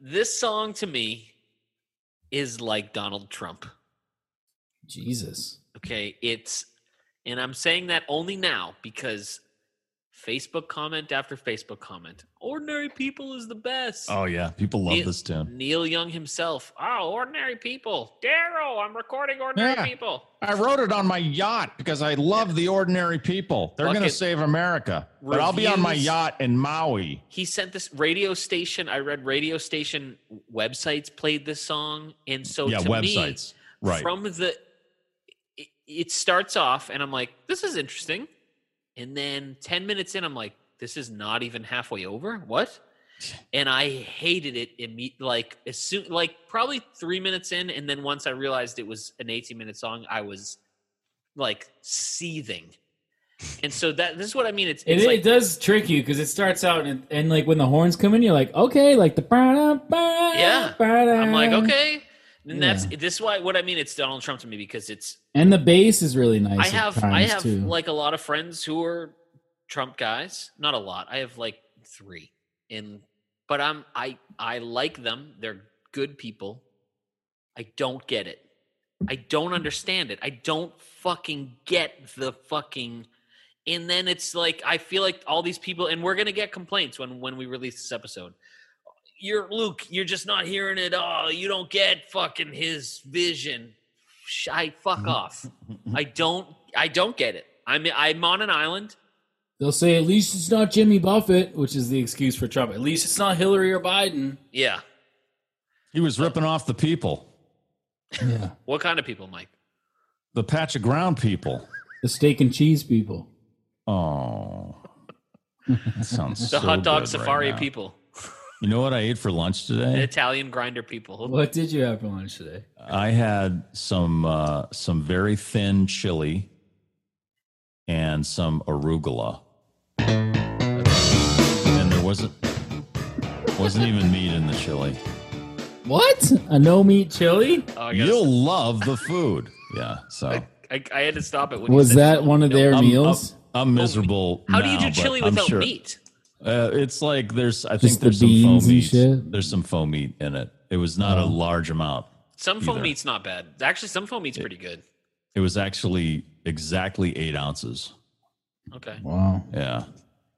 this song to me is like Donald Trump.
Jesus.
Okay, it's and I'm saying that only now because Facebook comment after Facebook comment. Ordinary people is the best.
Oh yeah, people love
Neil-
this tune.
Neil Young himself. Oh, ordinary people. Daryl, I'm recording ordinary
Yeah.
people.
I wrote it on my yacht because I love the ordinary people. They're going to
Fucking
save America. But I'll be on my
reviews.
yacht in Maui.
he sent this radio station. I read radio station websites played this song, and so
yeah,
to
websites.
me,
right.
from the it, it starts off, and I'm like, this is interesting, and then ten minutes in, I'm like, this is not even halfway over. What? And I hated it. Imme- like as soon, like probably three minutes in, and then once I realized it was an 18 minute song, I was like seething. And so that this is what I mean. It's,
It,
it's
it
like
does trick you because it starts out and, and like when the horns come in, you're like, okay, like the yeah.
Yeah. I'm like, okay. And that's
Yeah.
this is why what I mean it's Donald Trump to me because it's
And the bass is really nice.
I
at
have I
times,
have
too.
like a lot of friends who are Trump guys. Not a lot. I have like three. And but I'm I I like them. They're good people. I don't get it. I don't understand it. I don't fucking get the fucking and then it's like I feel like all these people and we're gonna get complaints when when we release this episode. You're Luke, you're just not hearing it. Oh, you don't get fucking his vision. Sh- I
Mm-hmm.
fuck off. I don't I don't get it. I'm I'm on an island.
They'll say, at least it's not Jimmy Buffett, which is the excuse for Trump. At least it's not Hillary or Biden.
Yeah.
He was ripping off the people,
Yeah.
What kind of people, Mike?
the patch of ground people.
the steak and cheese people.
Oh, that sounds
The
so
hot dog
good right
safari
now.
people,
You know what I ate for lunch
the
today?
Italian grinder people.
What did you have for lunch today?
I had some uh, some very thin chili and some arugula, and there wasn't wasn't even meat in the chili.
What? A no meat chili?
Oh, I,
You'll
gotta,
love the food. Yeah, so
I, I had to stop it. When you
Was
said
that
no-
one of
no. um,
their
I'm-
meals?
I'm, I'm miserable.
How do you
now,
do
but
chili
I'm
without
sure-
meat?
Uh, it's like there's I
Just
think
the
there's some
beans
faux
and
meat.
shit? Oh.
There's some faux meat in it. It was not a large amount.
Some foam
either.
meat's not bad. Actually, some foam meat's pretty good.
It was actually exactly eight ounces.
Okay.
wow.
Yeah.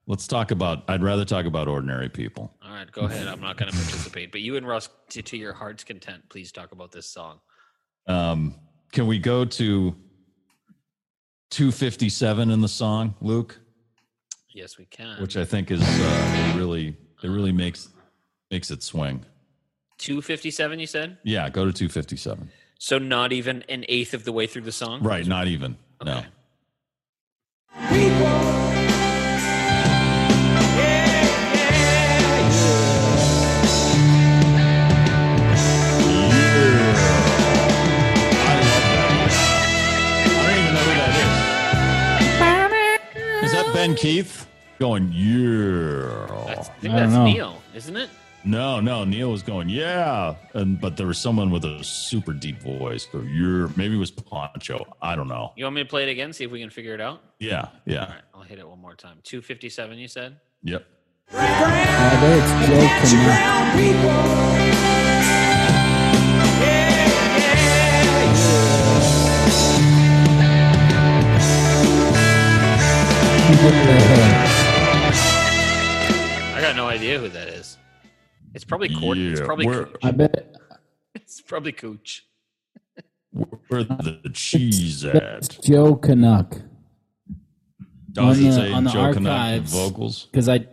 Let's talk about, I'd rather talk about ordinary people.
All right, go ahead. I'm not going to participate. But you and Russ, to, to your heart's content, please talk about this song.
Um, can we go to 257 in the song, Luke?
Yes, we can.
Which I think is uh, it really, it really makes, makes it swing.
257, you said?
Yeah. Go to 257.
So not even an eighth of the way through the song.
Right, not even. No.
Okay.
I don't even know who that is. Is that Ben Keith going
I
yeah?
think
I don't
that's
know.
Neil, isn't it?
No, no, Neil was going yeah, and but there was someone with a super deep voice. Go yeah, maybe it was Poncho. I don't know.
You want me to play it again? See if we can figure it out.
Yeah,
All
yeah,
right, I'll hit it one more time. Two fifty-seven. You said.
yep.
I bet it's Joe Knapp.
I got no idea who that is. It's probably Cord. It's
Yeah,
probably
we're-
Cooch.
I bet
It's probably Cooch.
Where the cheese
that's
at?
Joe Canuck.
Oh,
On
does it
the-
say
on the
Joe Canuck
archives.
vocals.
because I,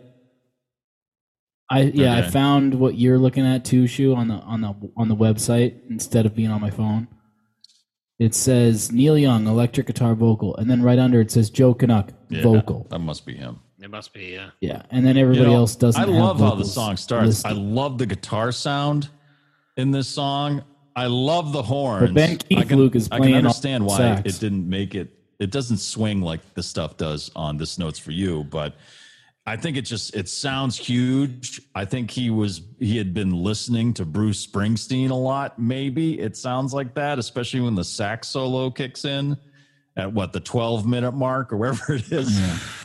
I yeah, I
Okay.
found what you're looking at too, shoe on the on the on the website instead of being on my phone. It says Neil Young electric guitar vocal, and then right under it says Joe Canuck
Yeah,
vocal.
That must be him.
It must be. Yeah.
Yeah, and then everybody
You know,
else doesn't.
I
have
love how the
vocals
song starts.
listed.
I love the guitar sound in this song. I love the horns.
But Ben
I
Keith
can,
Luke is
I
playing
can
all
understand why
sax.
it didn't make it. It doesn't swing like the stuff does on this notes for you, but I think it just it sounds huge. I think he was he had been listening to Bruce Springsteen a lot. Maybe it sounds like that, especially when the sax solo kicks in at what the 12 minute mark or wherever it is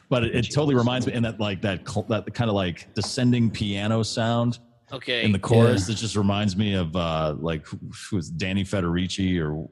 but it, it totally reminds me and that like that cl- that kind of like descending piano sound
Okay.
in the chorus that just reminds me of uh like who who was danny federici or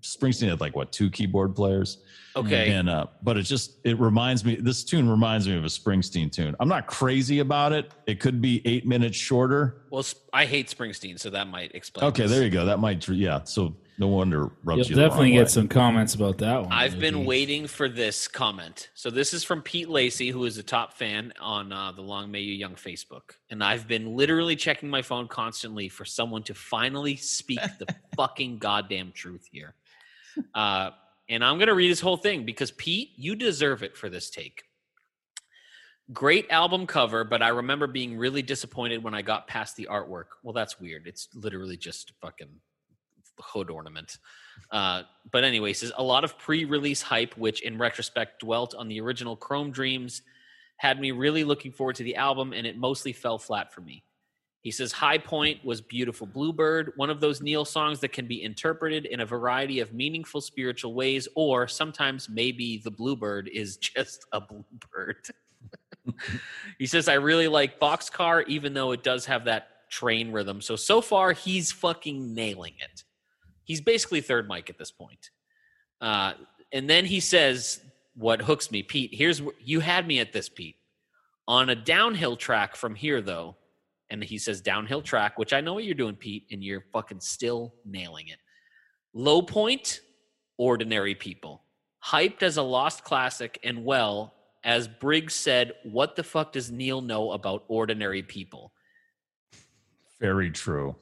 springsteen had like what two keyboard players
okay.
and uh but it just it reminds me this tune reminds me of a springsteen tune i'm not crazy about it it could be eight minutes shorter
Well, sp- I hate Springsteen, so that might explain.
okay
this.
there you go that might yeah so no wonder it
You'll
rubs you the wrong
definitely
way.
get some comments about that one.
I've been
Izzy.
waiting for this comment. So this is from Pete Lacey, who is a top fan on uh, the Long May You Young Facebook, and I've been literally checking my phone constantly for someone to finally speak the fucking goddamn truth here. Uh, and I'm gonna read his whole thing because Pete, you deserve it for this take. Great album cover, but I remember being really disappointed when I got past the artwork. Well, that's weird. It's literally just fucking hood ornament. Uh, but anyway, he says a lot of pre-release hype, which in retrospect dwelt on the original Chrome Dreams, had me really looking forward to the album, and it mostly fell flat for me. He says High Point was beautiful Bluebird, one of those Neil songs that can be interpreted in a variety of meaningful spiritual ways, or sometimes maybe the Bluebird is just a bluebird. he says I really like Boxcar, even though it does have that train rhythm. So so far he's fucking nailing it he's basically third Mike at this point. Uh, and then he says, "What hooks me, Pete? Here's wh- you had me at this, Pete. On a downhill track from here, though." And he says, "Downhill track," which I know what you're doing, Pete, and you're fucking still nailing it. Low point, ordinary people, hyped as a lost classic, and well, as Briggs said, "What the fuck does Neil know about ordinary people?"
very true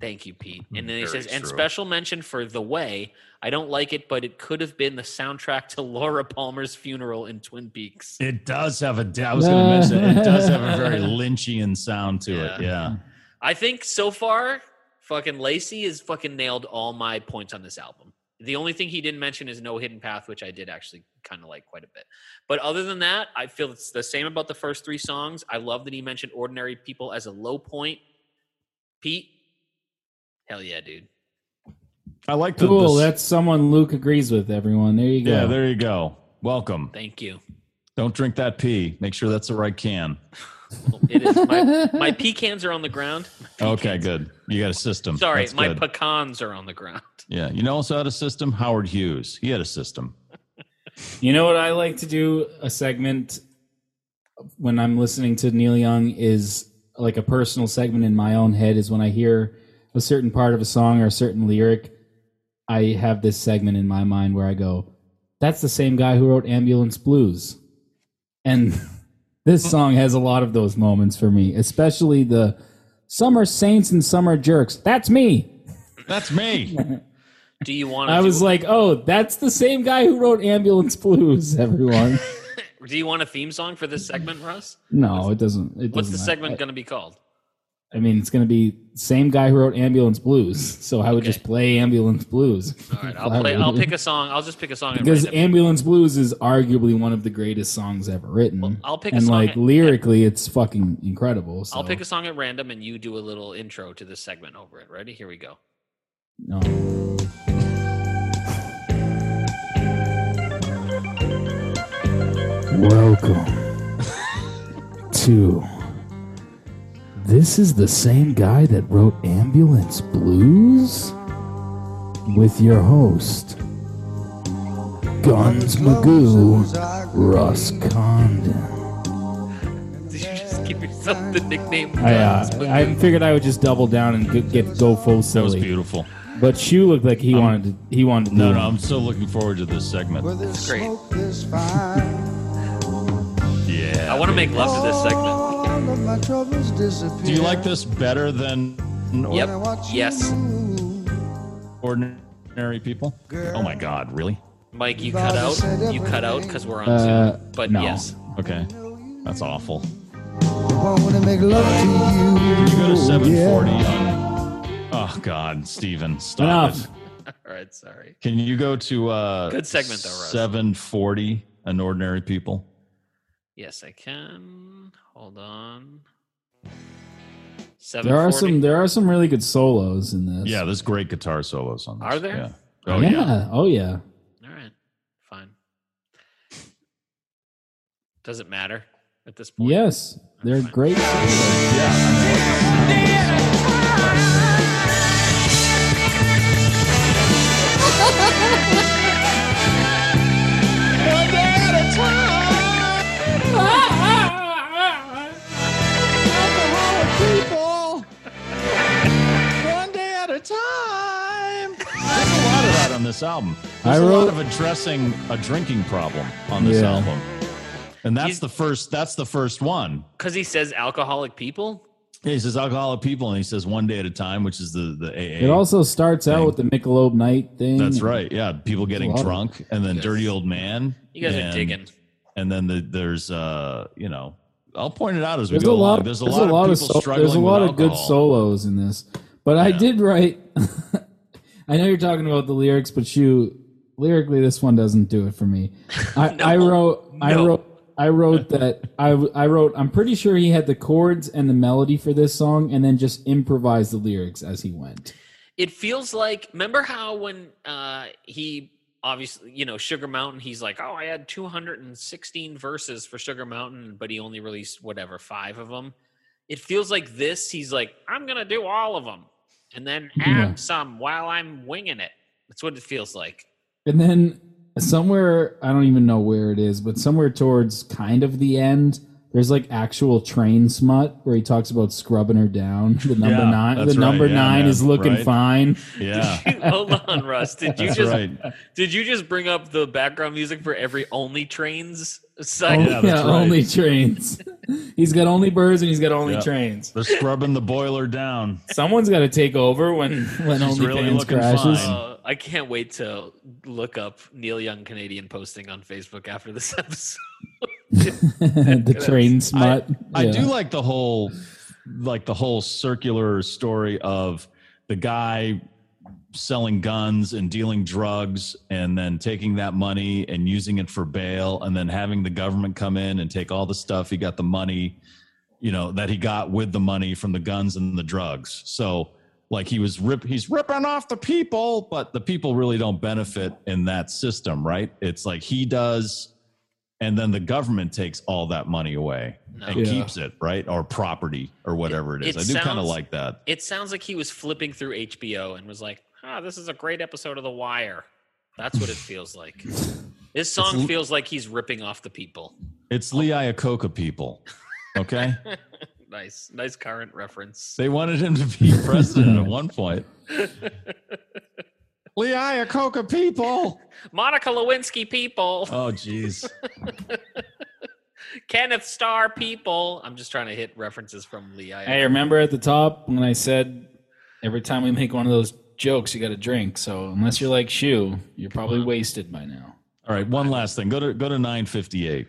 Thank you, Pete. And then he
Very
says, and
true.
special mention for The Way. I don't like it, but it could have been the soundtrack to Laura Palmer's funeral in Twin Peaks.
It does have a. I was going to mention it. It does have a very Lynchian sound to it.
Yeah.
Yeah.
I think so far, fucking Lacey has fucking nailed all my points on this album. The only thing he didn't mention is No Hidden Path, which I did actually kind of like quite a bit. But other than that, I feel it's the same about the first three songs. I love that he mentioned Ordinary People as a low point. Pete, hell yeah, dude.
I like the.
Cool.
the-
That's someone Luke agrees with. Everyone, there you go.
yeah. There you go. Welcome.
Thank you.
Don't drink that pee. Make sure that's the right can.
It is my, my pecans are on the ground.
Okay, good. You got a system.
Sorry,
That's
my
good.
pecans are on the ground.
yeah. You know, also had a system. Howard Hughes. He had a system.
You know what I like to do a segment when I'm listening to Neil Young is like a personal segment in my own head is when I hear a certain part of a song or a certain lyric, I have this segment in my mind where I go, that's the same guy who wrote Ambulance Blues. And this song has a lot of those moments for me, especially the Summer Saints and Summer Jerks. That's me.
That's me.
Do you want?
I was like, oh, that's the same guy who wrote Ambulance Blues. Everyone,
Do you want a theme song for this segment, Russ?
no, it doesn't. It
What's
doesn't
the
matter.
segment going to be called?
I mean, it's going to be same guy who wrote Ambulance Blues. So I would
Okay.
just play Ambulance Blues.
All right, I'll play. I'll pick a song. I'll just pick a song. and
because
write it.
Ambulance Blues is arguably one of the greatest songs ever written.
I'll pick a
and
song
like
at-
lyrically, it's fucking incredible. So.
I'll pick a song at random, and you do a little intro to this segment over it. Ready? Here we go.
No. Welcome to. This is the same guy that wrote Ambulance Blues with your host, Guns Magoo Russ Condon.
Did you just give yourself the nickname?
I, uh, I figured I would just double down and get, get go full
That was
silly,
beautiful.
but Shu looked like he wanted to, he wanted to
Um, No,
do
no,
it.
I'm so looking forward to this segment.
It's great.
This
I
fire,
Yeah.
want to make love to this segment.
all of my troubles disappear.
Do you like this better than
Yep. Yes,
ordinary people? Oh my God, really?
Mike, you cut out. You cut out because we're on
Uh,
Zoom. But
no.
yes,
Okay, that's awful.
want to make love to you.
Can you go to 740 on? Oh God, Steven, stop
Enough.
it.
all right. Sorry.
Can you go to uh,
Good segment, though, Russ.
740 and ordinary people?
Yes, I can. Hold on. Seven.
There are some. There are some really good solos in this.
Yeah, there's great guitar solos on this.
Are there?
Yeah. Oh
yeah.
yeah.
Oh yeah.
All right. Fine. Does it matter at this point?
Yes, they're great. solos.
There's a lot of that on this album. There's
I
a lot
wrote-
of addressing a drinking problem on this
Yeah.
album. And that's
He's-
the first that's the first one.
Because he says alcoholic people.
Yeah, He says alcoholic people and he says one day at a time, which is the, the AA.
It also starts out with the Michelob Night thing.
that's right. Yeah. People getting
Mm. lot of-
drunk and then
Yes.
dirty old man.
You guys
and-
are digging.
And then the, there's uh, you know, I'll point it out as we
There's
go
a lot.
along. There's a lot, of people
sol-
struggling
There's a lot
with
of good
alcohol.
solos in this, but I
Yeah.
did write. I know you're talking about the lyrics, but you lyrically, this one doesn't do it for me. I, I wrote. I
No.
wrote. I wrote that I, w- I wrote I'm pretty sure he had the chords and the melody for this song and then just improvised the lyrics as he went.
It feels like. Remember how when uh, he obviously, you know, Sugar Mountain. He's like, oh, I had 216 verses for Sugar Mountain, but he only released whatever five of them. It feels like this. He's like, I'm gonna do all of them, and then add
Yeah.
some while I'm winging it. That's what it feels like.
And then somewhere, I don't even know where it is, but somewhere towards kind of the end, there's like actual train smut where he talks about scrubbing her down. The number
Yeah,
nine, the
that's right.
number
Yeah,
nine
man.
is looking
Right.
fine.
Yeah.
Hold on, Russ. Did you
That's
just
right.
did you just bring up the background music for every Only Trains
Oh,
site?
yeah,
that's right.
only trains. he's got only birds and he's got only
Yeah.
trains.
They're scrubbing the boiler down.
Someone's got to take over when when only
really
fans
looking
crashes.
fine.
Uh, I can't wait to look up Neil Young Canadian posting on Facebook after this episode.
the train smut.
I
Yeah.
do like the whole like the whole circular story of the guy selling guns and dealing drugs and then taking that money and using it for bail and then having the government come in and take all the stuff he got the money you know that he got with the money from the guns and the drugs so like he was rip he's ripping off the people but the people really don't benefit in that system right it's like he does and then the government takes all that money away and
Yeah.
keeps it right or property or whatever it
It-
is
it
i do kind of
sounds-
like that
It sounds like he was flipping through HBO and was like, "Ah, this is a great episode of The Wire." That's what it feels like. This song feels like he's ripping off the people.
It's Lee Iacocca people. Okay.
Nice, nice current reference.
they wanted him to be president at one point. Lee Iacocca people.
Monica Lewinsky, people.
Oh, jeez.
Kenneth Starr, people. I'm just trying to hit references from Lee.
Hey, remember at the top when I said every time we make one of those
jokes, you got to drink. So unless you're like Shu, you're probably wasted by now.
All right, one last thing. Go to go to 958.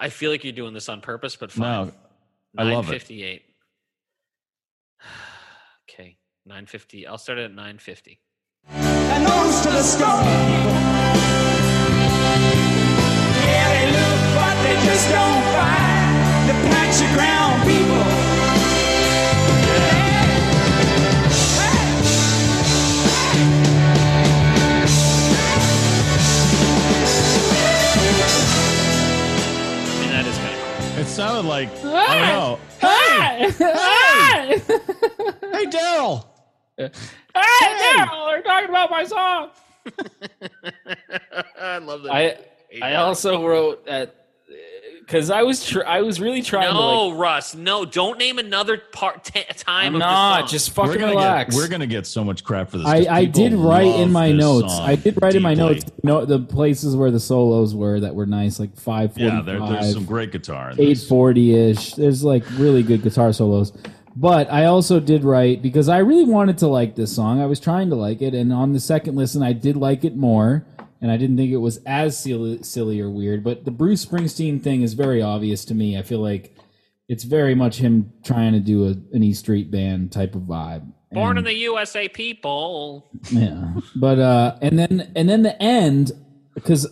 I feel like you're doing this on purpose, but fine.
No, I love it.
958. Okay, 950. I'll start at 950.
And those to the stone people. Yeah, they look, but they just don't fight. The patch of ground people.
I mean, that is kind
It sounded like I don't know. Hey,
Hey,
hey, Daryl.
Daryl, we're talking about my song.
of I love that.
I I also wrote at because I was tr- I was really trying to
no,
like.
Russ. No, don't name another part t- time.
I'm
of the
not.
song.
Just
We're
fucking
gonna
relax.
get we're gonna get so much crap for this. 'cause
I, I
people
did write
love
in my
this
notes.
song
I did write in my
deeply.
notes no, the places where the solos were that were nice, like
Yeah, there, there's some
545,
great guitar. In
eight
this.
forty ish. There's like really good guitar solos. But I also did write because I really wanted to like this song. I was trying to like it, and on the second listen, I did like it more. And I didn't think it was as silly, silly or weird. But the Bruce Springsteen thing is very obvious to me. I feel like it's very much him trying to do a, an E Street Band type of vibe.
Mm.
born
And-
in the USA people.
yeah but uh and then and then the end because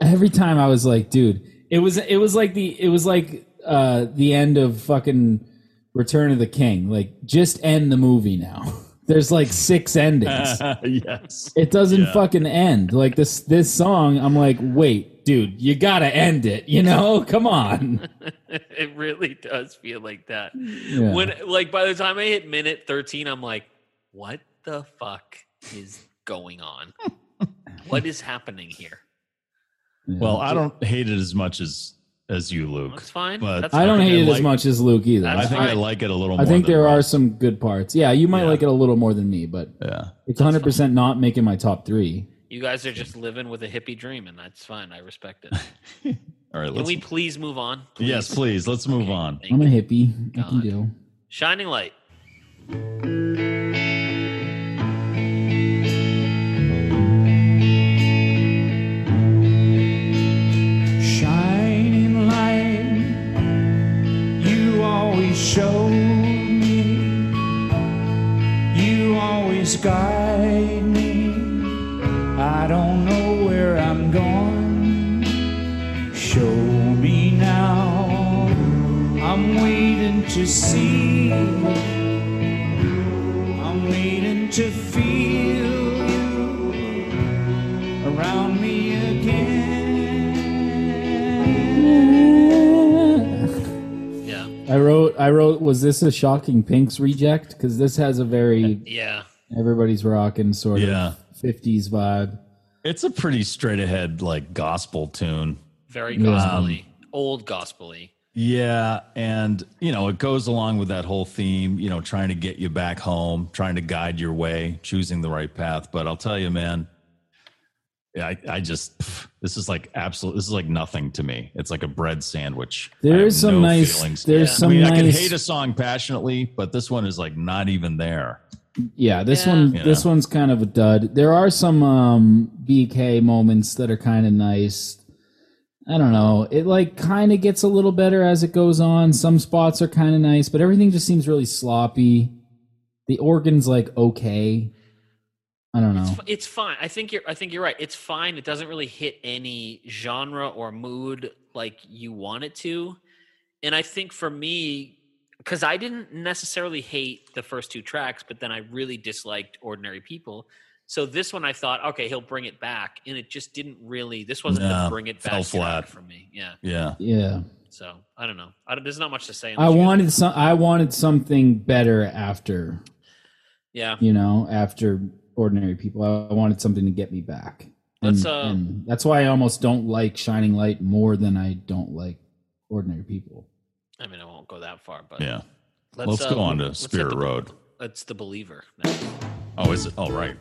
every time i was like dude it was it was like the it was like uh the end of fucking return of the king like just end the movie now there's like six endings
yes.
it doesn't fucking end like this this song i'm like wait dude you gotta end it you know come on
it really does feel like that.
Yeah.
When like by the time I hit minute 13, I'm like, what the fuck is going on? what is happening here?
Well, I don't hate it as much as as you, Luke.
That's fine.
But
That's
i don't
I
hate it as
like-
much as luke either
I
i,
think I
fine.
like it a little. more
think
than
there are
Russ.
some good parts yeah you might
Yeah.
like it a little more than me but
Yeah.
It's 100 percent not making my top three.
You guys are just living with a hippie dream, and that's fine. I respect it.
All right.
Can
Let's,
we please move on? Please?
yes, please. Let's move on.
Thank
I'm a
you.
hippie. I can
God.
do.
Shining Light.
shining light you always show me you always guide me i don't know where i'm going show me now i'm waiting to see i'm waiting to feel around me again.
Yeah.
I wrote. I wrote. Was this a shocking Pink's reject? Because this has a very
Yeah.
everybody's rocking sort
Yeah.
of 50s vibe.
It's a pretty straight ahead like gospel tune. Um,
Very gospelly. Old gospelly.
Yeah, and you know, it goes along with that whole theme, you know, trying to get you back home, trying to guide your way, choosing the right path. But I'll tell you, man, I, I just pff, this is like absolute this is like nothing to me. It's like a bread sandwich. I
There
have
is some
no
nice.
feelings.
There's
I
some
mean, I can
nice.
hate a song passionately, but this one is like not even there.
yeah, this one.
Yeah.
This one's kind of a dud. There are some um, BK moments that are kind of nice. I don't know. It like kind of gets a little better as it goes on. Some spots are kind of nice, but everything just seems really sloppy. The organ's like okay. I don't know.
It's, fi- it's fine. I think you're. I think you're right. It's fine. It doesn't really hit any genre or mood like you want it to. And I think for me, because I didn't necessarily hate the first two tracks, but then I really disliked Ordinary People. So this one, I thought, okay, he'll bring it back, and it just didn't really. This wasn't
No,
the bring it back
fell
track
flat.
for me. Yeah.
Yeah.
Yeah.
So I don't know. I don't, there's not much to say.
I
unless you-
wanted some I wanted something better after,
Yeah.
you know, after ordinary people. I wanted something to get me back.
Let's, uh,
and that's why I almost don't like Shining Light more than I don't like ordinary people.
I mean, I won't go that far, but
Yeah. Let's,
uh,
go on to
let's hit
Spirit
the-
Road.
That's the believer. now.
Oh, is it? Oh, right.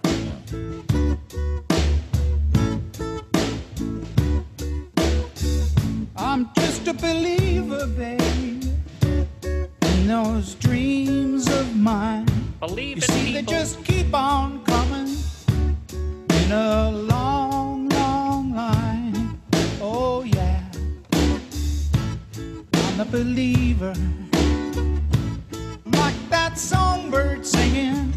I'm just a believer, babe, in those dreams of mine.
Believe in
You see, they
people.
just keep on coming in a long, long line. Oh, yeah. I'm a believer. Like that songbird singing,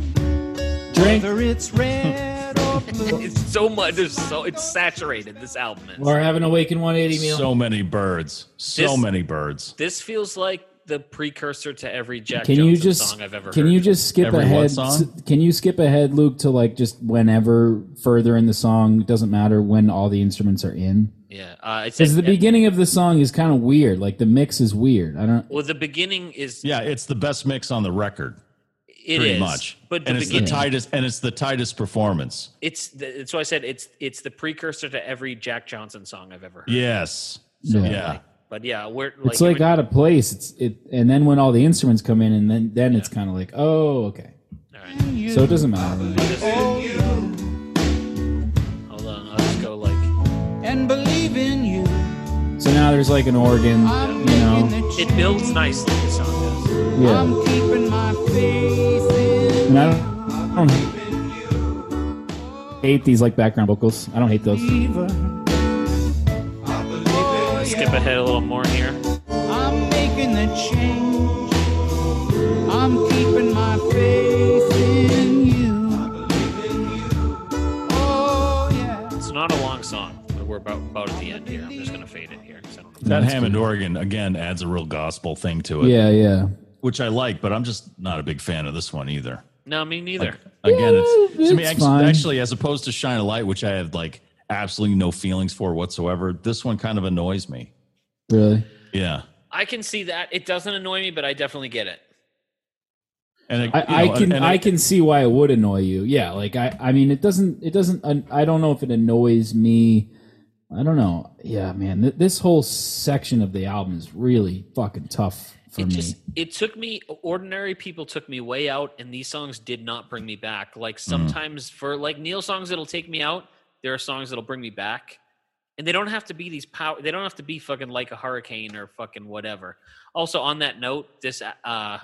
Drink
whether it's red or blue.
It's so much. There's so it's saturated. This album is.
or have an Awaken 180 meal.
So many birds. So
This-
many birds.
This feels like the precursor to every Jack
can
Johnson
you just
song I've ever
can
heard.
you just skip
Every what
ahead?
song?
Can you skip ahead, Luke, to like just whenever further in the song? It doesn't matter when all the instruments are in.
yeah, uh, it's
Because the beginning of the song is kind of weird. Like the mix is weird. I don't.
Well, the beginning is
Yeah, it's the best mix on the record,
it
pretty
is,
much.
but the
and it's the
beginning
tightest and it's the tightest performance.
it's the, that's why I said it's it's the precursor to every Jack Johnson song I've ever heard.
Yes.
Yeah.
yeah.
But yeah, we're like,
It's like
even-
out of place. It's it, and then when all the instruments come in, and then then it's kind of like, oh, okay. So it doesn't matter. really.
hold on, I'll just go like
And believe in you.
So now there's like an organ,
I'm
you
making
know.
the
it builds nicely. The song does.
Yeah.
I'm keeping my faith in.
And I don't, I don't hate these like background vocals. I don't hate those.
Skip ahead a little more here.
I'm making the change. I'm keeping my faith in you. Oh, yeah.
It's not a long song, but we're about about at the end here. I'm just gonna fade it here. 'cause I don't know.
That Hammond organ again adds a real gospel thing to it,
Yeah, yeah.
which I like, but I'm just not a big fan of this one either.
No, me neither.
Again, it's,
Yeah,
to me
it's
act-
fine.
actually as opposed to Shine a Light, which I had like absolutely no feelings for whatsoever. This one kind of annoys me.
Really.
Yeah.
I can see that. It doesn't annoy me, but I definitely get it.
And it,
I,
you know,
I can
and
I
it-
can see why it would annoy you. Yeah, like I I mean it doesn't it doesn't an- I don't know if it annoys me. I don't know. Yeah, man, th- this whole section of the album is really fucking tough for
it
me.
just it took me ordinary people took me way out and these songs did not bring me back like sometimes for like neil songs it'll take me out there are songs that'll bring me back and they don't have to be these power they don't have to be fucking like a hurricane or fucking whatever also on that note this uh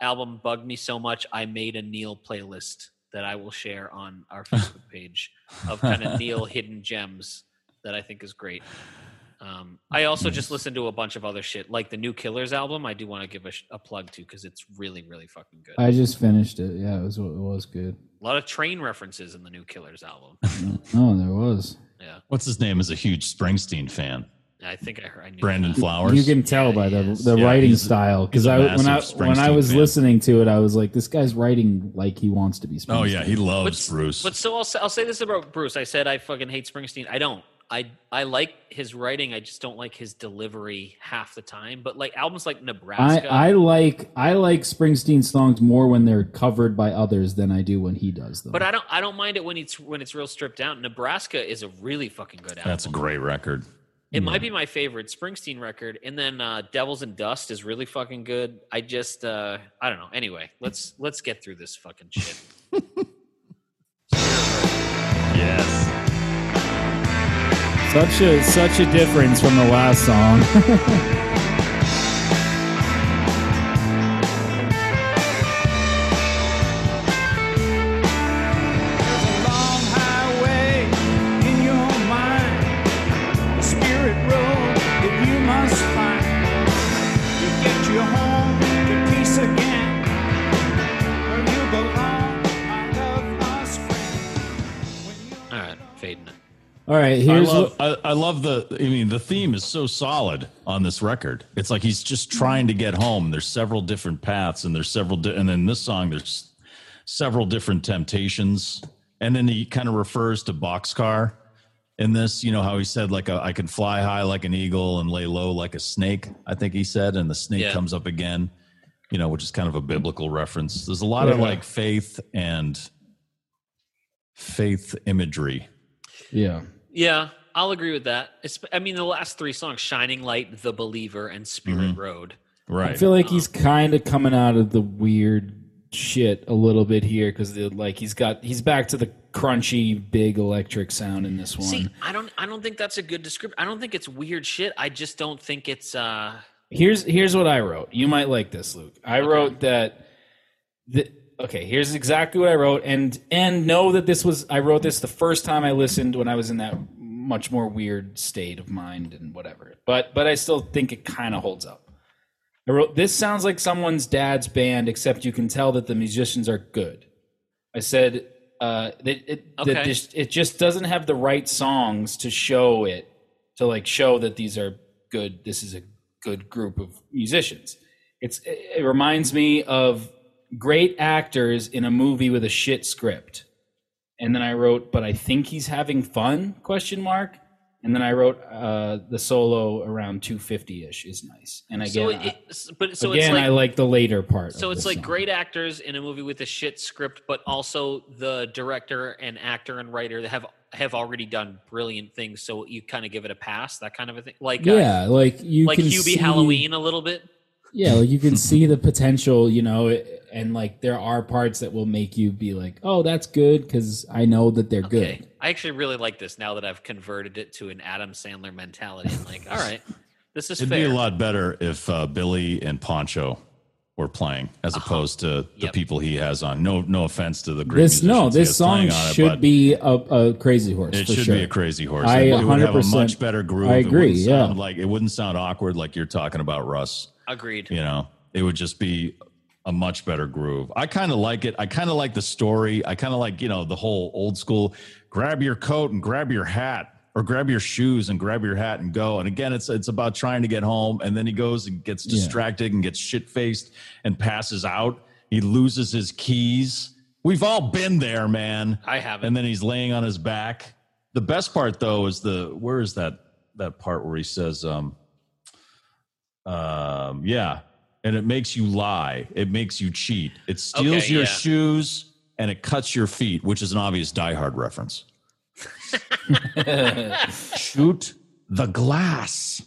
album bugged me so much i made a neil playlist that i will share on our facebook page of kind of neil hidden gems that i think is great um, I also just listened to a bunch of other shit, like the new Killers album. I do want to give a, sh- a plug to because it's really, really fucking good.
I just finished it. Yeah, it was it was good.
a lot of train references in the new Killers album.
Oh, there was.
what's his name is a huge Springsteen fan.
I think I heard. I knew
Brandon Flowers.
You can tell by the the
Yeah,
writing
he's a-
style because
he's a
I when I
massive
when I
Springsteen
was
fan.
listening to it, I was like, this guy's writing like he wants to be. Springsteen.
oh yeah, he loves
But,
Bruce.
but so I'll say, I'll say this about Bruce. I said I fucking hate Springsteen. I don't. I I like his writing. I just don't like his delivery half the time. But like albums like
I,
Nebraska,
I like I like Springsteen songs more when they're covered by others than I do when he does them.
but I don't. I don't mind it when it's when it's real stripped down. Nebraska is a really fucking good album.
That's a great record.
It might be my favorite Springsteen record, and then uh, Devils and Dust is really fucking good. I just uh, I don't know. Anyway, let's let's get through this fucking shit.
Yes.
Such a such a difference from the last song.
long highway in your mind, a spirit road that you must find to get you home to peace again, where you belong. I love us friends.
All right, fading it.
All right,
I
here's
love,
what,
I, I love the. I mean, the theme is so solid on this record. It's like he's just trying to get home. There's several different paths, and there's several. Di- and in this song, there's several different temptations. And then he kind of refers to boxcar in this. You know how he said like a, I can fly high like an eagle and lay low like a snake. I think he said, and the snake
Yeah.
comes up again. You know, which is kind of a biblical reference. There's a lot of
Yeah.
like faith and faith imagery.
yeah.
Yeah, I'll agree with that. It's, I mean, the last three songs: "Shining Light," "The Believer," and "Spirit Road."
Right.
I feel like he's kind of coming out of the weird shit a little bit here because like he's got he's back to the crunchy big electric sound in this one.
See, I don't, I don't think that's a good description. I don't think it's weird shit. I just don't think it's. uh
here's here's what I wrote. You might like this, Luke. I wrote that the okay, here's exactly what I wrote, and and know that this was I wrote this the first time I listened when I was in that much more weird state of mind and whatever. But but I still think it kind of holds up. I wrote this sounds like someone's dad's band, except you can tell that the musicians are good. I said uh, that it,
Okay.
that this, it just doesn't have the right songs to show it to like show that these are good. This is a good group of musicians. It's it reminds me of great actors in a movie with a shit script. And then I wrote, but I think he's having fun? Question mark. And then I wrote uh, the solo around 250 ish is nice. And again,
So,
I-
it, it's- but so
again,
it's like
I like the later part.
So
of
it's
the
like
song.
great actors in a movie with a shit script, but also the director and actor and writer that have have already done brilliant things. So you kind of give it a pass, that kind of a thing. Like uh,
yeah, like you
like
can
Hubie
see,
Halloween a little bit.
Yeah, like you can see the potential, you know, it- and like there are parts that will make you be like, "Oh, that's good," because I know that they're
Okay,
good.
I actually really like this now that I've converted it to an Adam Sandler mentality. I'm like, all right, this is
It'd
fair.
be a lot better if uh, Billy and Poncho were playing as opposed to the
Uh-huh. Yep.
people he has on. No, no offense to the great
This no,
musicians he
this
has
song
playing on it,
should
but
be a, a crazy horse.
It
for
should
sure.
be a crazy horse.
I
it would have a
100%
much better groove.
I
It
agree,
wouldn't sound
yeah.
like it wouldn't sound awkward like you're talking about Russ.
Agreed.
You know, it would just be a much better groove. I kind of like it. I kind of like the story. I kind of like you know the whole old school. Grab your coat and grab your hat, or grab your shoes and grab your hat and go. And again, it's it's about trying to get home. And then he goes and gets distracted and gets shit faced and passes out. He loses his keys. We've all been there, man.
I haven't.
And then he's laying on his back. The best part though is the where is that that part where he says, um, um, yeah, and it makes you lie. It makes you cheat. It steals
Okay,
your
yeah.
shoes and it cuts your feet, which is an obvious Die Hard reference. Shoot the glass.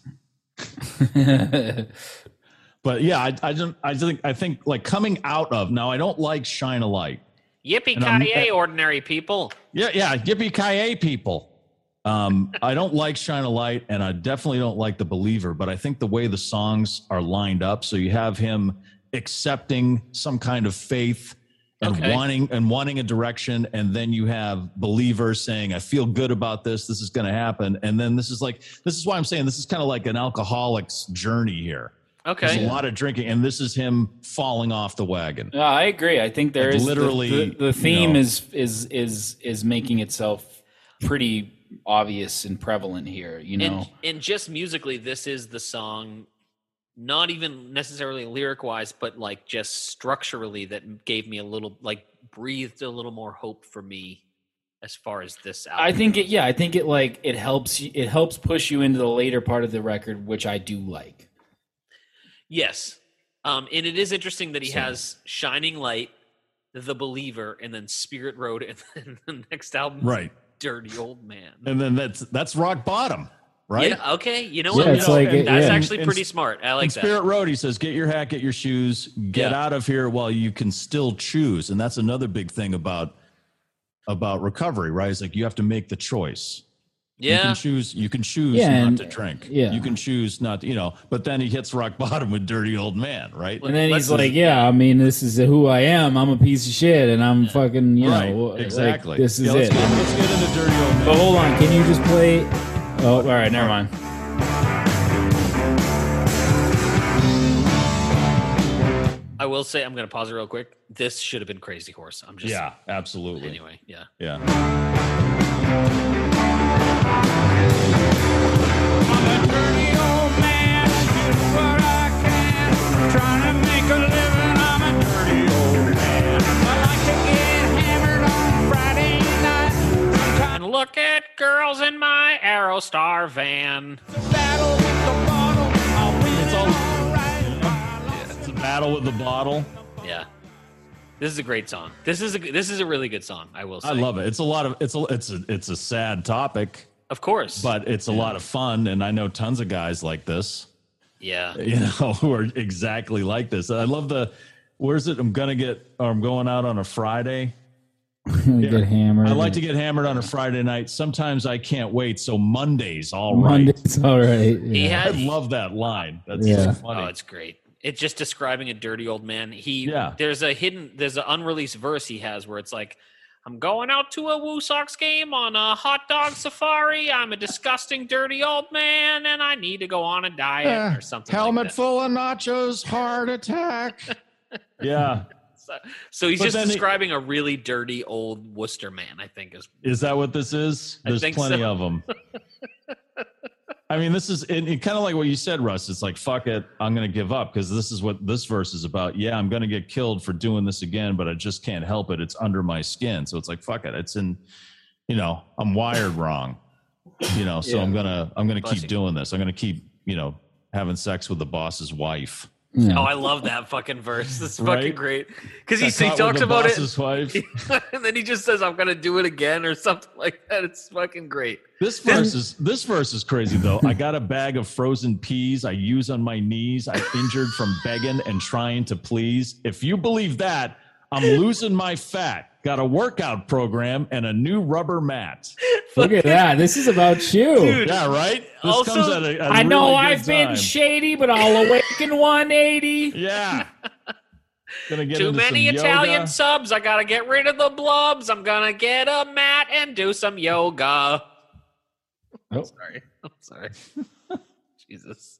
but yeah, I, I don't. I think I think like coming out of now. I don't like shine a light.
Yippee
And I'm-
ki yay, ordinary people.
Yeah, yeah, yippee ki yay, people. Um, I don't like Shine a Light, and I definitely don't like The Believer. But I think the way the songs are lined up, so you have him accepting some kind of faith and
Okay.
wanting and wanting a direction, and then you have Believer saying, "I feel good about this. This is going to happen." And then this is like, this is why I'm saying this is kind of like an alcoholic's journey here. There's
Okay.
a lot of drinking, and this is him falling off the wagon.
No, I agree. I think there
Like,
is
literally,
the, the,
you
the theme
know.
is is is is making itself pretty obvious and prevalent here. You know,
and, and just musically this is the song not even necessarily lyric wise but like just structurally that gave me a little like breathed a little more hope for me as far as this album
I think it. Yeah, I think it like it helps. you- It helps push you into the later part of the record, which I do like.
yes um and it is interesting that he
So-
has shining light the believer and then spirit road and then the next album is
Right,
dirty old man
and then that's that's rock bottom, right?
Yeah, okay you know
So,
what
you
it's
know,
like
and
it-
that's
yeah.
actually
and-
pretty smart i like
and
that
Spirit Road, he says, get your hat, get your shoes, get
Yeah.
out of here while you can still choose. And that's another big thing about about recovery, right? It's like you have to make the choice. You
yeah
can choose you can choose
Yeah,
not
and-
to drink.
yeah.
You can choose not to, you know, but then he hits rock bottom with dirty old man, right?
And then
Let's
he's
just-
like, "Yeah, I mean, this is who I am. I'm a piece of shit, and I'm fucking, you
right.
know, like,
exactly.
this is
Yeah, let's
it."
Get, let's get into dirty old man.
But hold on, can you just play? Oh,
All right, never mind.
I will say I'm going to pause it real quick. This should have been Crazy Horse. I'm just
yeah, absolutely.
Anyway, yeah.
Yeah.
And look at girls in my Aerostar van.
It's all yeah, it's a battle with the bottle.
Yeah. This is a great song. This is a this is a really good song. I will say.
I love it. It's a lot of it's a it's a it's a sad topic.
Of course.
but it's a lot of fun and i know tons of guys like this
yeah.
you know who are exactly like this i love the where's it i'm gonna get or i'm going out on a friday
get hammered.
i like to get hammered on a friday night sometimes i can't wait so monday's all right
Monday's all right.
He
Yeah.
i
had.
love that line that's
Yeah.
so
Oh,
funny
it's great.
It's just describing a dirty old man. He
Yeah.
there's a hidden there's an unreleased verse he has where it's like, I'm going out to a Woo Sox game on a hot dog safari. I'm a disgusting dirty old man and I need to go on a diet
Uh,
or something. like
Helmet
that.
full of nachos, heart attack.
Yeah.
So, so he's
But
just
then it-
describing a really dirty old Worcester man, I think is
Is that what this is?
I
There's
think
plenty
so.
of them. I mean, this is and kind of like what you said, Russ. It's like, fuck it, I'm going to give up because this is what this verse is about. Yeah, I'm going to get killed for doing this again, but I just can't help it. It's under my skin. So it's like, fuck it. It's in, you know, I'm wired wrong. You know, so I'm going to I'm going to
Bless
keep
you.
doing this. I'm going to keep, you know, having sex with the boss's wife.
Yeah.
Oh, I love that fucking verse. It's fucking
Right?
great. Because he,
Got
he
caught with
talks
the
about it
boss's wife.
and then he just says, I'm going to do it again or something like that. It's fucking great.
This verse is this verse is crazy though. I got a bag of frozen peas I use on my knees. I injured from begging and trying to please. If you believe that, I'm losing my fat. Got a workout program and a new rubber mat.
Look at that. This is about you.
Dude,
Yeah, right. This
Also,
comes at a, a
I know
really good
I've been
time.
shady, but I'll awaken 180.
yeah. Gonna get
Too
into
many
some
Italian
yoga.
subs. I got to get rid of the blobs. I'm going to get a mat and do some yoga.
Oh.
I'm sorry. I'm sorry. Jesus.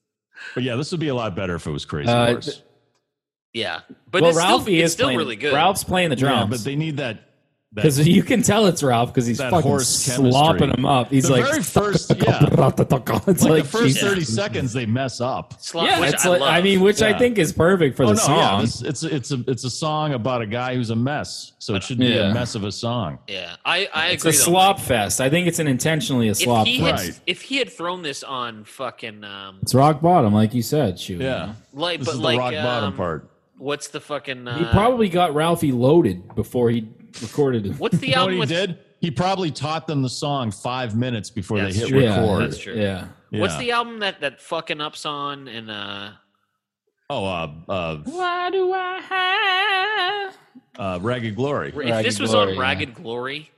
But yeah, this would be a lot better if it was crazy
Uh,
verse.
th-
Yeah. But
well,
it's
Ralphie
still,
is
it's still
playing,
really good.
Ralph's playing the
yeah,
drums.
but they need that. that
Because you can tell it's Ralph because he's
That
fucking
horse chemistry.
slopping him up. He's
the
like,
very first, yeah,
it's
like,
like,
the first
Jesus.
thirty seconds they mess up.
Slop,
Yeah,
which
it's
I,
like,
love.
I mean, which I
Yeah. Oh,
think is perfect for the
yeah,
song.
this, it's it's a it's a song about a guy who's a mess. So it should be
Yeah.
a mess of a song.
yeah, I, I
it's
agree.
a
though.
slop fest. I think it's an intentionally a
If
slop
he,
fest.
had,
Right.
if he had thrown this on fucking um,
It's rock bottom, like you said. Shoot,
Yeah,
like,
this
but
is the
like
rock bottom
um,
part.
What's the fucking? Uh,
he probably got Ralphie loaded before he recorded it.
What's the
You know what
album
he
with?
did? He probably taught them the song five minutes before
That's
they hit
true.
Yeah,
record.
That's true.
Yeah,
Yeah.
What's the album that that fucking ups on and uh
oh uh, uh,
why do I have?
uh, Ragged Glory?
if
Ragged
this was
Glory,
on
yeah.
Ragged Glory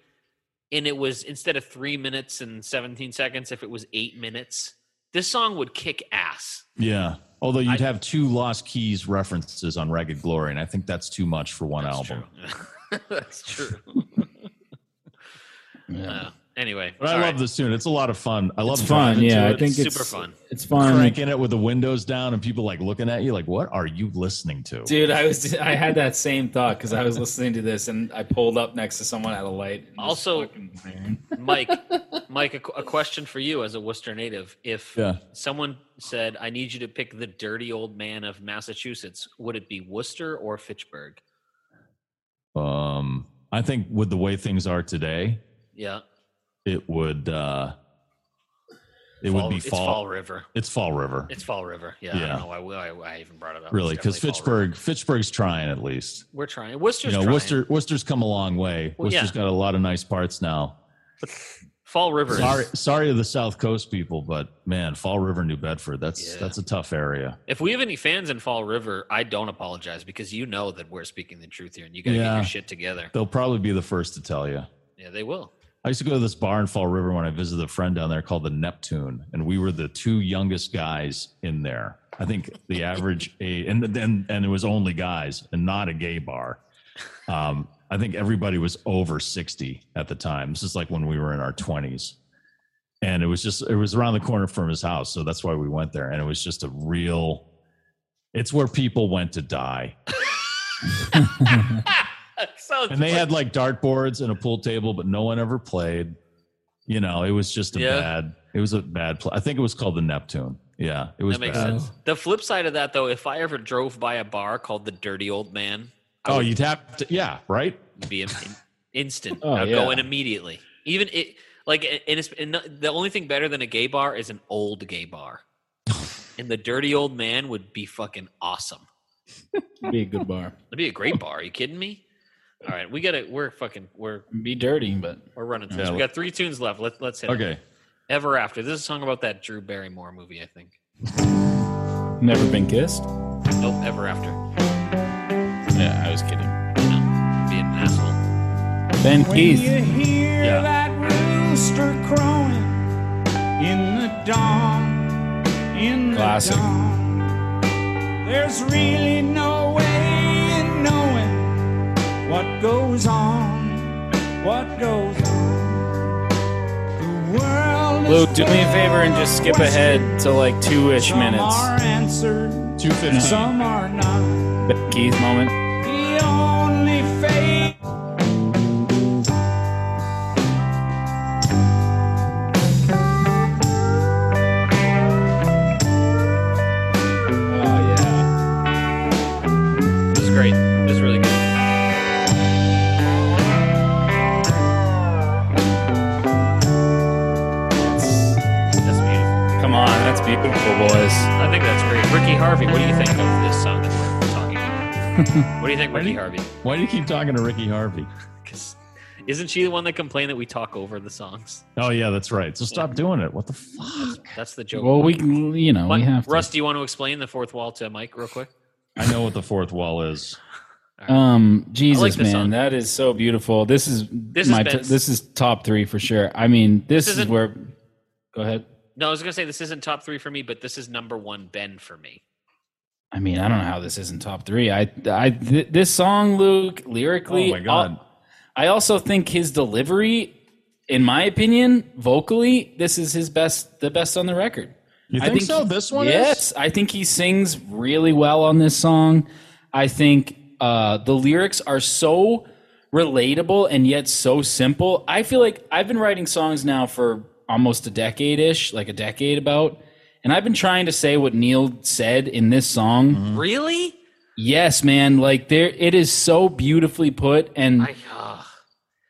and it was instead of 3 minutes and 17 seconds if it was 8 minutes this song would kick ass.
Yeah. Although you'd have two Lost Keys references on Ragged Glory, and I think that's too much for one album.
True. That's true. Uh, anyway,
But I
all
love
right.
this tune. It's a lot of fun. I love
It's fun.
driving to
Yeah, I
it.
think
Super
it's
fun.
It's fun.
cranking it with the windows down and people like looking at you like, "What are you listening to?"
Dude, I was I had that same thought because I was listening to this and I pulled up next to someone at a light. and
Also-
just fucking iron.
Mike, Mike, a, qu- a question for you as a Worcester native. If
Yeah.
someone said, "I need you to pick the dirty old man of Massachusetts," would it be Worcester or Fitchburg?
Um, I think with the way things are today,
Yeah,
it would uh it
Fall-
would be
It's
fall,
Fall River.
it's fall river
It's Fall River. Yeah, Oh, I
Yeah.
don't know why, why, why I even brought it up.
really
It's
because
definitely Fall River.
fitchburg fitchburg's trying at least
We're trying. Worcester's
you know
trying.
worcester worcester's come a long way
Well, yeah.
worcester's got a lot of nice parts now
Fall River. is-
sorry sorry to the south coast people but man fall river new bedford that's
Yeah.
that's a tough area
If we have any fans in Fall River, I don't apologize because you know that we're speaking the truth here, and you got to get
Yeah.
your shit together.
they'll probably be the first to tell you
Yeah, they will.
I used to go to this bar in Fall River when I visited a friend down there called the Neptune, and we were the two youngest guys in there. I think the average age, and then and it was only guys, and not a gay bar. Um, I think everybody was over sixty at the time. This is like when we were in our twenties, and it was just it was around the corner from his house, so that's why we went there. And it was just a real. It's where people went to die,
So
and they had like dartboards and a pool table, but no one ever played. You know, it was just a
Yeah.
bad. It was a bad play. I think it was called the Neptune. Yeah, it was
that makes
bad.
sense. The flip side of that, though, if I ever drove by a bar called the Dirty Old Man,
Oh, you'd have to. Yeah, right.
it'd be in, in- instant.
Oh,
I'd go
yeah.
in immediately. Even it, like, and, it's, and no- the only thing better than a gay bar is an old gay bar. and the Dirty Old Man would be fucking awesome.
be a good bar.
It'd be a great bar. Are you kidding me? All right, we gotta. We're fucking. We're
Be dirty, but
we're running through.
Yeah,
this. we
let-
got three tunes left. Let's let's hit. 'em.
Okay.
Ever After. This is a song about that Drew Barrymore movie, I think.
never been kissed.
Nope. Ever After.
Yeah, I was kidding.
Be an asshole.
Ben
When
Keith.
you hear
Yeah.
that rooster crowing in the dawn, in
Classic.
the dawn, There's really no way in knowing what goes on, what goes on. The world
Luke,
is
do me a favor and just skip ahead to like two ish
Some
minutes.
are answered,
Two fifteen.
some are not.
Keys moment.
The only fate
Oh,
This is great. This is really good. That's beautiful.
Come on, that's beautiful, boys.
I think that's great. Ricky Harvey, what do you think of this song that we're talking about? what do you think, Ricky Harvey?
Why do you keep talking to Ricky Harvey?
Because isn't she the one that complained that we talk over the songs?
Oh yeah, that's right. So stop doing it. What the fuck?
That's the joke.
Well, we can, you know,
Mike-
we have to.
Russ, do you want to explain the fourth wall to Mike real quick?
I know what the fourth wall is.
Um, Jesus,
like this
man,
song.
that is so beautiful. This is
This
this
is
my
Ben's-
this is top three for sure. I mean, this,
This
is
isn't-
where. Go ahead.
No, I was gonna say this isn't top three for me, but this is number one Ben for me.
I mean, I don't know how this isn't top three. I, I, th- this song, Luke, lyrically.
Oh, my God.
al- I also think his delivery, in my opinion, vocally, this is his best, the best on the record.
You
I
think, so? This one
yes,
is?
I think he sings really well on this song. I think uh, the lyrics are so relatable and yet so simple. I feel like I've been writing songs now for almost a decade ish, like a decade about. And I've been trying to say what Neil said in this song.
Really?
Yes, man. Like there, it is so beautifully put. And
I, ah.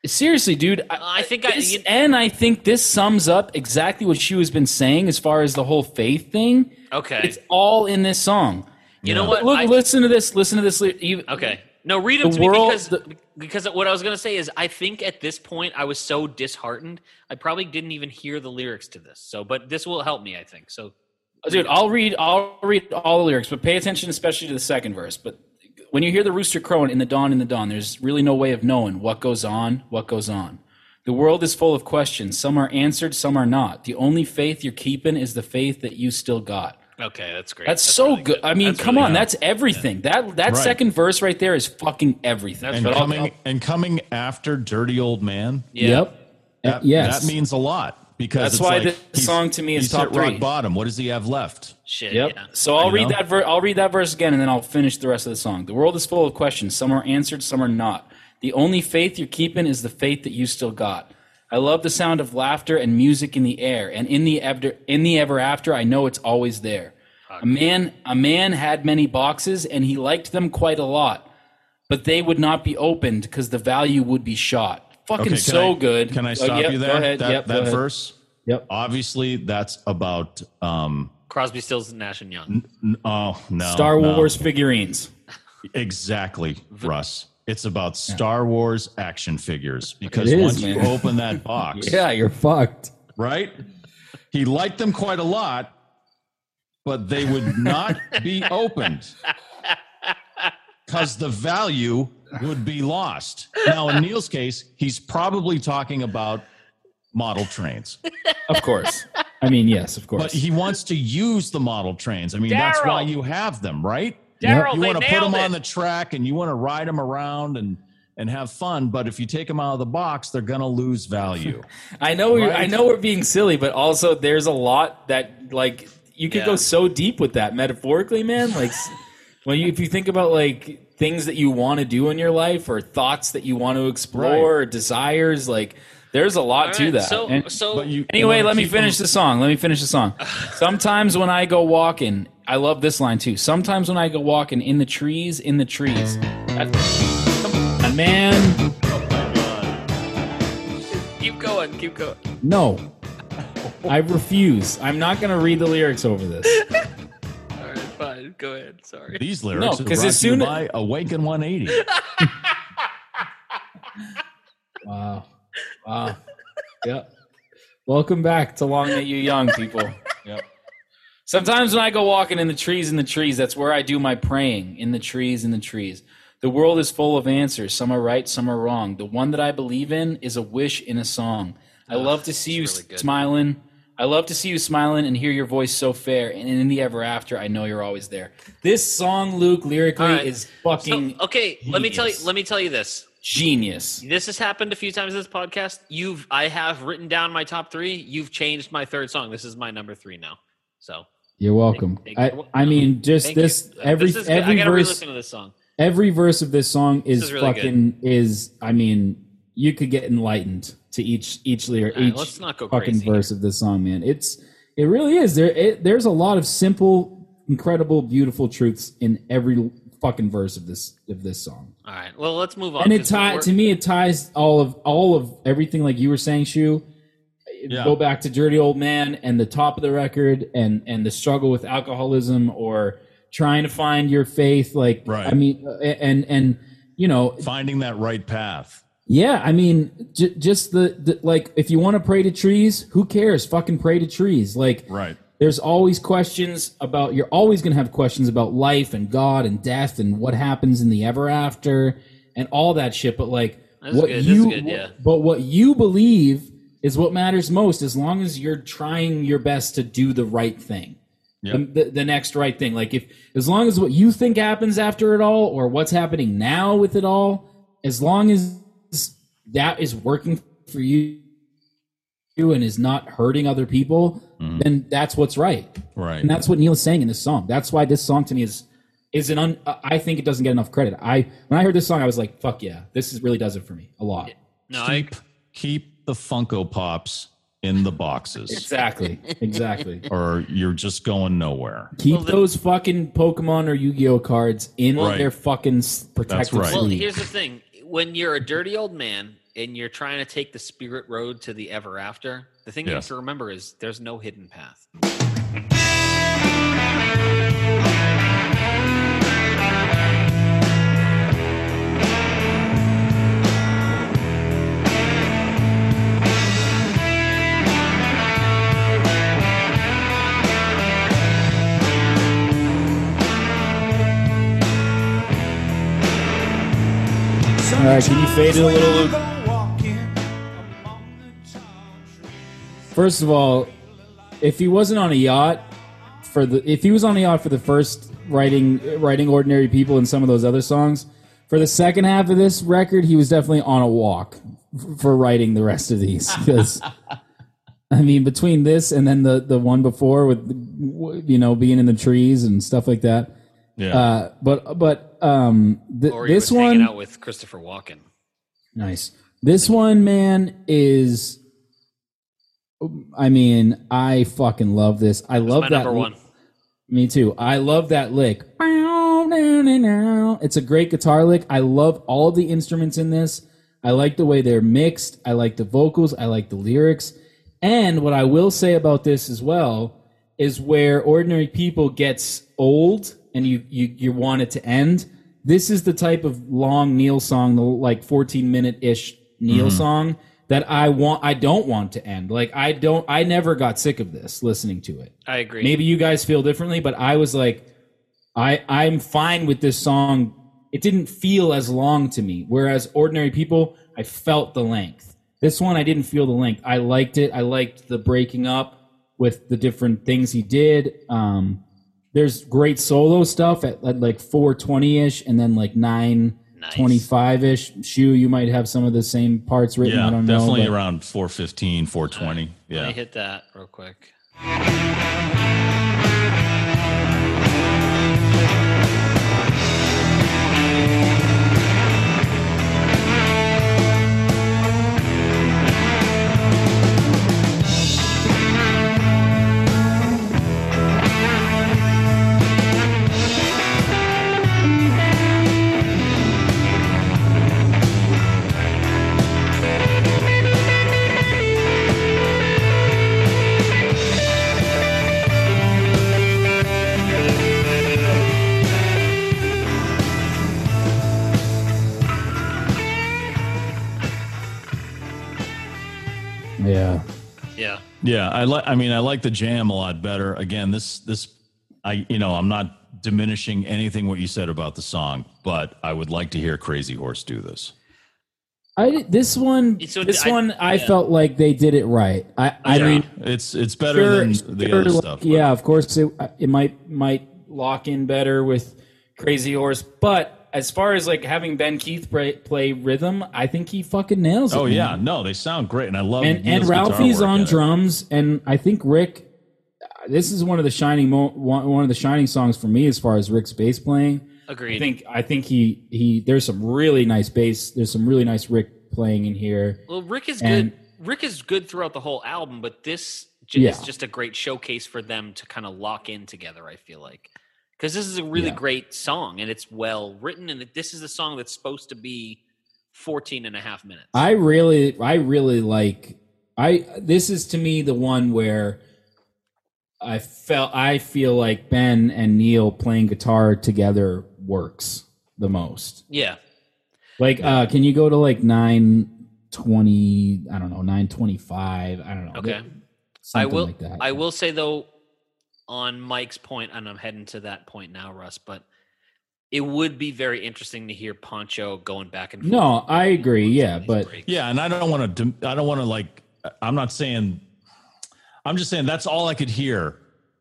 seriously, dude, I,
I think I-
this-
you-
and I think this sums up exactly what she has been saying as far as the whole faith thing.
okay.
It's all in this song.
you know what?
Look,
I-
listen to this. Listen to this. li- Even,
Okay. No, read them
The
to me
world-
because,
the-
because what I was going to say is I think at this point I was so disheartened. I probably didn't even hear the lyrics to this. So, but this will help me, I think. So,
dude. I'll read. I'll read all the lyrics, but pay attention, especially to the second verse. But when you hear the rooster crowing in the dawn, in the dawn, there's really no way of knowing what goes on. What goes on. The world is full of questions. Some are answered, some are not. The only faith you're keeping is the faith that you still got.
okay, that's great.
That's, so
really
good. I mean,
That's
come
really
on,
good.
that's everything. That that
Right.
second verse right there is fucking everything.
And coming and coming after dirty old man.
Yeah.
That,
yes.
that means a lot because
That's
it's
why
like
this
he's-
song to me is
he's
top
hit rock
three.
bottom. What does he have left?
Shit.
Yep.
Yeah.
So I'll
You
read
know?
that verse. I'll read that verse again, and then I'll finish the rest of the song. The world is full of questions. Some are answered, some are not. The only faith you're keeping is the faith that you still got. I love the sound of laughter and music in the air, and in the ever in the ever after, I know it's always there. A man, a man had many boxes, and he liked them quite a lot, but they would not be opened because the value would be shot. Fucking
can
so
I,
good.
Can I
Oh,
stop
yep,
you
go
there?
ahead,
that
yep, go
that
ahead.
verse.
Yep.
Obviously, that's about. um
Crosby, Stills, Nash and Young.
n- Oh no,
Star
no.
Wars figurines.
Exactly, Russ. It's about Star Wars action figures because
It is,
once you
man.
open that box,
Yeah, you're fucked.
right? He liked them quite a lot, but they would not be opened because the value would be lost. Now, in Neil's case, he's probably talking about model trains,
Of course. I mean, yes, of course.
but he wants to use the model trains. I mean, that's why
Daryl.
you have them, right?
Daryl,
you
they
want to put
nailed
them
it.
on the track and you want to ride them around and and have fun but if you take them out of the box they're going to lose value
I know we I
Right?
know we're being silly, but also there's a lot that like you could
Yeah.
go so deep with that metaphorically, man. Like s- when you if you think about like things that you want to do in your life or thoughts that you want to explore or desires, like there's a lot to
Alright,
that.
So,
And-
so
but you
Anyway,
you wanna
let me
keep 'em-
finish the song. Let me finish the song. Sometimes when I go walking, I love this line too. Sometimes when I go walking in the trees, in the trees. That's- come on, man.
keep going, keep going.
No. I refuse. I'm not going to read the lyrics over this.
All right, fine. Go ahead. Sorry.
these lyrics
No,
are brought
'cause as
to you
soon-
by awaken 180
Wow. Wow. Yep. Welcome back to Long May You Young, people. Yep. Sometimes when I go walking in the trees, in the trees, that's where I do my praying. In the trees, in the trees. The world is full of answers. Some are right, some are wrong. The one that I believe in is a wish in a song. I love to see you
really good.
smiling.
I love to see you smiling and hear your voice so fair. And in the ever after, I know you're always there. This song, Luke, lyrically
All right.
is
So,
fucking
okay, let me tell you.
genius.
Let me tell you this.
genius.
This has happened a few times in this podcast. You've I have written down my top three. You've changed my third song. This is my number three now. So
You're welcome.
Thank-
I,
thank you.
I mean, just
thank
this
you. Uh,
every
is good.
every
I gotta
verse
re-listen to this song.
every verse of this song is,
is really good.
fucking is. I mean, you could get enlightened to each each lyric,
All right,
each
let's not go
fucking
crazy
verse of this song, man. It's it really is. There it, there's a lot of simple, incredible, beautiful truths in every fucking verse of this of this song.
All right. Well, let's move on.
and it
'cause
tie
we're-
to me it ties all of all of everything like you were saying shu
Yeah.
go back to dirty old man and the top of the record and and the struggle with alcoholism or trying to find your faith like
Right.
i mean uh, and and you know
Finding that right path.
yeah i mean j- just the, the like if you want to pray to trees who cares fucking pray to trees like
Right.
there's always questions about you're always going to have questions about life and god and death and what happens in the ever after and all that shit but like
That's
what
good, that's
you
good, yeah.
but what you believe is what matters most as long as you're trying your best to do the right thing
Yep.
the, the, the next right thing like if as long as what you think happens after it all or what's happening now with it all as long as that is working for you you and is not hurting other people then that's what's right
Right.
and that's what Neil is saying in this song. That's why this song to me is is an un, uh, I think it doesn't get enough credit. I when I heard this song, I was like, "Fuck yeah, this is, really does it for me a lot."
No, I,
keep keep the Funko Pops in the boxes,
Exactly, exactly.
or you're just going nowhere.
Keep those fucking Pokemon or Yu-Gi-Oh cards in
Right.
their fucking s- protective
right.
well,
sleeve.
here's the thing. When you're a dirty old man and you're trying to take the spirit road to the ever after, the thing you have
Yes.
to remember is there's no hidden path.
All
right, can you fade it a little, Luke? First of all, if he wasn't on a yacht for the if he was on a yacht for the first writing writing ordinary people and some of those other songs, for the second half of this record, he was definitely on a walk f- for writing the rest of these 'Cause, I mean, between this and then the the one before with you know being in the trees and stuff like that.
Yeah.
Uh, but but um, th-
Or
this
he was
one
hanging out with Christopher Walken.
Nice. This one, man, is. I mean, I fucking love this. I love
My
that.
number one.
Me too. I love that lick. It's a great guitar lick. I love all of the instruments in this. I like the way they're mixed. I like the vocals. I like the lyrics. And what I will say about this as well is where ordinary people gets old and you you, you want it to end. This is the type of long Neil song, the like 14 minute ish Neil song that I want I don't want to end. Like I don't I never got sick of this listening to it
I agree.
maybe you guys feel differently but i was like i i'm fine with this song it didn't feel as long to me whereas ordinary people i felt the length this one i didn't feel the length i liked it i liked the breaking up with the different things he did um there's great solo stuff at, at like 420ish and then like 925ish Shu, you might have some of the same parts written
yeah.
i don't
Definitely
know but-
around 415, 420.
Let
Uh,
Yeah.
me hit that real quick.
yeah
Yeah.
Yeah, I like. I mean, I like the jam a lot better. Again, this this, I you know, I'm not diminishing anything what you said about the song, but I would like to hear Crazy Horse do this.
I did- this one
It's so-
this
I-
one I
yeah.
felt like they did it right. I I
Yeah,
mean
it's it's better than the other
like,
stuff. but-
Yeah, of course it, it might might
lock in better with Crazy Horse. But as far as like having Ben Keith play, play rhythm,
I think he fucking nails it.
Oh
man.
yeah, no, they sound great, and I love
and and
Neil's guitar
Ralphie's
work
on
at it.
drums, and I think Rick. This is one of the shining mo- one one of the shining songs for me as far as Rick's bass playing. I
Agreed.
think I think he he there's some really nice bass. There's some really nice Rick playing in here.
well, Rick is
and-
good. Rick is good throughout the whole album, but this j- is
Yeah.
just a great showcase for them to kind of lock in together. I feel like because this is a really
Yeah.
great song and it's well written, and this is a song that's supposed to be 14 and a half minutes.
I really, I really like. I this is to me the one where I felt I feel like Ben and Neil playing guitar together works the most.
yeah,
Like, uh, can you go to like nine twenty? I don't know, nine twenty five. I don't know.
Okay. I
something
will.
Like that.
I will say though, on Mike's point, and I'm heading to that point now, Russ. But it would be very interesting to hear Poncho going back and forth.
No, I agree. Yeah,
These
but
breaks.
Yeah, and I don't want to. I don't want to like. I'm not saying. I'm just saying that's all I could hear,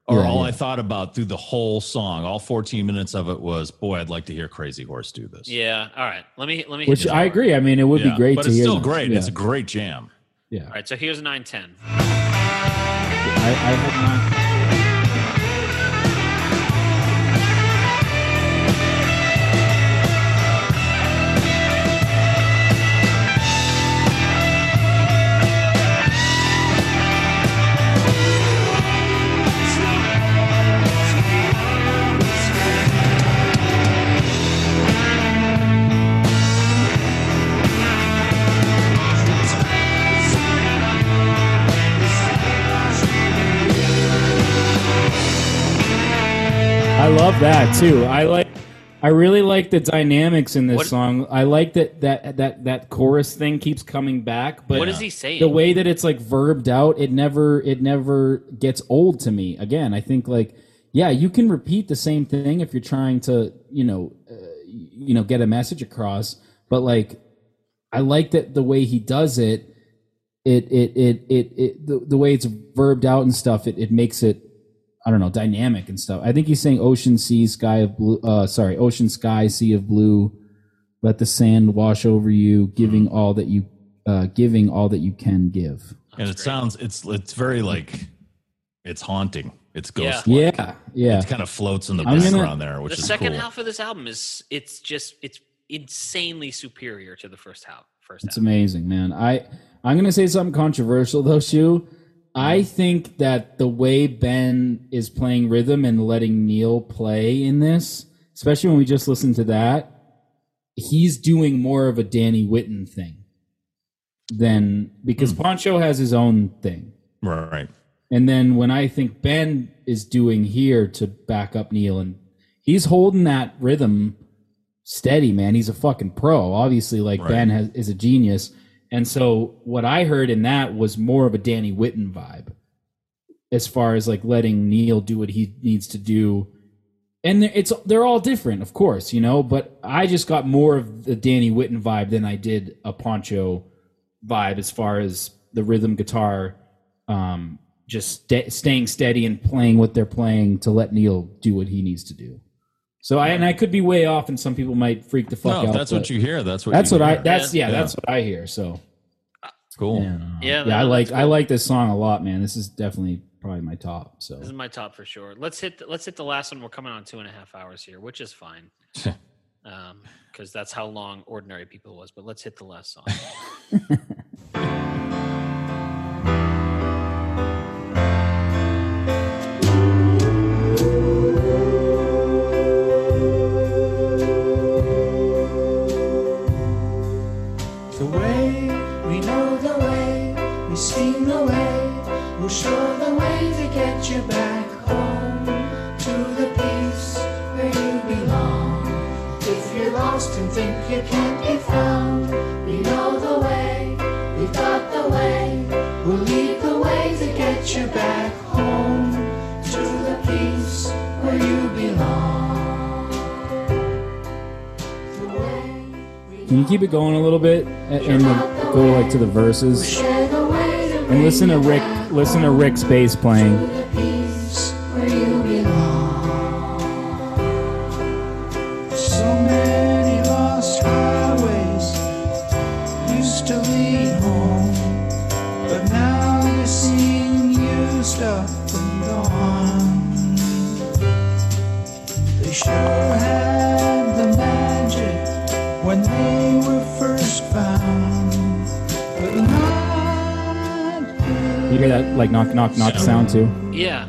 or
Yeah,
all
yeah.
I thought about through the whole song. All 14 minutes of it was, boy, I'd like to hear Crazy Horse do this.
yeah. All right. Let me. Let me. hit
which
this
I
part.
agree. I mean, it would
Yeah,
be great
but
to
it's
hear.
still
them.
great.
Yeah,
It's a great jam.
yeah.
All right. So here's 910.
I, I have not- I love that too. I like. I really like the dynamics in this
What-
song. I like that that that that chorus thing keeps coming back, but
What is he saying?
the way that it's like verbed out it never it never gets old to me again i think like yeah you can repeat the same thing if you're trying to you know uh, you know get a message across but like i like that the way he does it it it it it, it the, the way it's verbed out and stuff it, it makes it i don't know dynamic and stuff i think he's saying ocean sea sky of blue uh sorry ocean sky sea of blue let the sand wash over you giving all that you uh, giving all that you can give.
and it sounds it's it's very like it's haunting. It's ghost.
Yeah, yeah.
It kind of floats in the
I'm gonna-
background there, which
the
is
second
cool.
half of this album is it's just it's insanely superior to the first half. First
It's
half.
amazing, man. I I'm gonna say something controversial though, Shu. I think that the way Ben is playing rhythm and letting Neil play in this, especially when we just listened to that, he's doing more of a Danny Whitten thing than because Poncho has his own thing.
Right.
And then when I think Ben is doing here to back up Neil, and he's holding that rhythm steady, man. He's a fucking pro. Obviously, like
Right.
Ben has, is a genius. And so what I heard in that was more of a Danny Whitten vibe, as far as like letting Neil do what he needs to do. And they're, it's they're all different, of course, you know. But I just got more of the Danny Whitten vibe than I did a Poncho vibe as far as the rhythm guitar um, just sta staying steady and playing what they're playing to let Neil do what he needs to do. So I and I could be way off, and some people might freak the fuck
no,
out.
if that's what
but
you hear. That's what.
That's
you
what I.
hear.
That's yeah,
Yeah.
That's what I hear. So
cool.
yeah.
Yeah,
I
no,
like
that's
I like this song a lot, man. This is definitely probably my top. So
This is my top for sure. Let's hit. th- Let's hit the last one. We're coming on two and a half hours here, which is fine, because that's how long ordinary people was. But let's hit the last song.
The way we know the way, we've seen the way, we'll show the way to get you back home to the peace where you belong. If you're lost and think you can't be found, we know the way, we've got the way, we'll lead the way to get you back home to the peace where you belong. The way we
can you you keep it going a little bit and, and then go like to the verses and listen to Rick listen to Rick's bass playing.
So many lost highways used to lead home, but now you're seen used up and gone. They sure had the magic when they were first found, but not
You hear that like knock knock knock sound too?
Yeah.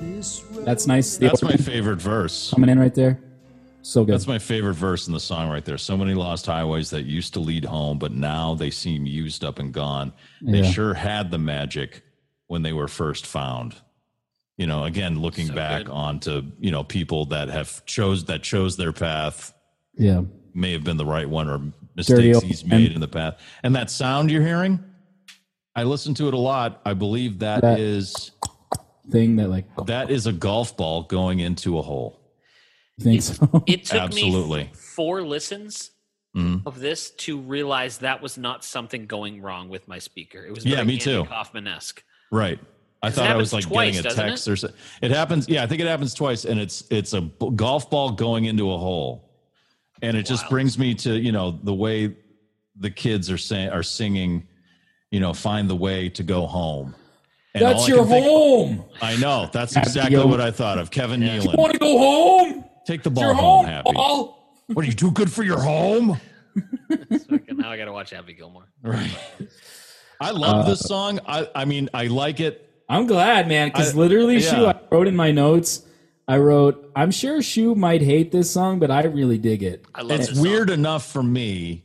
this road.
That's nice. The
That's my
organ
favorite verse.
coming in right there. So good.
That's my favorite verse in the song right there. So many lost highways that used to lead home, but now they seem used up and gone. They
Yeah.
sure had the magic when they were first found. You know, again, looking back onto, you know, people that have chose that chose their path
yeah.
may have been the right one or
Dirty
mistakes
old
he's
man.
made in the past. And that sound you're hearing, I listen to it a lot. I believe
That-
that is
Thing that like
that is a golf ball going into a hole.
think so.
It took me
Absolutely. Mm-hmm.
f- four listens of this to realize that was not something going wrong with my speaker. It was
Yeah,
very
me
Andy
too.
Kaufman esque.
Right. I
it
thought I was
happens
like
twice,
getting a
doesn't it?
text or so. It happens. Yeah, I think it happens twice, and it's it's a b- golf ball going into a hole, and it just brings me to you know the way the kids are saying are singing, you know, find the way to go home. And all I
That's your
can think-
home.
I know. That's
Happy
exactly
go-
what I thought of. Kevin
You want
Nealon,
to go home?
take the
Your
ball home,
home,
Happy.
Paul?
What are you too good for your home?
now I got to watch Happy Gilmore.
Right. I
Uh,
love this song. I I mean I like it.
I'm glad, man, because
I-
literally,
yeah.
Shu, I wrote in my notes, I wrote, I'm sure Shu might hate this song, but I really dig it.
I love
It's
this song.
weird enough for me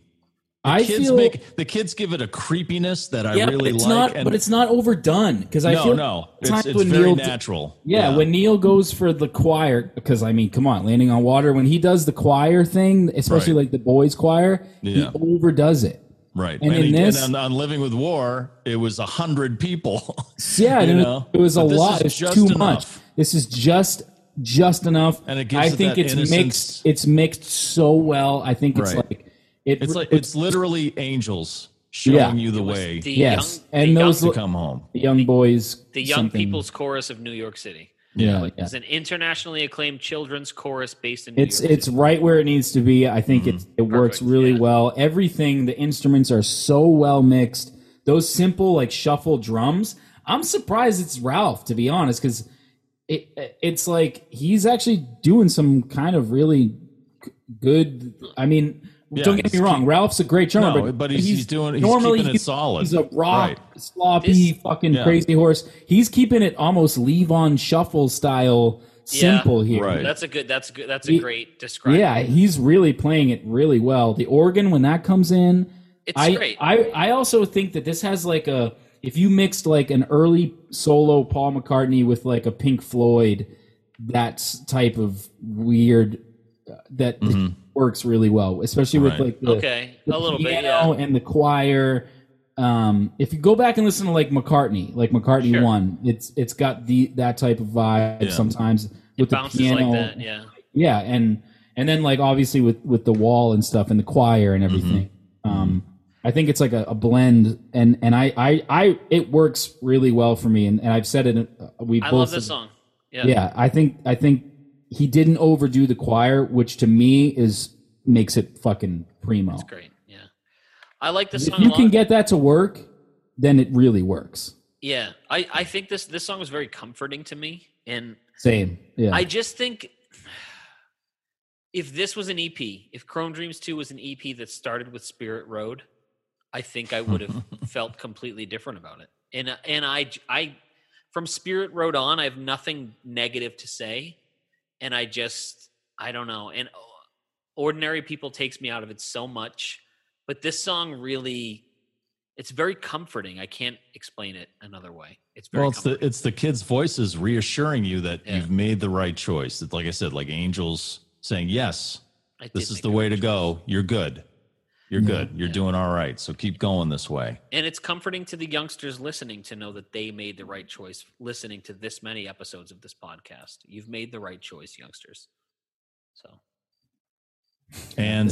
I
kids
feel
make the kids give it a creepiness that I
yeah, but
really
it's
like.
not,
and
but it's not overdone because I
no,
feel
no, it's,
times
it's
when
very
Neil-
natural.
Yeah, when Neil goes for the choir, because I mean, come on, landing on water. When he does the choir thing, especially
Right.
like the boys' choir,
Yeah.
he overdoes it.
right.
and
And,
in
he-
this-
and on, on Living with War, it was a hundred people.
Yeah,
You
and it was-
know?
it was a
But this
lot.
is
It's
just
too much.
enough.
This is just just enough.
And it gives
I
it
think
that
it's
innocence.
mixed. It's mixed so well. I think it's
Right.
like it,
it's like it's literally angels showing
Yeah.
you the way
The
Yes,
young,
and
the
those
young,
to come home.
young boys,
the young
something.
people's chorus of New York City.
Yeah, yeah.
It's an internationally acclaimed children's chorus based in New
It's
York.
it's right where it needs to be. I
Mm-hmm.
think it's it works really well. Everything the instruments are so well mixed. Those simple like shuffle drums. I'm surprised it's Ralph to be honest cuz it it's like he's actually doing some kind of really g- good I mean
Yeah,
don't get me
he's
wrong, Ralph's a great drummer,
No,
but,
but he's- he's doing- he's keeping it solid.
He's a raw,
Right.
sloppy,
This-
fucking
yeah.
crazy horse. He's keeping it almost Levon Shuffle style,
Yeah.
simple here.
Right.
That's a good. That's good. That's a
Ye-
great description.
Yeah, Uh, he's really playing it really well. The organ when that comes in,
it's
I,
great.
I I also think that this has like a if you mixed like an early solo Paul McCartney with like a Pink Floyd, that's type of weird uh, that
Mm-hmm.
works really well, especially
Mm. Right.
with like the,
okay,
the
a little bit.
piano
Yeah.
and the choir. Um, if you go back and listen to like McCartney, like McCartney
Sure.
one, it's it's got the that type of vibe
Yeah.
sometimes with the
Bounces
piano
like that. Yeah.
yeah and and then like obviously with with the wall and stuff and the choir and everything um i think it's like a, a blend and and I, I i it works really well for me and, and i've said it uh, we
I
both
love this song. Yeah.
yeah i think i think he didn't overdo the choir which to me is makes it fucking primo
It's great. Yeah. I like this
if
song. a
you
lot.
can get that to work then it really works
yeah. I I think this this song was very comforting to me, and
same yeah
I just think if this was an EP, if Chrome Dreams 2 was an EP that started with Spirit Road, I think I would have felt completely different about it. And and I j- I from Spirit Road on, I have nothing negative to say, and I just I don't know. And Ordinary People takes me out of it so much, but this song really it's very comforting. I can't explain it another way. It's very
Well, it's
comforting.
the it's the kids' voices reassuring you that
Yeah.
you've made the right choice. It's like I said, like angels saying, "Yes,
I did
this is
make
the
a
way
good
to
choice.
go. You're good. You're good. You're doing all right. So keep going this way."
And it's comforting to the youngsters listening to know that they made the right choice listening to this many episodes of this podcast. You've made the right choice, youngsters. So
And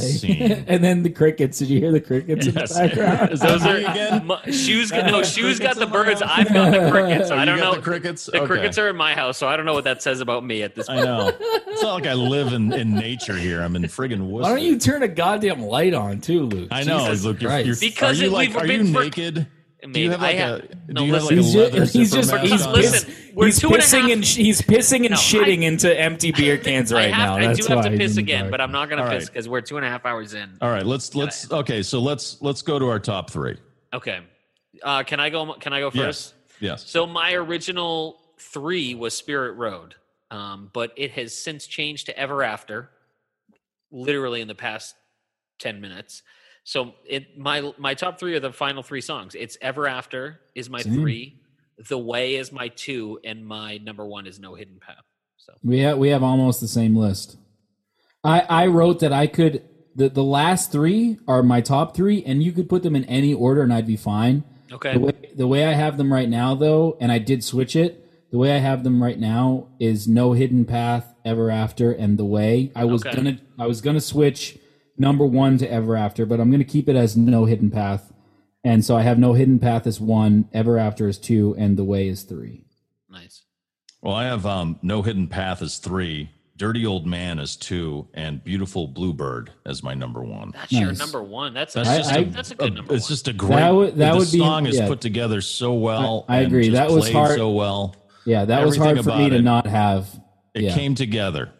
scene.
and then the crickets. Did you hear the crickets
Yes.
in the background?
Those are my, shoes. Got, no, shoes got the birds. I've got the crickets. I
Oh, You
don't
got
know.
the crickets.
The crickets are in my house, so I don't know what that says about me at this point.
I know. It's not like I live in, in nature here. I'm in friggin' Worcester.
Why don't you turn a goddamn light on too, Luke?
I know.
Jesus
Look, you're,
Christ.
you're,
Because
are you
it-
like,
we've
are you
been for-
naked? do you have
I
like
ha-
a?
no,
do you have
listen.
like a
He's
leather
just, he's
zipper
just
mask
he's,
on?
Listen,
piss-
we're
he's
two and a
pissing
half-
and sh- he's pissing and
No, I-
shitting into empty beer cans right
I, have,
now.
I
That's
do have
why
to
he's
piss
in the
again,
dark.
but I'm not gonna
All
piss
right.
because we're two and a half hours in.
All right, let's let's okay. So let's let's go to our top three.
Okay, uh, can I go? Can I go first?
Yes, yes.
So my original three was Spirit Road, um, but it has since changed to Ever After, literally in the past ten minutes. So it my my top three are the final three songs. It's Ever After is my
Same.
three, The Way is my two, and my number one is No Hidden Path. So
We have we have almost the same list. I I wrote that I could the the last three are my top three, and you could put them in any order, and I'd be fine.
okay,
The way the way I have them right now, though, and I did switch it. The way I have them right now is no hidden path, ever after, and the way I was
Okay.
gonna I was gonna switch number one to ever after, but I'm gonna keep it as no hidden path, and so I have no hidden path as one, ever after is two, and the way is three.
nice.
Well, I have um, no hidden path is three, dirty old man is two, and beautiful bluebird as my number one.
That's your
Nice.
number one. That's a,
That's
I-
just
I-
a-
that's a good number
It's
one.
just a great.
That would- that
the
would be-
song is
yeah.
put together so well.
I- I
and
agree.
just
That was
played
hard.
So well,
Yeah, that was
Everything
hard for me
about
to
it.
not have.
it
yeah.
came together.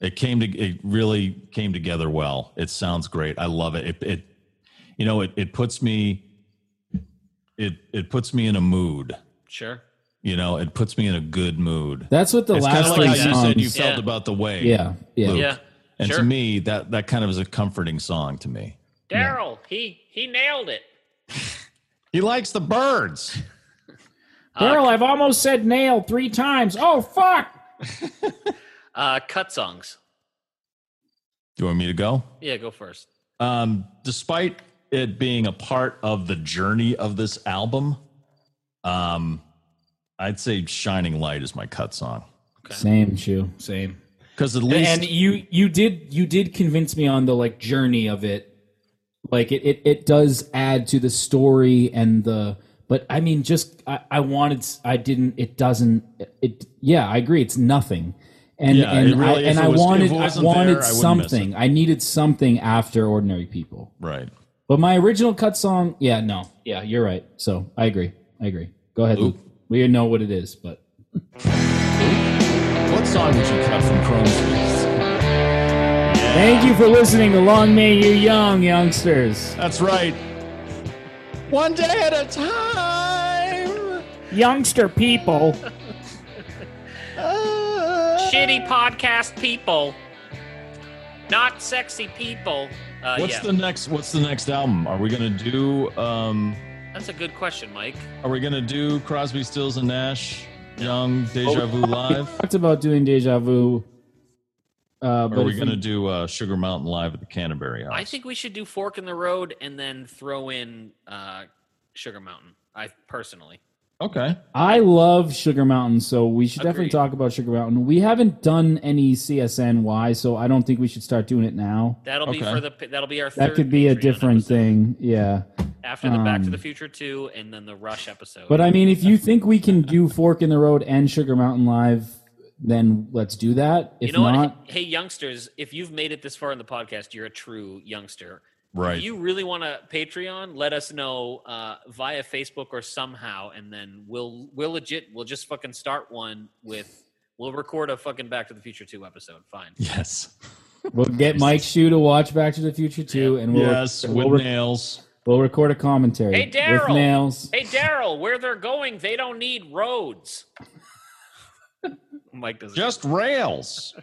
It came to. It really came together well. It sounds great. I love it. It. it you know, it, it puts me. It it puts me in a mood.
sure.
You know, it puts me in a good mood.
That's what the
it's kind
last
of
three
like how you
songs.
said you felt
Yeah.
about the way.
yeah, yeah.
Luke.
Yeah,
And
sure.
to me, that that kind of is a comforting song to me.
Daryl, he he nailed it.
He likes the birds.
Daryl, I've almost said nail three times. Oh fuck!
Uh, cut songs.
Do you want me to go?
Yeah, go first.
Um, despite it being a part of the journey of this album, um, I'd say "Shining Light" is my cut song
Same shoe.
Same.
because at least
and you you did you did convince me on the like journey of it like it it, it does add to the story and the but i mean just I, I wanted s- i didn't it doesn't it yeah i agree it's nothing and
Yeah,
and
it really-
i and
if it
i
was- if it
wanted i
wasn't
wanted
there, I wouldn't miss
something i needed something after ordinary people
right.
but my original cut song yeah no yeah you're right so i agree i agree go ahead Luke. we know what it is but
What song would you cut from Chrome's list?
thank you for listening to long may you young youngsters
That's right. One day at a time.
youngster people
Shitty podcast people, not sexy people. Uh,
What's
yeah,
the next? What's the next album? Are we gonna do? Um,
that's a good question, Mike.
Are we gonna do Crosby, Stills, and Nash, Young, Deja
Oh.
Vu live?
talked about doing deja vu. Uh,
Or
but
are we
if
gonna do uh, Sugar Mountain live at the Canterbury House?
I think we should do Fork in the Road and then throw in uh, Sugar Mountain. I personally,
Okay.
I love Sugar Mountain, so we should definitely
Agreed.
talk about Sugar Mountain. We haven't done any CSNY, so I don't think we should start doing it now.
that'll be
Okay.
for the that'll be our.
That
third
could be a
Patreon
different
episode.
thing, yeah.
after the Back to
Um,
the Future two, and then the Rush episode.
But I mean, if you think we can do Fork in the Road and Sugar Mountain live, then let's do that. If
you know
not,
what? Hey, youngsters, if you've made it this far in the podcast, you're a true youngster.
Right.
If you really want to Patreon, let us know uh, via Facebook or somehow, and then we'll we'll legit we'll just fucking start one with we'll record a fucking Back to the Future two episode. Fine.
yes.
we'll get Mike Shue to watch Back to the Future too, and we'll
yes. With
we'll, re-
nails.
we'll record a commentary
Hey, Daryl.
with nails.
Hey Daryl, where they're going, they don't need roads. Mike doesn't.
Just rails.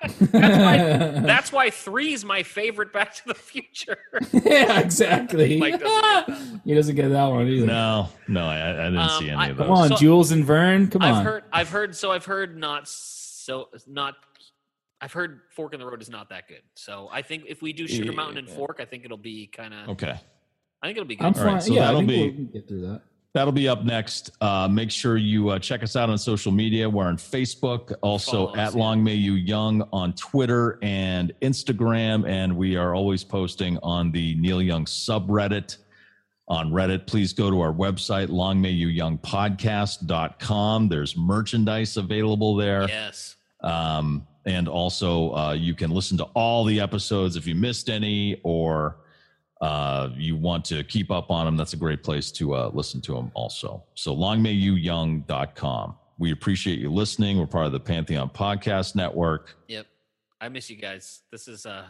That's why three's my favorite Back to the Future.
yeah, exactly.
Mike doesn't get that.
He doesn't get that one either.
No. No. I, I didn't
Um,
see
I-
any of those.
Come on,
So-
Jules and Vern. Come
I've
on.
heard. I've heard. So I've heard. Not so. Not. I've heard Fork in the Road is not that good. So I think if we do Sugar Mountain and Fork, I think it'll be kind of.
Okay.
I think it'll be good.
I'm
All
fine.
right, so
yeah, I
that'll
think
be-
we'll- we can get through that.
That'll be up next. Uh, make sure you uh, check us out on social media. We're on Facebook, also
Follow us,
at
yeah.
Long May You Young on Twitter and Instagram. And we are always posting on the Neil Young subreddit on Reddit. Please go to our website, longmayyouyoungpodcast.com. There's merchandise available there.
Yes.
Um, and also, uh, you can listen to all the episodes if you missed any or uh, you want to keep up on them. That's a great place to uh, listen to them also. So longmayyouyoung.com. We appreciate you listening. We're part of the Pantheon Podcast Network.
Yep. I miss you guys. This is uh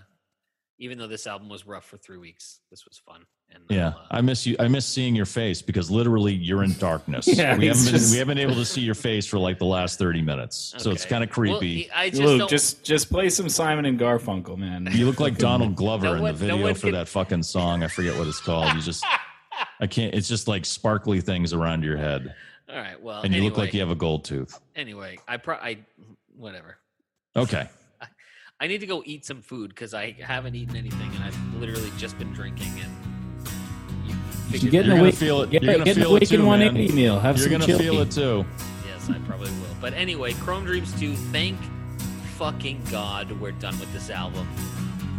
even though this album was rough for three weeks, this was fun. And I'll,
Yeah,
uh,
I miss you. I miss seeing your face because literally you're in darkness.
Yeah,
we haven't
it's
been,
just-
we haven't been able to see your face for like the last thirty minutes, so it's
okay.
kind of creepy.
Well, I just
Luke,
don't,
just just play some Simon and Garfunkel, man.
You look like Donald Glover
No
in
one-
the
no
video
one
for
can-
that fucking song. I forget what it's called. You just, I can't. It's just like sparkly things around your head,
all right. Well,
and you
anyway,
look like you have a gold tooth.
anyway, I pro I whatever.
Okay,
I need to go eat some food because I haven't eaten anything and I've literally just been drinking and you figured
get
that
you're
out.
in the
gonna
wake-
feel it.
yeah,
you're gonna
get in the
feel it
Waking
too,
180
man.
meal. Have
You're
some
gonna
chili.
feel it too.
Yes, I probably will. But anyway, Chrome Dreams 2, thank fucking God we're done with this album,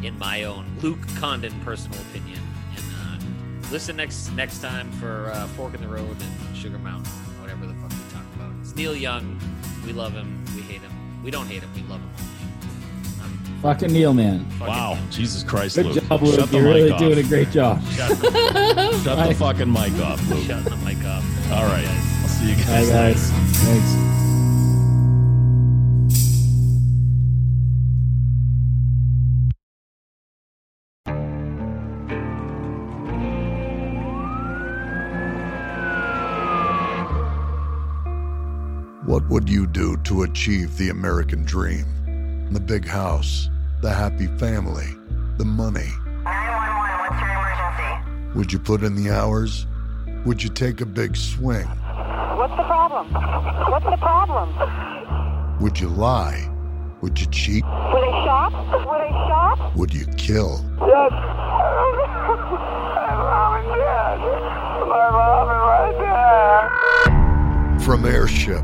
in my own Luke Condon personal opinion. And uh, listen next next time for uh, Fork in the Road and Sugar Mountain, whatever the fuck we talk about. It's Neil Young. We love him. We hate him. We don't hate him. We love him. Um,
Fucking Neil, man.
fucking-
Wow, Jesus Christ,
Good
Luke.
job, Luke.
Shut the
You're really
mic
doing a
off.
great job.
Shut the fucking mic off, Luke.
Shut the mic up.
All right, I'll see you
Bye,
guys.
guys. Thanks.
What would you do to achieve the American dream? The big house, the happy family, the money.
911, what's your emergency?
Would you put in the hours? Would you take a big swing?
What's the problem? What's the problem?
Would you lie? Would you cheat?
Were they shot? Were they shot?
Would you kill?
Yes. My mom and dad. My mom and my dad.
From Airship,